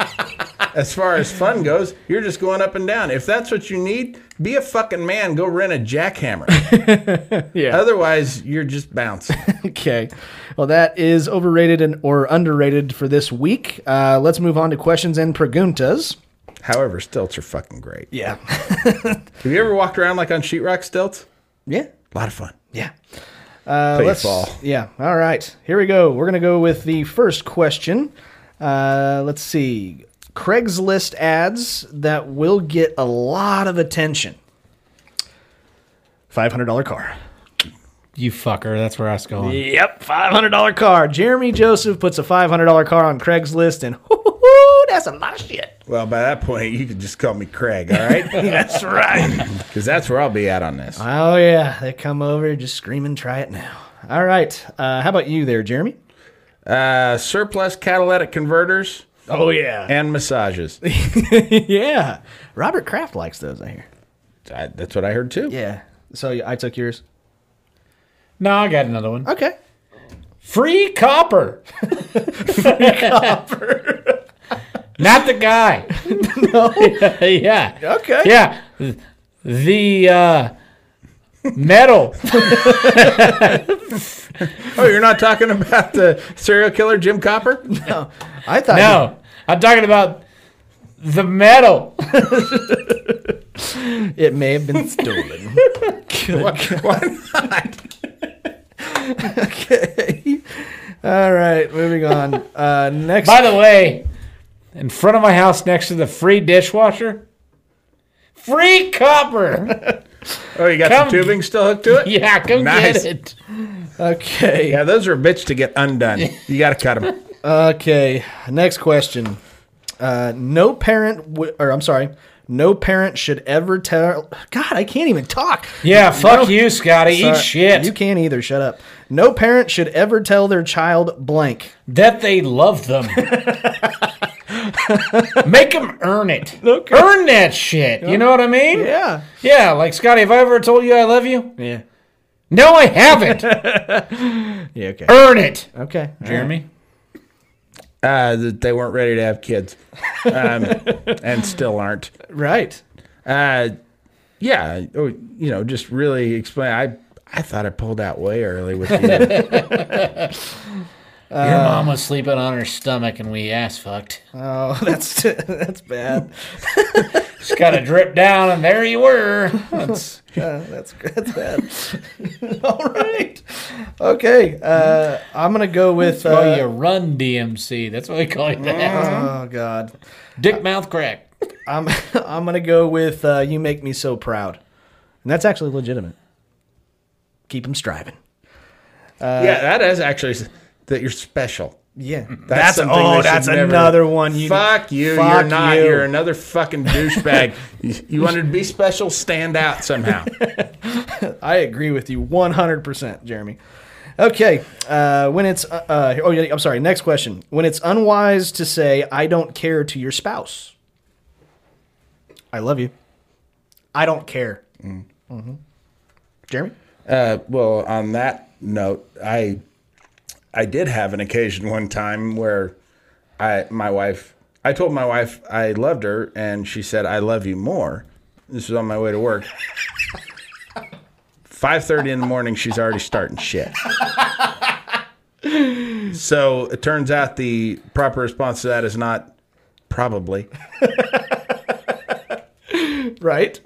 Speaker 3: as far as fun goes. You're just going up and down. If that's what you need, be a fucking man. Go rent a jackhammer. yeah. Otherwise, you're just bouncing.
Speaker 1: [LAUGHS] Okay. Well, that is overrated and or underrated for this week. Uh, let's move on to questions and preguntas.
Speaker 3: However, stilts are fucking great.
Speaker 1: Yeah. [LAUGHS]
Speaker 3: Have you ever walked around like on sheetrock stilts?
Speaker 1: yeah.
Speaker 3: A lot of fun.
Speaker 1: Yeah.
Speaker 3: Play
Speaker 1: let's-
Speaker 3: ball.
Speaker 1: Yeah. All right. Here we go. We're going to go with the first question. Uh, let's see. Craigslist ads that will get a lot of attention. $500 car.
Speaker 2: You fucker. That's where I was going.
Speaker 1: Yep, $500 car. Jeremy Joseph puts a $500 car on Craigslist, and [LAUGHS] that's a lot of shit.
Speaker 3: Well, by that point, you could just call me Craig, all
Speaker 2: [LAUGHS]
Speaker 3: right? [LAUGHS]
Speaker 1: That's right.
Speaker 3: Because that's where I'll be at on this.
Speaker 1: oh, yeah. They come over just screaming, try it now. All right. Uh, how about you there, Jeremy?
Speaker 3: Uh, surplus catalytic converters
Speaker 1: Oh, yeah.
Speaker 3: and massages.
Speaker 1: [LAUGHS]
Speaker 2: [LAUGHS]
Speaker 1: yeah. Robert Kraft likes those, I hear.
Speaker 3: I, that's what I heard too.
Speaker 1: Yeah. So I took yours.
Speaker 2: No, I got another one.
Speaker 1: Okay.
Speaker 2: Free copper. [LAUGHS] Free copper. Not the guy. [LAUGHS] no. yeah.
Speaker 1: Okay.
Speaker 2: Yeah. The uh,
Speaker 1: [LAUGHS]
Speaker 2: metal.
Speaker 3: Oh, you're not talking about the serial killer Jim Copper?
Speaker 1: I thought.
Speaker 2: No, I'm talking about the metal.
Speaker 1: you- it may have been [LAUGHS] stolen.
Speaker 3: Why not?
Speaker 1: [LAUGHS] okay. All right. Moving on. Uh, next.
Speaker 2: By the way, in front of my house next to the free dishwasher, free copper. [LAUGHS]
Speaker 3: Oh, you got
Speaker 2: Come-
Speaker 3: some tubing still hooked to it?
Speaker 2: Yeah, go
Speaker 3: Nice.
Speaker 2: get it.
Speaker 1: okay.
Speaker 3: Yeah, those are bitch to get undone. You got to cut
Speaker 2: [LAUGHS]
Speaker 3: them.
Speaker 1: Okay. Next question. Uh, no parent, w- or I'm sorry, no parent should ever tell. God, I can't even talk.
Speaker 2: Yeah, fuck you, Scotty.
Speaker 1: Sorry.
Speaker 2: Eat shit.
Speaker 1: You can't either. Shut up. No parent should ever tell their child blank.
Speaker 2: [LAUGHS] that they love [LAUGHS] them. Make them earn it. Earn that shit. You know what I mean?
Speaker 1: Yeah.
Speaker 2: Yeah, like Scotty, have I ever told you I love you?
Speaker 1: Yeah.
Speaker 2: No, I [LAUGHS] haven't.
Speaker 1: Yeah. Okay.
Speaker 2: earn it.
Speaker 1: Okay.
Speaker 2: Jeremy?
Speaker 3: Uh, that they weren't ready to have kids um, and still aren't.
Speaker 1: Right.
Speaker 3: Uh, yeah, or, you know, just really explain. I I thought I pulled out way early
Speaker 2: [LAUGHS]
Speaker 3: with you.
Speaker 2: Your mom was sleeping on her stomach and we ass fucked.
Speaker 1: Oh, [LAUGHS] that's that's bad.
Speaker 2: Just got to drip down and there you were. That's
Speaker 1: Uh, that's that's bad. [LAUGHS] All right. Okay. Uh, I'm gonna go with.
Speaker 2: oh,
Speaker 1: Uh,
Speaker 2: you run DMC. That's what we call it. that.
Speaker 1: oh God.
Speaker 2: Dick mouth crack.
Speaker 1: I'm [LAUGHS] I'm gonna go with uh, "You Make Me So Proud," and that's actually legitimate. Keep them striving.
Speaker 3: yeah, Uh, that is actually s- that you're special.
Speaker 1: Yeah.
Speaker 3: That's, something they
Speaker 1: oh,
Speaker 3: should
Speaker 1: that's
Speaker 3: never-
Speaker 1: another one. You
Speaker 3: fuck you.
Speaker 1: fuck
Speaker 3: you're not.
Speaker 1: you.
Speaker 3: You. are another
Speaker 1: [LAUGHS]
Speaker 3: fucking douchebag. you, you wanted to be special, stand out somehow.
Speaker 1: I agree with you 100%, Jeremy. Okay. Uh, when it's uh, uh, oh yeah, I'm sorry. Next question. When it's unwise to say "I don't care" to your spouse. I love you. I don't care. Mm. hmm Jeremy?
Speaker 3: Uh, well, on that note, I I did have an occasion one time where I my wife I told my wife I loved her, and she said I love you more. This was on my way to work. [LAUGHS] Five thirty in the morning, she's already starting shit. [LAUGHS] So it turns out the proper response to that is not probably.
Speaker 1: Right?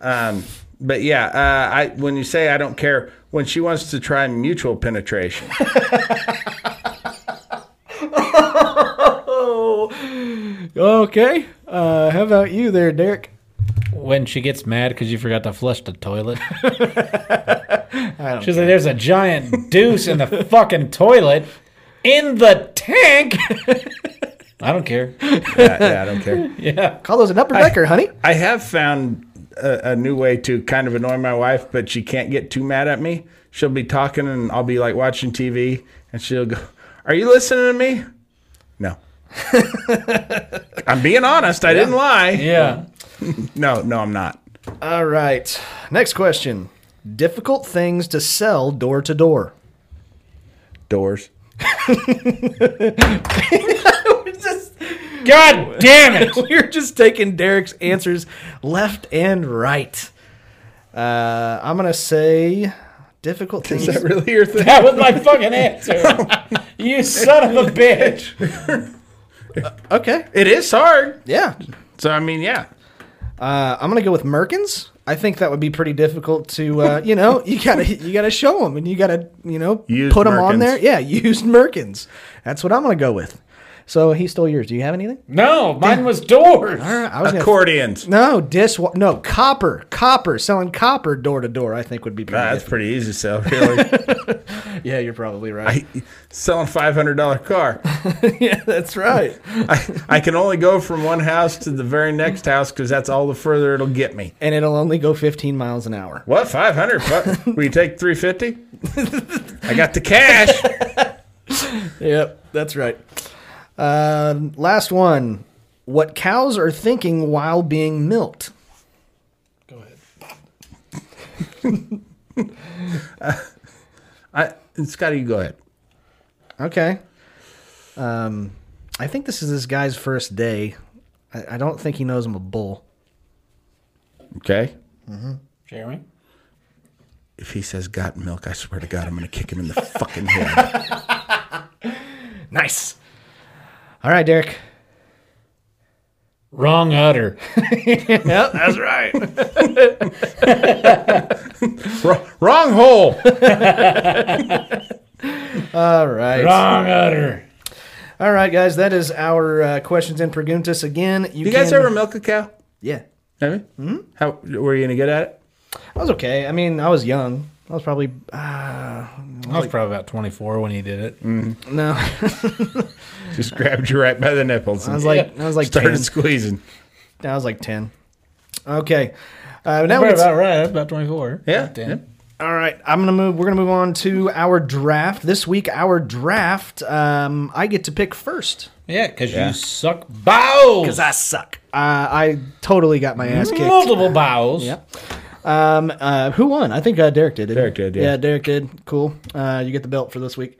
Speaker 3: But yeah, uh, I when you say I don't care, when she wants to try mutual penetration, [LAUGHS]
Speaker 1: okay. Uh, how about you there, Derek?
Speaker 2: When she gets mad because you forgot to flush the toilet. She's like, there's a giant deuce in the fucking toilet in the tank. [LAUGHS] I don't care.
Speaker 3: yeah, yeah, I don't care.
Speaker 1: Call those an upper decker, honey.
Speaker 3: I have found a, a new way to kind of annoy my wife, but she can't get too mad at me. She'll be talking and I'll be like watching TV and she'll go, Are you listening to me? No. I'm being honest. I didn't lie.
Speaker 2: Yeah.
Speaker 3: No, no, I'm not.
Speaker 1: All right. Next question. Difficult things to sell door to door.
Speaker 3: Doors.
Speaker 2: God damn
Speaker 1: [LAUGHS]
Speaker 2: it.
Speaker 1: We're just taking Derek's answers left and right. Uh, I'm going to say difficult things.
Speaker 3: Is that really your thing?
Speaker 2: That was my fucking answer. you son of a bitch.
Speaker 1: Okay.
Speaker 3: It is hard.
Speaker 1: Yeah.
Speaker 3: So, I mean, yeah.
Speaker 1: Uh, I'm gonna go with Merkins. I think that would be pretty difficult to, uh, you know, [LAUGHS] you gotta you gotta show them and you gotta you know
Speaker 3: Used
Speaker 1: put them on
Speaker 3: Merkins.
Speaker 1: there. Yeah, [LAUGHS] used Merkins. That's what I'm gonna go with. So he stole yours. Do you have anything?
Speaker 2: No, mine was doors.
Speaker 1: I was gonna-
Speaker 3: Accordions.
Speaker 1: no dis no copper copper selling copper door to door. I think would be pretty.
Speaker 3: Nah, that's pretty easy to sell, really. [LAUGHS]
Speaker 1: difficult. yeah, you're probably right.
Speaker 3: Selling $500 car.
Speaker 1: [LAUGHS] yeah, that's right.
Speaker 3: I, I can only go from one house to the very next house because that's all the further it'll get me.
Speaker 1: And it'll only go 15 miles an hour.
Speaker 3: What five hundred? [LAUGHS] Will you take three fifty? I got the cash.
Speaker 1: Yep, that's right. Um, last one. What cows are thinking while being milked?
Speaker 3: I, Scotty, you go ahead.
Speaker 1: Okay. Um, I think this is this guy's first day. I, I don't think he knows I'm a bull.
Speaker 3: Okay.
Speaker 2: Jeremy?
Speaker 3: If he says "got milk," I swear to God, I'm gonna kick him in the fucking [LAUGHS] head.
Speaker 1: Nice. All right, Derek.
Speaker 2: Wrong udder.
Speaker 1: Yep, that's right.
Speaker 3: Wrong, wrong hole.
Speaker 1: All right.
Speaker 2: [LAUGHS] Wrong udder.
Speaker 1: All right, guys. That is our uh, questions and preguntas again.
Speaker 3: You guys ever milk a cow?
Speaker 1: Yeah,
Speaker 3: Have you? Mm-hmm. How were you gonna get at it?
Speaker 1: I was okay. I mean, I was young. I was probably uh,
Speaker 2: I was probably about 24 when he did it.
Speaker 1: no. [LAUGHS]
Speaker 3: Just grabbed you right by the nipples.
Speaker 1: I was like I was like
Speaker 3: started
Speaker 1: ten.
Speaker 3: squeezing.
Speaker 1: I was like ten. Okay. Uh, now
Speaker 2: Probably
Speaker 1: it's,
Speaker 2: about right. I was about 24.
Speaker 3: Yeah.
Speaker 2: Damn.
Speaker 3: yeah.
Speaker 1: All right, I'm gonna move. We're gonna move on to our draft this week. Our draft. Um, I get to pick first.
Speaker 2: Yeah, because you suck bowels.
Speaker 1: I suck. Uh, I totally got my ass kicked.
Speaker 2: Multiple bowels.
Speaker 1: Yep. Um, uh, who won? I think uh, Derek did. Didn't
Speaker 3: Derek
Speaker 1: he?
Speaker 3: did, yeah.
Speaker 1: Derek did. Cool. Uh, you get the belt for this week.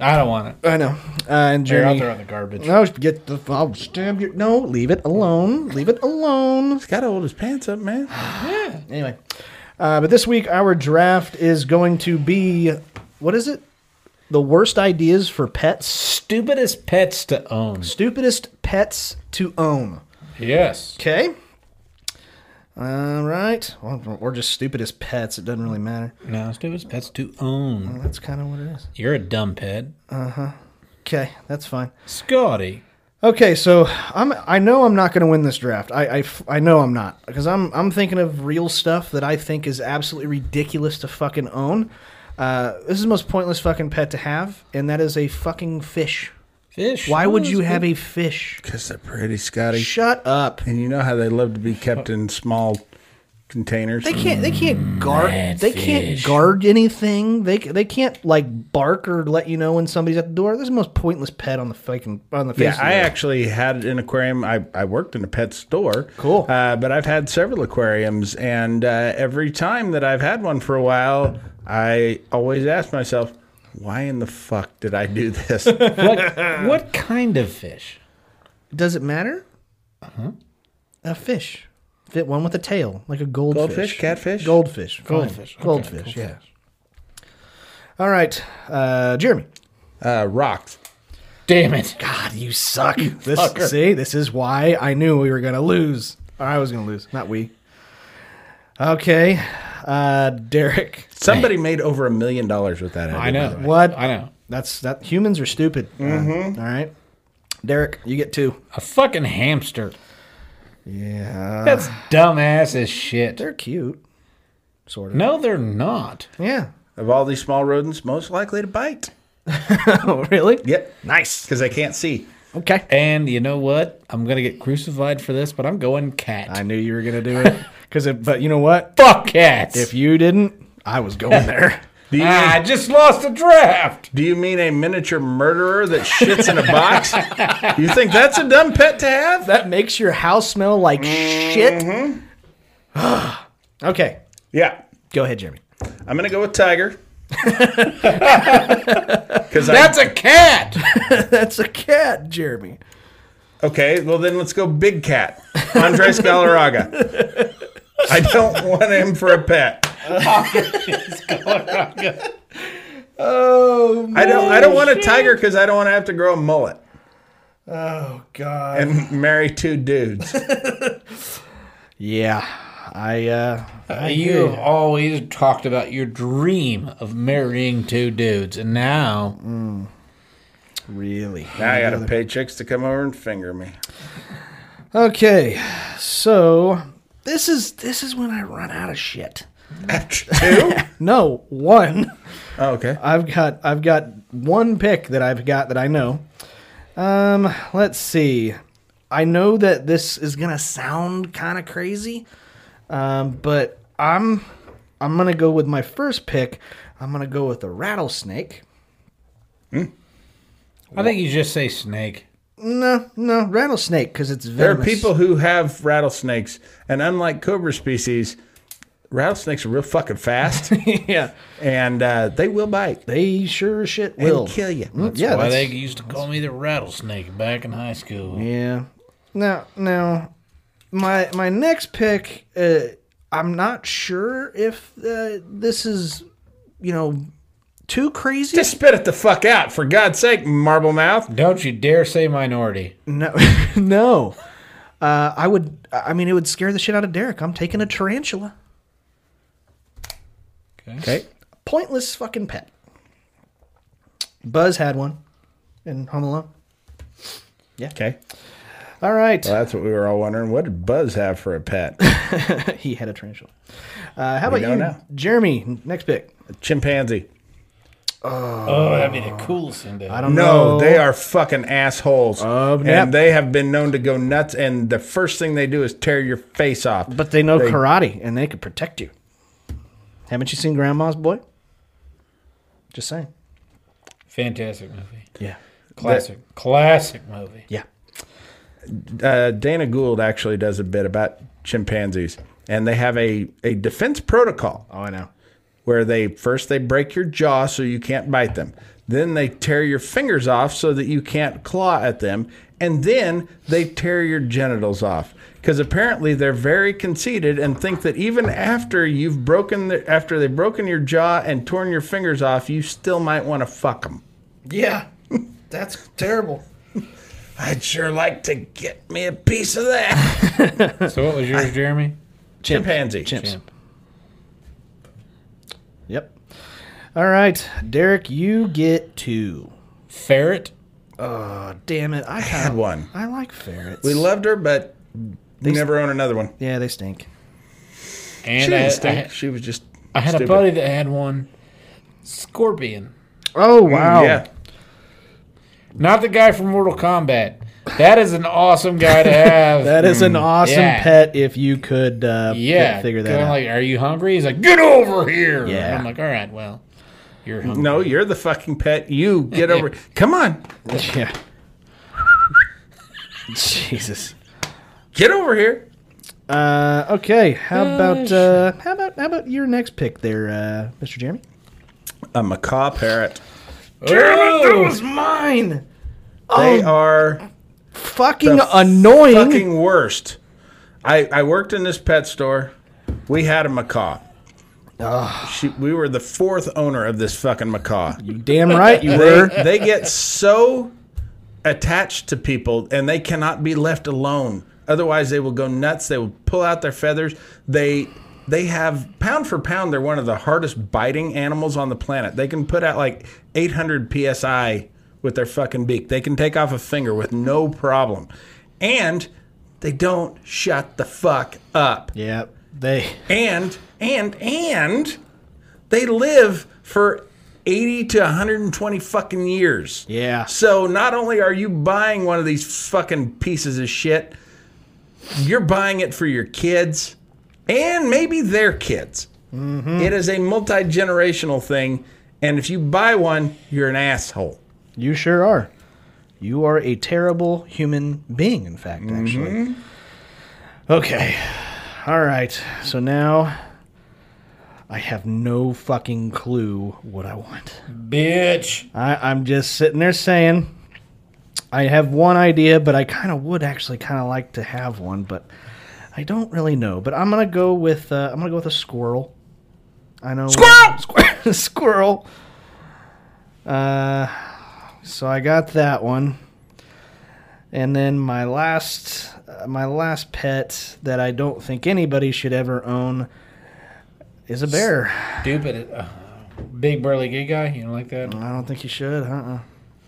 Speaker 2: I don't want it.
Speaker 1: I know. Uh, and
Speaker 2: They're out
Speaker 1: Jeremy.
Speaker 2: there on the garbage.
Speaker 1: No, get the. I'll stab you. No, leave it alone. Leave it alone.
Speaker 3: Got to hold his pants up, man.
Speaker 1: Anyway, uh, but this week our draft is going to be what is it? The worst ideas for pets.
Speaker 2: Stupidest pets to own.
Speaker 1: Stupidest pets to own.
Speaker 2: Yes.
Speaker 1: Okay. All right. Well, or just stupidest pets. It doesn't really matter.
Speaker 2: No, stupidest pets to own.
Speaker 1: That's kind of what it is.
Speaker 2: You're a dumb pet.
Speaker 1: Okay, that's fine.
Speaker 2: Scotty.
Speaker 1: Okay, so I'm I know I'm not going to win this draft. I, I f- I know I'm not because I'm I'm thinking of real stuff that I think is absolutely ridiculous to fucking own. Uh, this is the most pointless fucking pet to have, and that is a fucking fish.
Speaker 2: Fish.
Speaker 1: Why would
Speaker 2: was
Speaker 1: you have
Speaker 2: good.
Speaker 1: a fish?
Speaker 3: Because they're pretty, Scotty.
Speaker 1: Shut up.
Speaker 3: And you know how they love to be kept in small containers.
Speaker 1: They can't. They can't guard.
Speaker 2: Mad
Speaker 1: they
Speaker 2: fish.
Speaker 1: can't guard anything. They they can't like bark or let you know when somebody's at the door. This is the most pointless pet on the fucking on the face.
Speaker 3: Yeah,
Speaker 1: of the
Speaker 3: I
Speaker 1: earth.
Speaker 3: actually had an aquarium. I, I worked in a pet store.
Speaker 1: Cool.
Speaker 3: Uh, but I've had several aquariums, and uh, every time that I've had one for a while, I always ask myself, why in the fuck did I do this?
Speaker 2: What, what kind of fish?
Speaker 1: Does it matter? Uh-huh. A fish. Fit one with a tail, like a goldfish.
Speaker 3: Goldfish, catfish?
Speaker 1: Goldfish. Goldfish. Goldfish, yeah. All right, uh, Jeremy.
Speaker 3: uh, rocks.
Speaker 2: Damn it.
Speaker 1: God, Ah, you suck. [LAUGHS] This, see, this is why I knew we were going to lose. Or I was going to lose, not we. Okay, uh, Derek.
Speaker 3: Somebody made over a million dollars with that. idea,
Speaker 2: I
Speaker 3: by
Speaker 2: know.
Speaker 3: the way.
Speaker 1: What?
Speaker 2: I know.
Speaker 1: That's that. Humans are stupid. Uh, all right, Derek, you get two.
Speaker 2: A fucking hamster.
Speaker 1: Yeah,
Speaker 2: That's dumbass as shit.
Speaker 1: they're cute, sort of.
Speaker 2: No, they're not.
Speaker 1: Yeah. [LAUGHS]
Speaker 3: Of all these small rodents, most likely to bite.
Speaker 1: Oh, really?
Speaker 3: Yep.
Speaker 1: Nice.
Speaker 3: Because they can't see.
Speaker 1: Okay.
Speaker 2: And you know what? I'm gonna get crucified for this, but I'm going cat.
Speaker 1: I knew you were gonna do [LAUGHS] it. Cause it, but you know what?
Speaker 2: Fuck cats.
Speaker 1: If you didn't, I was going there.
Speaker 3: Do you,
Speaker 2: ah, I just lost a draft.
Speaker 3: do you mean a miniature murderer that shits in a box? You think that's a dumb pet to
Speaker 1: [LAUGHS]
Speaker 3: have?
Speaker 1: that makes your house smell like [SIGHS] shit. Mm-hmm. okay,
Speaker 3: yeah.
Speaker 1: go ahead, Jeremy.
Speaker 3: I'm gonna go with [LAUGHS] tiger. Because
Speaker 2: That's a cat.
Speaker 1: That's a cat, Jeremy.
Speaker 3: okay. Well, then let's go big cat, [LAUGHS] Andres Galarraga. I don't want him for a [LAUGHS] pet.
Speaker 1: Oh,
Speaker 3: I don't. I don't want a tiger because I don't want to have to grow a mullet
Speaker 1: oh God.
Speaker 3: and marry two dudes.
Speaker 1: Yeah, I. uh
Speaker 2: you have always talked about your dream of marrying two dudes, and now
Speaker 1: Really.
Speaker 3: Now I gotta pay chicks to come over and finger me.
Speaker 1: Okay, so this is this is when I run out of shit.
Speaker 3: After two?
Speaker 1: No one.
Speaker 3: Oh, okay.
Speaker 1: I've got I've got one pick that I've got that I know. Um, let's see. I know that this is gonna sound kind of crazy, um, but I'm I'm gonna go with my first pick. I'm gonna go with a rattlesnake.
Speaker 2: I think you just say snake.
Speaker 1: No, no rattlesnake because it's
Speaker 3: There
Speaker 1: venomous.
Speaker 3: are people who have rattlesnakes, and unlike cobra species, rattlesnakes are real fucking fast,
Speaker 1: [LAUGHS] yeah,
Speaker 3: and uh, they will bite.
Speaker 1: they sure as shit will
Speaker 3: kill you.
Speaker 1: Mm, yeah,
Speaker 2: Why
Speaker 1: that's-
Speaker 2: they used to call me the rattlesnake back in high school.
Speaker 1: Yeah. Now, now, my my next pick, uh, I'm not sure if uh, this is, you know, too crazy.
Speaker 3: Just spit it the fuck out, for God's sake, marble mouth.
Speaker 2: Don't you dare say minority.
Speaker 1: No, [LAUGHS] no. Uh, I would. I mean, it would scare the shit out of Derek. I'm taking a tarantula.
Speaker 3: Okay.
Speaker 1: Pointless fucking pet. Buzz had one in Home Alone.
Speaker 3: Okay.
Speaker 1: All right,
Speaker 3: Well, that's what we were all wondering. What did Buzz have for a pet?
Speaker 1: [LAUGHS] he had a tarantula. Uh, how
Speaker 3: We
Speaker 1: about
Speaker 3: know
Speaker 1: you,
Speaker 3: now.
Speaker 1: Jeremy? Next pick.
Speaker 3: A chimpanzee.
Speaker 2: Oh, that'd be the coolest thing to
Speaker 1: I don't
Speaker 3: No,
Speaker 1: know.
Speaker 3: they are fucking assholes.
Speaker 1: Um, yep.
Speaker 3: and they have been known to go nuts, and the first thing they do is tear your face off.
Speaker 1: But they know karate and they could protect you. Haven't you seen Grandma's Boy? Just saying.
Speaker 2: Fantastic movie.
Speaker 1: Yeah.
Speaker 2: Classic. classic
Speaker 1: [LAUGHS]
Speaker 2: movie.
Speaker 1: Yeah.
Speaker 3: uh, Dana Gould actually does a bit about chimpanzees, and they have a, a defense protocol
Speaker 1: Oh, I know.
Speaker 3: where they first they break your jaw so you can't bite them, then they tear your fingers off so that you can't claw at them, and then they tear your genitals off because apparently they're very conceited and think that even after you've broken the, after they've broken your jaw and torn your fingers off, you still might want to fuck them.
Speaker 1: Yeah. That's terrible.
Speaker 3: I'd sure like to get me a piece of that
Speaker 2: So what was yours, Jeremy?
Speaker 3: chimpanzee.
Speaker 1: Chimps.
Speaker 2: Chimp.
Speaker 1: Yep. All right. Derek, you get two.
Speaker 2: Ferret.
Speaker 1: Oh, damn it. I
Speaker 3: Had
Speaker 1: kind of
Speaker 3: one.
Speaker 1: I like ferrets.
Speaker 3: We loved her, but we never own another one.
Speaker 1: yeah, they stink.
Speaker 3: She
Speaker 2: And I,
Speaker 3: didn't
Speaker 2: I,
Speaker 3: stink. She was just.
Speaker 2: I had a
Speaker 3: stupid.
Speaker 2: buddy that had one. Scorpion.
Speaker 1: Oh, wow.
Speaker 3: Yeah.
Speaker 2: Not the guy from Mortal Kombat. That is an awesome guy to
Speaker 1: [LAUGHS]
Speaker 2: have.
Speaker 1: That is an awesome
Speaker 2: yeah.
Speaker 1: pet if you could uh, fi-
Speaker 2: yeah.
Speaker 1: figure that
Speaker 2: Kinda
Speaker 1: out.
Speaker 2: Like, are you hungry? He's like, get over here. And
Speaker 1: Yeah.
Speaker 2: I'm like, all right, well, you're hungry.
Speaker 3: No, you're the fucking pet. You get
Speaker 2: [LAUGHS]
Speaker 3: over. Come on,
Speaker 1: [LAUGHS] yeah. Jesus.
Speaker 3: get over here.
Speaker 1: Uh, okay, how about uh, how about how about your next pick there, uh, Mr. Jeremy?
Speaker 3: A macaw parrot.
Speaker 1: was mine.
Speaker 2: Oh.
Speaker 3: They are
Speaker 1: Fucking
Speaker 3: the
Speaker 1: annoying.
Speaker 3: fucking worst. I, I worked in this pet store. We had a macaw. She, we were the fourth owner of this fucking macaw.
Speaker 1: Damn right you were.
Speaker 3: [LAUGHS] they, they get so attached to people and they cannot be left alone otherwise they will go nuts they will pull out their feathers they they have pound for pound they're one of the hardest biting animals on the planet they can put out like 800 psi with their fucking beak they can take off a finger with no problem and they don't shut the fuck up
Speaker 1: yeah, they.
Speaker 3: and and and they live for 80 to 120 fucking years.
Speaker 1: Yeah.
Speaker 3: So not only are you buying one of these fucking pieces of shit, you're buying it for your kids and maybe their kids. It is a multi-generational thing and if you buy one, you're an asshole.
Speaker 1: You sure are. You are a terrible human being, in fact,
Speaker 3: Mm-hmm.
Speaker 1: actually. Okay. All right. So now I have no fucking clue what I want.
Speaker 2: Bitch.
Speaker 1: I, I'm just sitting there saying, I have one idea, but I kind of would actually kind of like to have one, but I don't really know. But I'm gonna go with uh, I'm gonna go with a squirrel. I know [LAUGHS] squirrel, squirrel, squirrel. Uh, so I got that one, and then my last uh, my last pet that I don't think anybody should ever own is a bear.
Speaker 2: Stupid. Uh, big burly gay guy. You don't like that?
Speaker 1: I don't think you should, uh-uh. huh?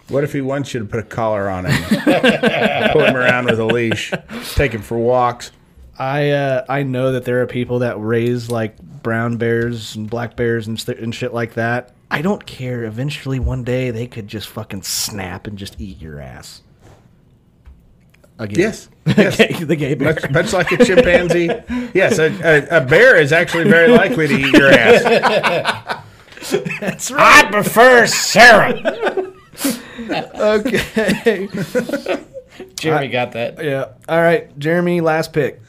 Speaker 3: What if he wants you to put a collar on him? Pull him around with a leash. Take him for walks.
Speaker 1: I uh, I know that there are people that raise like brown bears and black bears and, st- and shit like that. I don't care. Eventually, one day they could just fucking snap and just eat your ass. [LAUGHS] Again.
Speaker 3: Yes. Yes.
Speaker 1: the gay bear.
Speaker 3: much, much like a chimpanzee. yes, a, a, a bear is actually very likely to eat your ass.
Speaker 2: I prefer Sarah.
Speaker 1: [LAUGHS] [LAUGHS] Okay.
Speaker 2: Jeremy got that.
Speaker 1: [LAUGHS] yeah. All right, Jeremy. Last pick.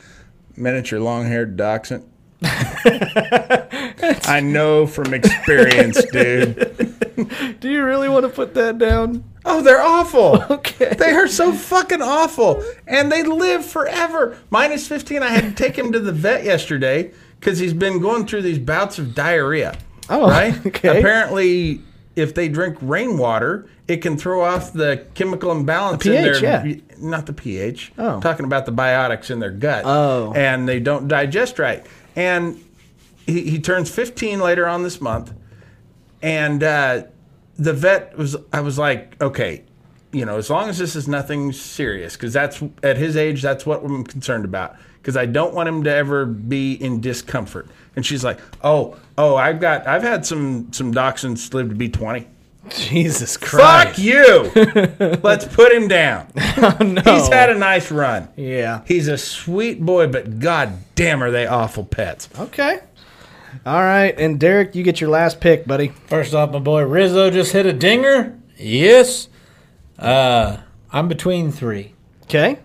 Speaker 3: Miniature long haired dachshund. I know from experience, dude.
Speaker 1: Do you really want to put that down?
Speaker 3: Oh, they're awful.
Speaker 1: [LAUGHS] Okay.
Speaker 3: They are so fucking awful. And they live forever. Minus 15, I had to take him to the vet yesterday because he's been going through these bouts of diarrhea.
Speaker 1: Oh,
Speaker 3: right?
Speaker 1: [LAUGHS] okay.
Speaker 3: Apparently, if they drink rainwater, it can throw off the chemical imbalance in their
Speaker 1: pH, yeah.
Speaker 3: not the pH.
Speaker 1: Oh.
Speaker 3: Talking about the biotics in their gut.
Speaker 1: Oh.
Speaker 3: And they don't digest right. And he, he turns 15 later on this month. And uh, the vet was, I was like, okay, you know, as long as this is nothing serious, because that's at his age, that's what I'm concerned about. Because I don't want him to ever be in discomfort. And she's like, oh, oh, I've got, I've had some, some dachshunds live to be 20.
Speaker 1: Jesus
Speaker 3: Fuck
Speaker 1: Christ. Oh,
Speaker 3: you.
Speaker 1: [LAUGHS]
Speaker 3: Let's put him down. He's had a nice run.
Speaker 1: Yeah.
Speaker 3: He's a sweet boy, but god damn are they awful pets.
Speaker 1: Okay. All right, and Derek, you get your last pick, buddy.
Speaker 2: First off, my boy Rizzo just hit a dinger. Yes. Uh, I'm between three.
Speaker 1: Okay.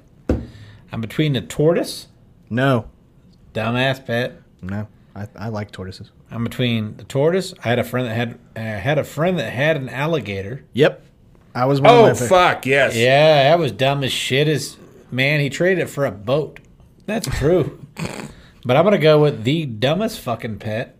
Speaker 2: I'm between the tortoise,
Speaker 1: No.
Speaker 2: dumbass pet.
Speaker 1: No. I, I like tortoises.
Speaker 2: I'm between the tortoise. I had a friend that had I had a friend that had an alligator.
Speaker 1: Yep. I was one
Speaker 3: Oh
Speaker 1: of my pick.
Speaker 3: fuck, yes.
Speaker 2: Yeah, that was dumb as shit. As man, he traded it for a boat. That's true. but I'm gonna go with the dumbest fucking pet,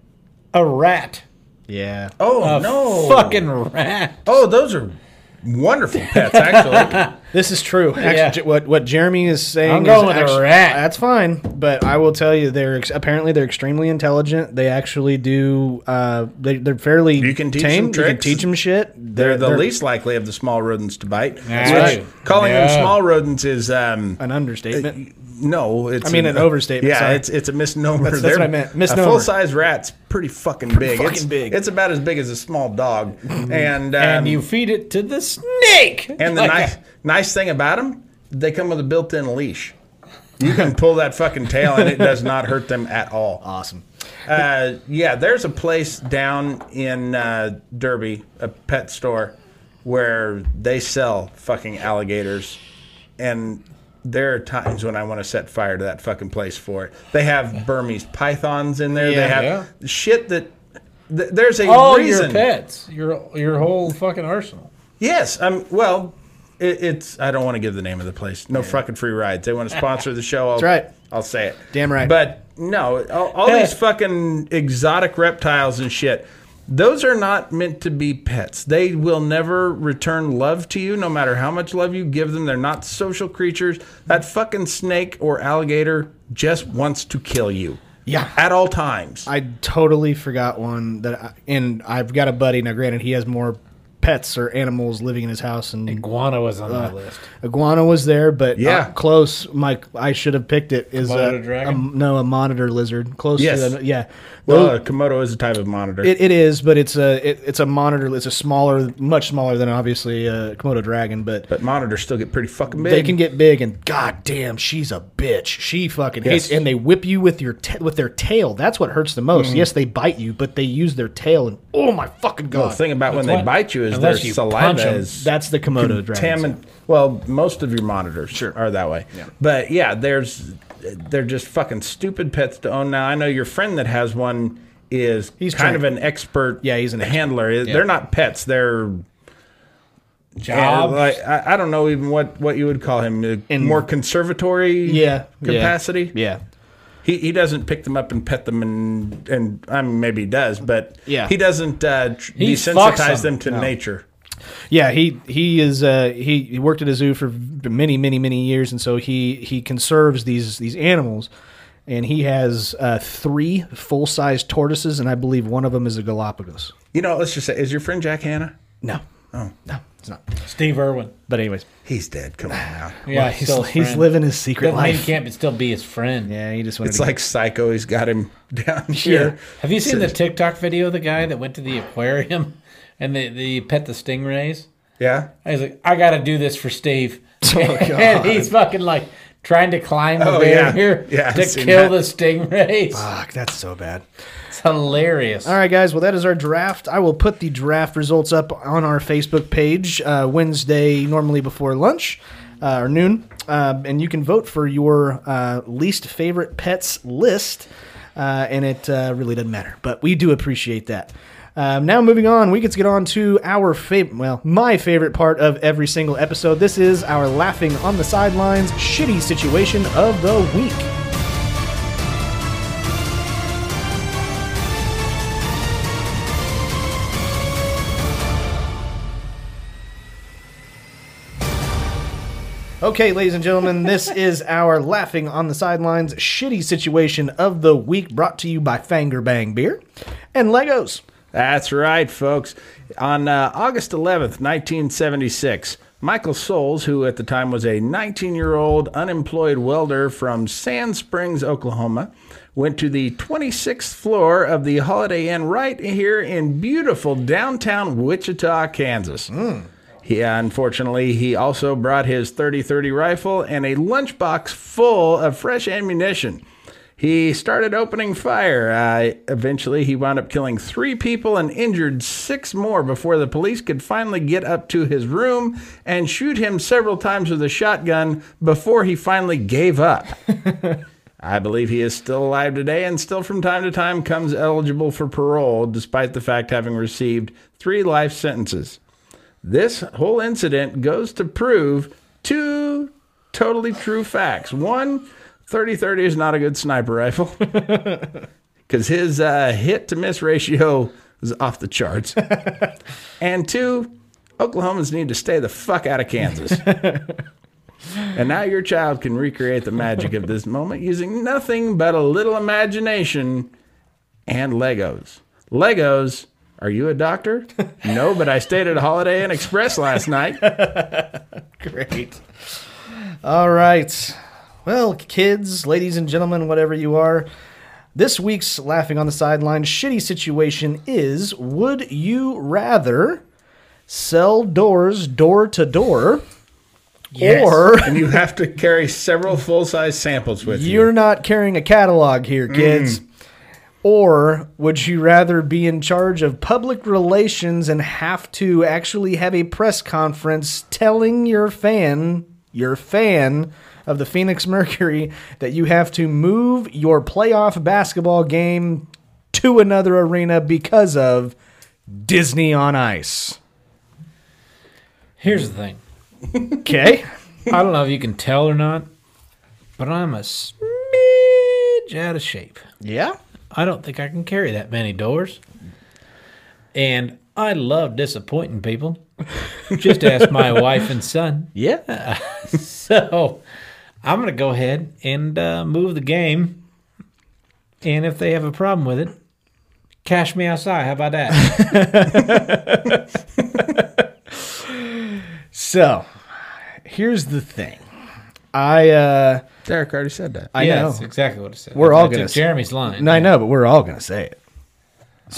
Speaker 2: a rat.
Speaker 1: Yeah.
Speaker 3: Oh
Speaker 2: A
Speaker 3: no.
Speaker 2: fucking rat.
Speaker 3: Oh, those are
Speaker 1: [LAUGHS]
Speaker 3: wonderful pets actually.
Speaker 1: This is true. Actually,
Speaker 2: [LAUGHS] Yeah.
Speaker 1: J- what what Jeremy is saying.
Speaker 2: I'm going
Speaker 1: is
Speaker 2: with a
Speaker 1: actu-
Speaker 2: rat.
Speaker 1: That's fine, but I will tell you, they're ex- apparently they're extremely intelligent. They actually do. Uh, they they're fairly.
Speaker 3: You can teach
Speaker 1: tame.
Speaker 3: them
Speaker 1: You can
Speaker 3: tricks.
Speaker 1: teach them shit.
Speaker 3: They're the least likely of the small rodents to bite.
Speaker 2: That's
Speaker 3: Which
Speaker 2: right.
Speaker 3: Calling them
Speaker 2: Yeah.
Speaker 3: small rodents is um,
Speaker 1: An understatement.
Speaker 3: no. It's
Speaker 1: Uh, I mean, an overstatement,
Speaker 3: Yeah,
Speaker 1: sorry.
Speaker 3: it's it's a misnomer.
Speaker 1: That's- that's
Speaker 3: They're-
Speaker 1: what I meant, misnomer.
Speaker 3: A full size rat's pretty fucking big.
Speaker 1: fucking
Speaker 3: it's,
Speaker 1: big.
Speaker 3: It's about as big as a
Speaker 1: [LAUGHS]
Speaker 3: small dog. and um,
Speaker 2: and you feed it to the snake.
Speaker 3: [LAUGHS] And the
Speaker 2: Like
Speaker 3: nice nice thing about him They come with a built-in leash. You can pull that fucking tail, and it does not hurt them at all.
Speaker 1: Awesome.
Speaker 3: Uh, yeah, there's a place down in uh, Derby, a pet store, where they sell fucking alligators, and there are times when I want to set fire to that fucking place for it. They have Burmese pythons in there.
Speaker 2: Yeah.
Speaker 3: they have shit that. Th- there's a
Speaker 2: All
Speaker 3: reason.
Speaker 2: your pets, your your whole fucking arsenal.
Speaker 3: Yes, um, well, it, it's. I don't want to give the name of the place. No fucking free rides. They want to sponsor the show. I'll, That's
Speaker 1: right.
Speaker 3: I'll say it.
Speaker 1: Damn right.
Speaker 3: But no, all, all these fucking exotic reptiles and shit. Those are not meant to be pets. They will never return love to you, no matter how much love you give them. They're not social creatures. That fucking snake or alligator just wants to kill you.
Speaker 1: Yeah.
Speaker 3: At all times.
Speaker 1: I totally forgot one that, I, and I've got a buddy. Now, granted, he has more pets or animals living in his house, and
Speaker 2: Guano was on that list.
Speaker 1: iguana was there, but
Speaker 3: Yeah.
Speaker 1: not close. Mike, I should have picked it. Is
Speaker 2: Komodo
Speaker 1: a,
Speaker 2: dragon?
Speaker 1: a- no a monitor lizard? Close
Speaker 3: Yes.
Speaker 1: to the, yeah.
Speaker 3: well,
Speaker 1: Those-
Speaker 3: a Uh, Komodo is a type of monitor.
Speaker 1: It, it is, but it's a it, it's a monitor. It's a smaller, much smaller than obviously a Komodo dragon, but
Speaker 3: but monitors still get pretty fucking big.
Speaker 1: they can get big. And goddamn, she's a bitch. She fucking hates.
Speaker 3: Yes. Mm-hmm.
Speaker 1: And they whip you with your ta- with their tail. That's what hurts the most. Yes, they bite you, but they use their tail. And oh my fucking god,
Speaker 3: Well, the thing about when they
Speaker 2: what-
Speaker 3: bite you is their
Speaker 2: unless you punch
Speaker 3: saliva
Speaker 2: 'em,
Speaker 3: is
Speaker 1: that's the Komodo dragon.
Speaker 3: contamin- Well, most of your monitors are that way. But yeah, there's they're just fucking stupid pets to own. Now I know your friend that has one is
Speaker 1: He's
Speaker 3: kind of
Speaker 1: trained.
Speaker 3: an expert.
Speaker 1: Yeah, he's an expert.
Speaker 3: handler. They're not pets. They're
Speaker 2: Jobs.
Speaker 3: like I, I don't know even what what you would call him. uh, more conservatory.
Speaker 1: Yeah, yeah.
Speaker 3: capacity.
Speaker 1: Yeah,
Speaker 3: He, he doesn't pick them up and pet them and and I mean, maybe he does, but
Speaker 1: Yeah.
Speaker 3: he doesn't uh, tr-
Speaker 2: He fucks
Speaker 3: desensitize
Speaker 2: them.
Speaker 3: them to nature.
Speaker 1: yeah. He he is uh, he, he worked at a zoo for many many many years, and so he he conserves these these animals. And he has uh, three full size tortoises, and I believe one of them is a Galapagos.
Speaker 3: You know, let's just say, is your friend Jack Hanna?
Speaker 1: No. Oh. No, it's not.
Speaker 2: Steve Irwin.
Speaker 1: But anyways.
Speaker 3: He's dead. Come on now.
Speaker 2: Yeah,
Speaker 1: Well, he's, he's living his secret
Speaker 2: Doesn't mean he
Speaker 1: life.
Speaker 2: can't still be his friend.
Speaker 1: Yeah, he just wanted
Speaker 3: It's
Speaker 1: to
Speaker 3: like Psycho. He's got him [LAUGHS] down here.
Speaker 2: Have you seen the TikTok video of the guy that went to the aquarium [LAUGHS] and the, the pet the stingrays?
Speaker 3: Yeah.
Speaker 2: He's like, I got to do this for
Speaker 3: [LAUGHS]
Speaker 2: Steve.
Speaker 1: Oh,
Speaker 2: and [LAUGHS] he's fucking like trying to climb the
Speaker 3: Oh, yeah.
Speaker 2: barrier
Speaker 3: Yeah, I've
Speaker 2: to
Speaker 3: seen
Speaker 2: kill
Speaker 3: that.
Speaker 2: the stingrays.
Speaker 1: Fuck, that's so bad.
Speaker 2: It's hilarious.
Speaker 1: All right, guys. Well, that is our draft. I will put the draft results up on our Facebook page uh, Wednesday, normally before lunch uh, or noon, uh, and you can vote for your uh, least favorite pets list. Uh, and it uh, really doesn't matter, but we do appreciate that. Um, now moving on, we get to get on to our favorite, well, my favorite part of every single episode. This is our laughing on the sidelines shitty situation of the week. Okay, ladies and gentlemen, this is our Laughing on the Sidelines shitty situation of the week brought to you by Fanger Bang Beer and Legos.
Speaker 3: That's right, folks. On uh, August 11th, 1976, Michael Souls, who at the time was a 19 year old unemployed welder from Sand Springs, Oklahoma, went to the 26th floor of the Holiday Inn right here in beautiful downtown Wichita, Kansas. He, uh, unfortunately, he also brought his 30-30 rifle and a lunchbox full of fresh ammunition. He started opening fire. Uh, eventually, he wound up killing three people and injured six more before the police could finally get up to his room and shoot him several times with a shotgun before he finally gave up. I believe he is still alive today and still from time to time comes eligible for parole, despite the fact having received three life sentences. This whole incident goes to prove two totally true facts. One, 30 30 is not a good sniper rifle because his uh, hit to miss ratio is off the charts. and two, Oklahomans need to stay the fuck out of Kansas. and now your child can recreate the magic of this moment using nothing but a little imagination and Legos. Legos, are you a [LAUGHS] doctor? no, but I stayed at a Holiday Inn Express last night.
Speaker 1: Great. All right. Well, kids, ladies and gentlemen, whatever you are, this week's Laughing on the Sidelines shitty situation is would you rather sell doors door to door Or
Speaker 3: and you have to carry several full-size samples with
Speaker 1: you're
Speaker 3: you.
Speaker 1: not carrying a catalog here, kids. Or would you rather be in charge of public relations and have to actually have a press conference telling your fan, your fan of the Phoenix [LAUGHS] Mercury, that you have to move your playoff basketball game to another arena because of Disney on Ice?
Speaker 2: Here's the thing.
Speaker 1: Okay.
Speaker 2: I don't know if you can tell or not, but I'm a smidge out of shape.
Speaker 1: yeah.
Speaker 2: I don't think I can carry that many doors. And I love disappointing people. Just
Speaker 3: [LAUGHS]
Speaker 2: ask my wife and son.
Speaker 1: Yeah.
Speaker 2: [LAUGHS] So I'm going to go ahead and uh, move the game. And if they have a problem with it, cash me outside. How
Speaker 1: [LAUGHS]
Speaker 2: about that?
Speaker 1: So, here's the thing. I uh
Speaker 3: Derek already said that.
Speaker 1: I
Speaker 2: yeah,
Speaker 1: know.
Speaker 2: that's exactly what I said.
Speaker 1: We're all
Speaker 2: I took
Speaker 1: gonna-
Speaker 2: Jeremy's line.
Speaker 1: No, I know, but we're all gonna say it.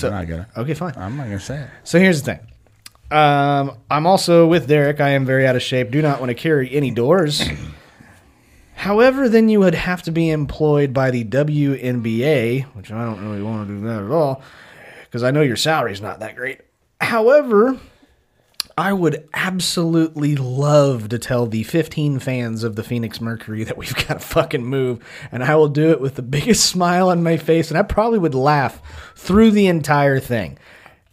Speaker 3: I'm not gonna.
Speaker 1: Okay, fine.
Speaker 3: I'm not gonna say it.
Speaker 1: So here's the thing. Um, I'm also with Derek. I am very out of shape. Do not want to carry any doors. [CLEARS THROAT] However, then you would have to be employed by the WNBA, which I don't really want to do that at all, because I know your salary's not that great. However, I would absolutely love to tell the 15 fans of the Phoenix Mercury that we've [LAUGHS] got to fucking move, and I will do it with the biggest [LAUGHS] smile on my face, and I probably would laugh through the entire thing,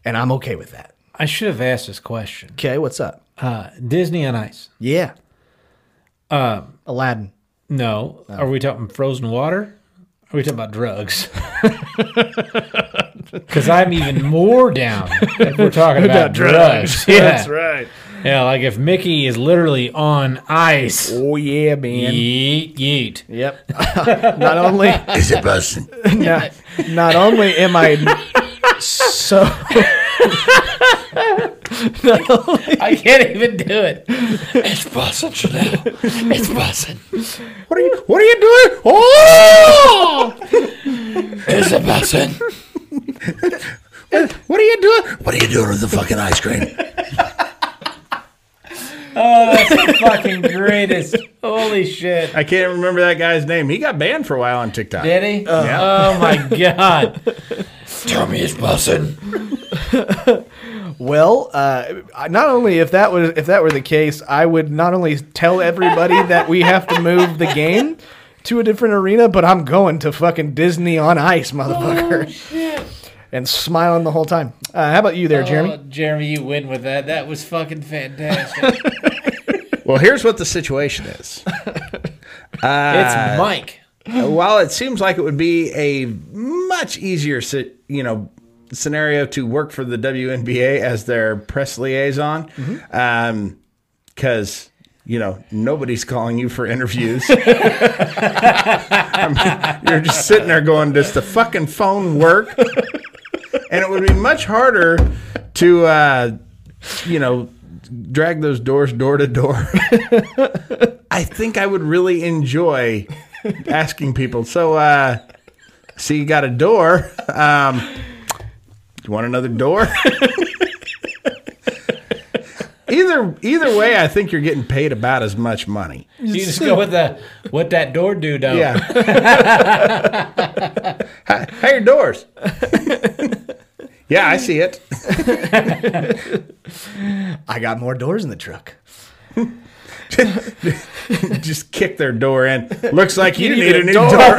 Speaker 1: and I'm okay with that.
Speaker 2: I should have asked this question.
Speaker 1: Okay, what's up?
Speaker 2: Uh, Disney on Ice.
Speaker 1: Yeah. Um, Aladdin.
Speaker 2: No.
Speaker 1: Oh.
Speaker 2: Are we talking frozen water? Are we talking about
Speaker 1: [LAUGHS]
Speaker 2: drugs? [LAUGHS] Because I'm even more down if we're talking
Speaker 1: [LAUGHS]
Speaker 2: about, drugs. Yeah.
Speaker 1: That's right.
Speaker 2: Yeah, like if Mickey is literally on ice.
Speaker 1: Oh yeah, man.
Speaker 2: Yeet, yeet.
Speaker 1: Yep. [LAUGHS] not only
Speaker 3: Is it busting?
Speaker 1: not, not only am I [LAUGHS] so
Speaker 2: I can't even do it. It's busting, Chanel. It's busting.
Speaker 3: What are you? What are you doing?
Speaker 2: Oh!
Speaker 5: Is it bussin'?
Speaker 3: What are you doing?
Speaker 5: What are you doing with the fucking ice
Speaker 2: [LAUGHS]
Speaker 5: cream?
Speaker 2: [LAUGHS] Fucking greatest. Holy shit.
Speaker 3: I can't remember that guy's name. He got banned for a while on TikTok.
Speaker 2: Did he?
Speaker 3: Yeah.
Speaker 2: Oh my god.
Speaker 5: Tell me it's bussin'.
Speaker 1: well. Uh, not only if that was if that were the case, I would not only tell everybody that we have to move the game to a different arena, but I'm going to fucking Disney on Ice, motherfucker, and smiling the whole time. Uh, how about you there, Jeremy?
Speaker 2: Oh, Jeremy, you win with that. That was fucking fantastic.
Speaker 3: Well, here's what the situation is.
Speaker 2: it's Mike.
Speaker 3: While it seems like it would be a much easier, si- you know, scenario to work for the WNBA as their press liaison, because you know nobody's calling you for interviews. [LAUGHS] I mean, you're just sitting there going, "Does the fucking phone work?" and it would be much harder to, uh, you know, drag those doors door to door. I think I would really enjoy asking people. So, uh, so you got a door. Um, you want another door? [LAUGHS] either either way, I think you're getting paid about as much money.
Speaker 2: You just go with the what that door do
Speaker 3: [LAUGHS]
Speaker 2: though.
Speaker 3: Yeah. how, how your doors? [LAUGHS] yeah, I see it. [LAUGHS]
Speaker 1: I got more doors in the truck.
Speaker 3: Just kick their door in. Looks like you, need, a new door.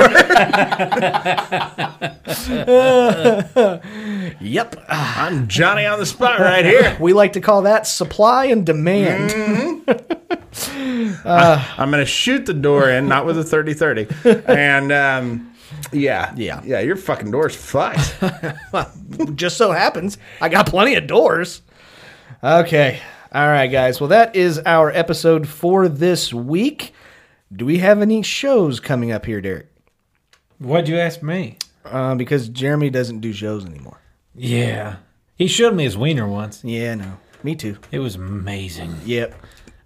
Speaker 3: [LAUGHS]
Speaker 1: Yep.
Speaker 3: I'm Johnny on the spot right here.
Speaker 1: We like to call that supply and demand.
Speaker 3: I'm going to shoot the door in, not with a 30 30. And um, yeah.
Speaker 1: Yeah.
Speaker 3: Yeah, your fucking door's fucked.
Speaker 1: Just so happens, I got plenty of doors. Okay. All right, guys. Well, that is our episode for this week. Do we have any shows coming up here, Derek?
Speaker 2: What'd you ask me?
Speaker 1: Uh, because Jeremy doesn't do shows anymore.
Speaker 2: Yeah. He showed me his wiener once.
Speaker 1: Yeah, no. Me too.
Speaker 2: It was amazing.
Speaker 1: Yep.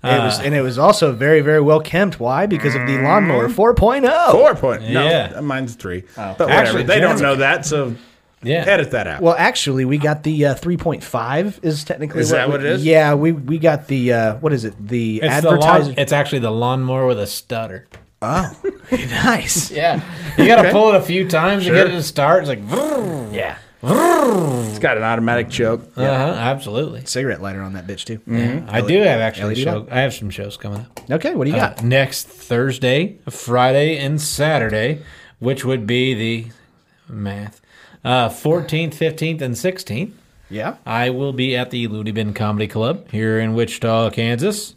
Speaker 1: Uh, It was, and it was also very, very well kempt. Why? Because of the lawnmower oh. 4.0.
Speaker 3: Four point. No,
Speaker 2: Yeah.
Speaker 3: mine's three. But
Speaker 2: Actually,
Speaker 3: whatever. They don't
Speaker 2: Jen's-
Speaker 3: know that, so
Speaker 2: Yeah.
Speaker 3: Edit that out.
Speaker 1: Well, actually, we got the uh, 3.5 is technically
Speaker 3: Is that what
Speaker 1: we-
Speaker 3: it is?
Speaker 1: Yeah, we we got the uh, what is it? The
Speaker 2: It's, the
Speaker 1: advertiser.
Speaker 2: lawn, it's actually the lawnmower with a stutter.
Speaker 1: [LAUGHS] nice.
Speaker 2: Yeah. You got to pull it a few times to get it to start. It's like, "Vroom."
Speaker 1: Yeah.
Speaker 2: [LAUGHS]
Speaker 3: it's got an automatic choke.
Speaker 2: uh-huh, absolutely.
Speaker 1: Cigarette lighter on that bitch too.
Speaker 2: I do have actually
Speaker 1: LED
Speaker 2: show, I have some shows coming up.
Speaker 1: Okay, what do you
Speaker 2: Uh,
Speaker 1: got?
Speaker 2: next Thursday, Friday, and Saturday, which would be the math uh, 14th, 15th, and 16th.
Speaker 1: Yeah.
Speaker 2: I will be at the Looney Bin Comedy Club here in Wichita, Kansas,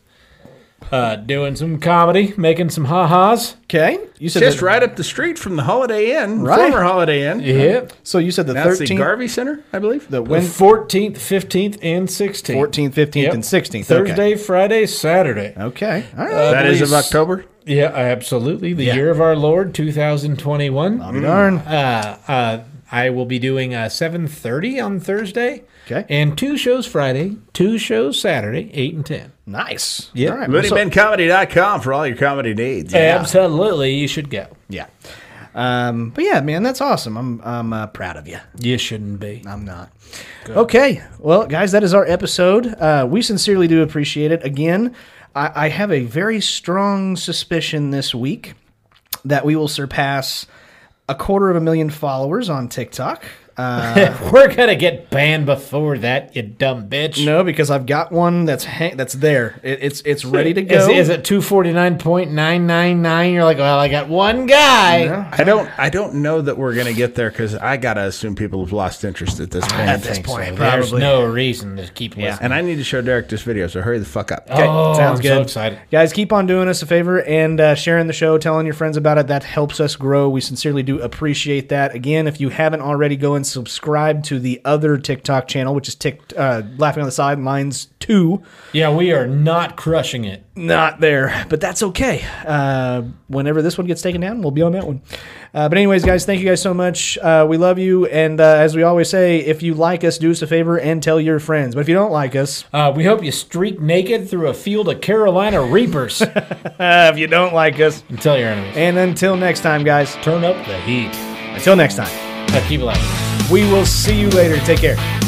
Speaker 2: uh, doing some comedy, making some ha ha's.
Speaker 1: Okay. You said
Speaker 3: Just
Speaker 1: the-
Speaker 3: right up the street from the Holiday Inn,
Speaker 1: Right.
Speaker 3: former Holiday Inn.
Speaker 2: Yeah.
Speaker 1: So you said the
Speaker 3: Now it's the
Speaker 1: 13th,
Speaker 3: Garvey Center, I believe.
Speaker 1: the
Speaker 2: The
Speaker 1: when
Speaker 2: 14th, 15th, and 16th.
Speaker 1: 14th, 15th,
Speaker 2: Yep.
Speaker 1: and 16th. Okay. Uh,
Speaker 2: Thursday, Friday, Saturday.
Speaker 1: Okay. All right.
Speaker 2: Uh,
Speaker 3: that is of
Speaker 2: please.
Speaker 3: October.
Speaker 2: Yeah, absolutely. The year of our Lord, 2021.
Speaker 1: Darn.
Speaker 2: uh, uh, I will be doing uh, seven thirty on Thursday.
Speaker 1: Okay.
Speaker 2: And two shows Friday, two shows Saturday, eight and ten.
Speaker 1: nice.
Speaker 2: Yeah.
Speaker 1: All right. well, so-
Speaker 3: LooneyBinComedy.com for all your comedy needs.
Speaker 2: Absolutely, you should go.
Speaker 1: yeah. Um, but yeah, man, that's awesome. I'm I'm uh, proud of you.
Speaker 2: You shouldn't be. [LAUGHS]
Speaker 1: I'm not. Okay. Well, guys, that is our episode. Uh, we sincerely do appreciate it. Again, I, I have a very strong suspicion this week that we will surpass a quarter of a million followers on TikTok. Uh,
Speaker 2: We're gonna get banned before that, you dumb bitch.
Speaker 1: no, because I've got one that's hang- that's there. It, it's it's ready to go.
Speaker 2: [LAUGHS] Is, is it two forty nine point nine nine nine? You're like, well, I got one guy.
Speaker 3: I don't. I don't know that we're going to get there because I got to assume people have lost interest at this point.
Speaker 2: I think
Speaker 1: point,
Speaker 2: There's
Speaker 1: probably.
Speaker 2: no reason to keep listening.
Speaker 3: and I need to show Derek this video, so hurry the fuck up.
Speaker 2: oh,
Speaker 1: sounds
Speaker 2: I'm
Speaker 1: good.
Speaker 2: so excited.
Speaker 1: Guys, keep on doing us a favor and uh, sharing the show, telling your friends about it. That helps us grow. We sincerely do appreciate that. Again, if you haven't already, go and subscribe to the other TikTok channel, which is Tik uh, Laughing on the Sidelines 2.
Speaker 2: Yeah, we are not crushing it.
Speaker 1: Not there, but that's okay. Uh, whenever this one gets taken down, we'll be on that one. Uh, but, anyways, guys, thank you guys so much. Uh, we love you. And uh, as we always say, if you like us, do us a favor and tell your friends. But if you don't like us, [LAUGHS]
Speaker 2: Uh, we hope you streak naked through a field of Carolina
Speaker 1: [LAUGHS]
Speaker 2: Reapers
Speaker 1: uh, if you don't like us,
Speaker 2: and tell your enemies.
Speaker 1: and until next time, guys,
Speaker 2: Turn up the heat.
Speaker 1: until next time.
Speaker 2: Uh, keep it loud.
Speaker 1: We will see you later. Take care.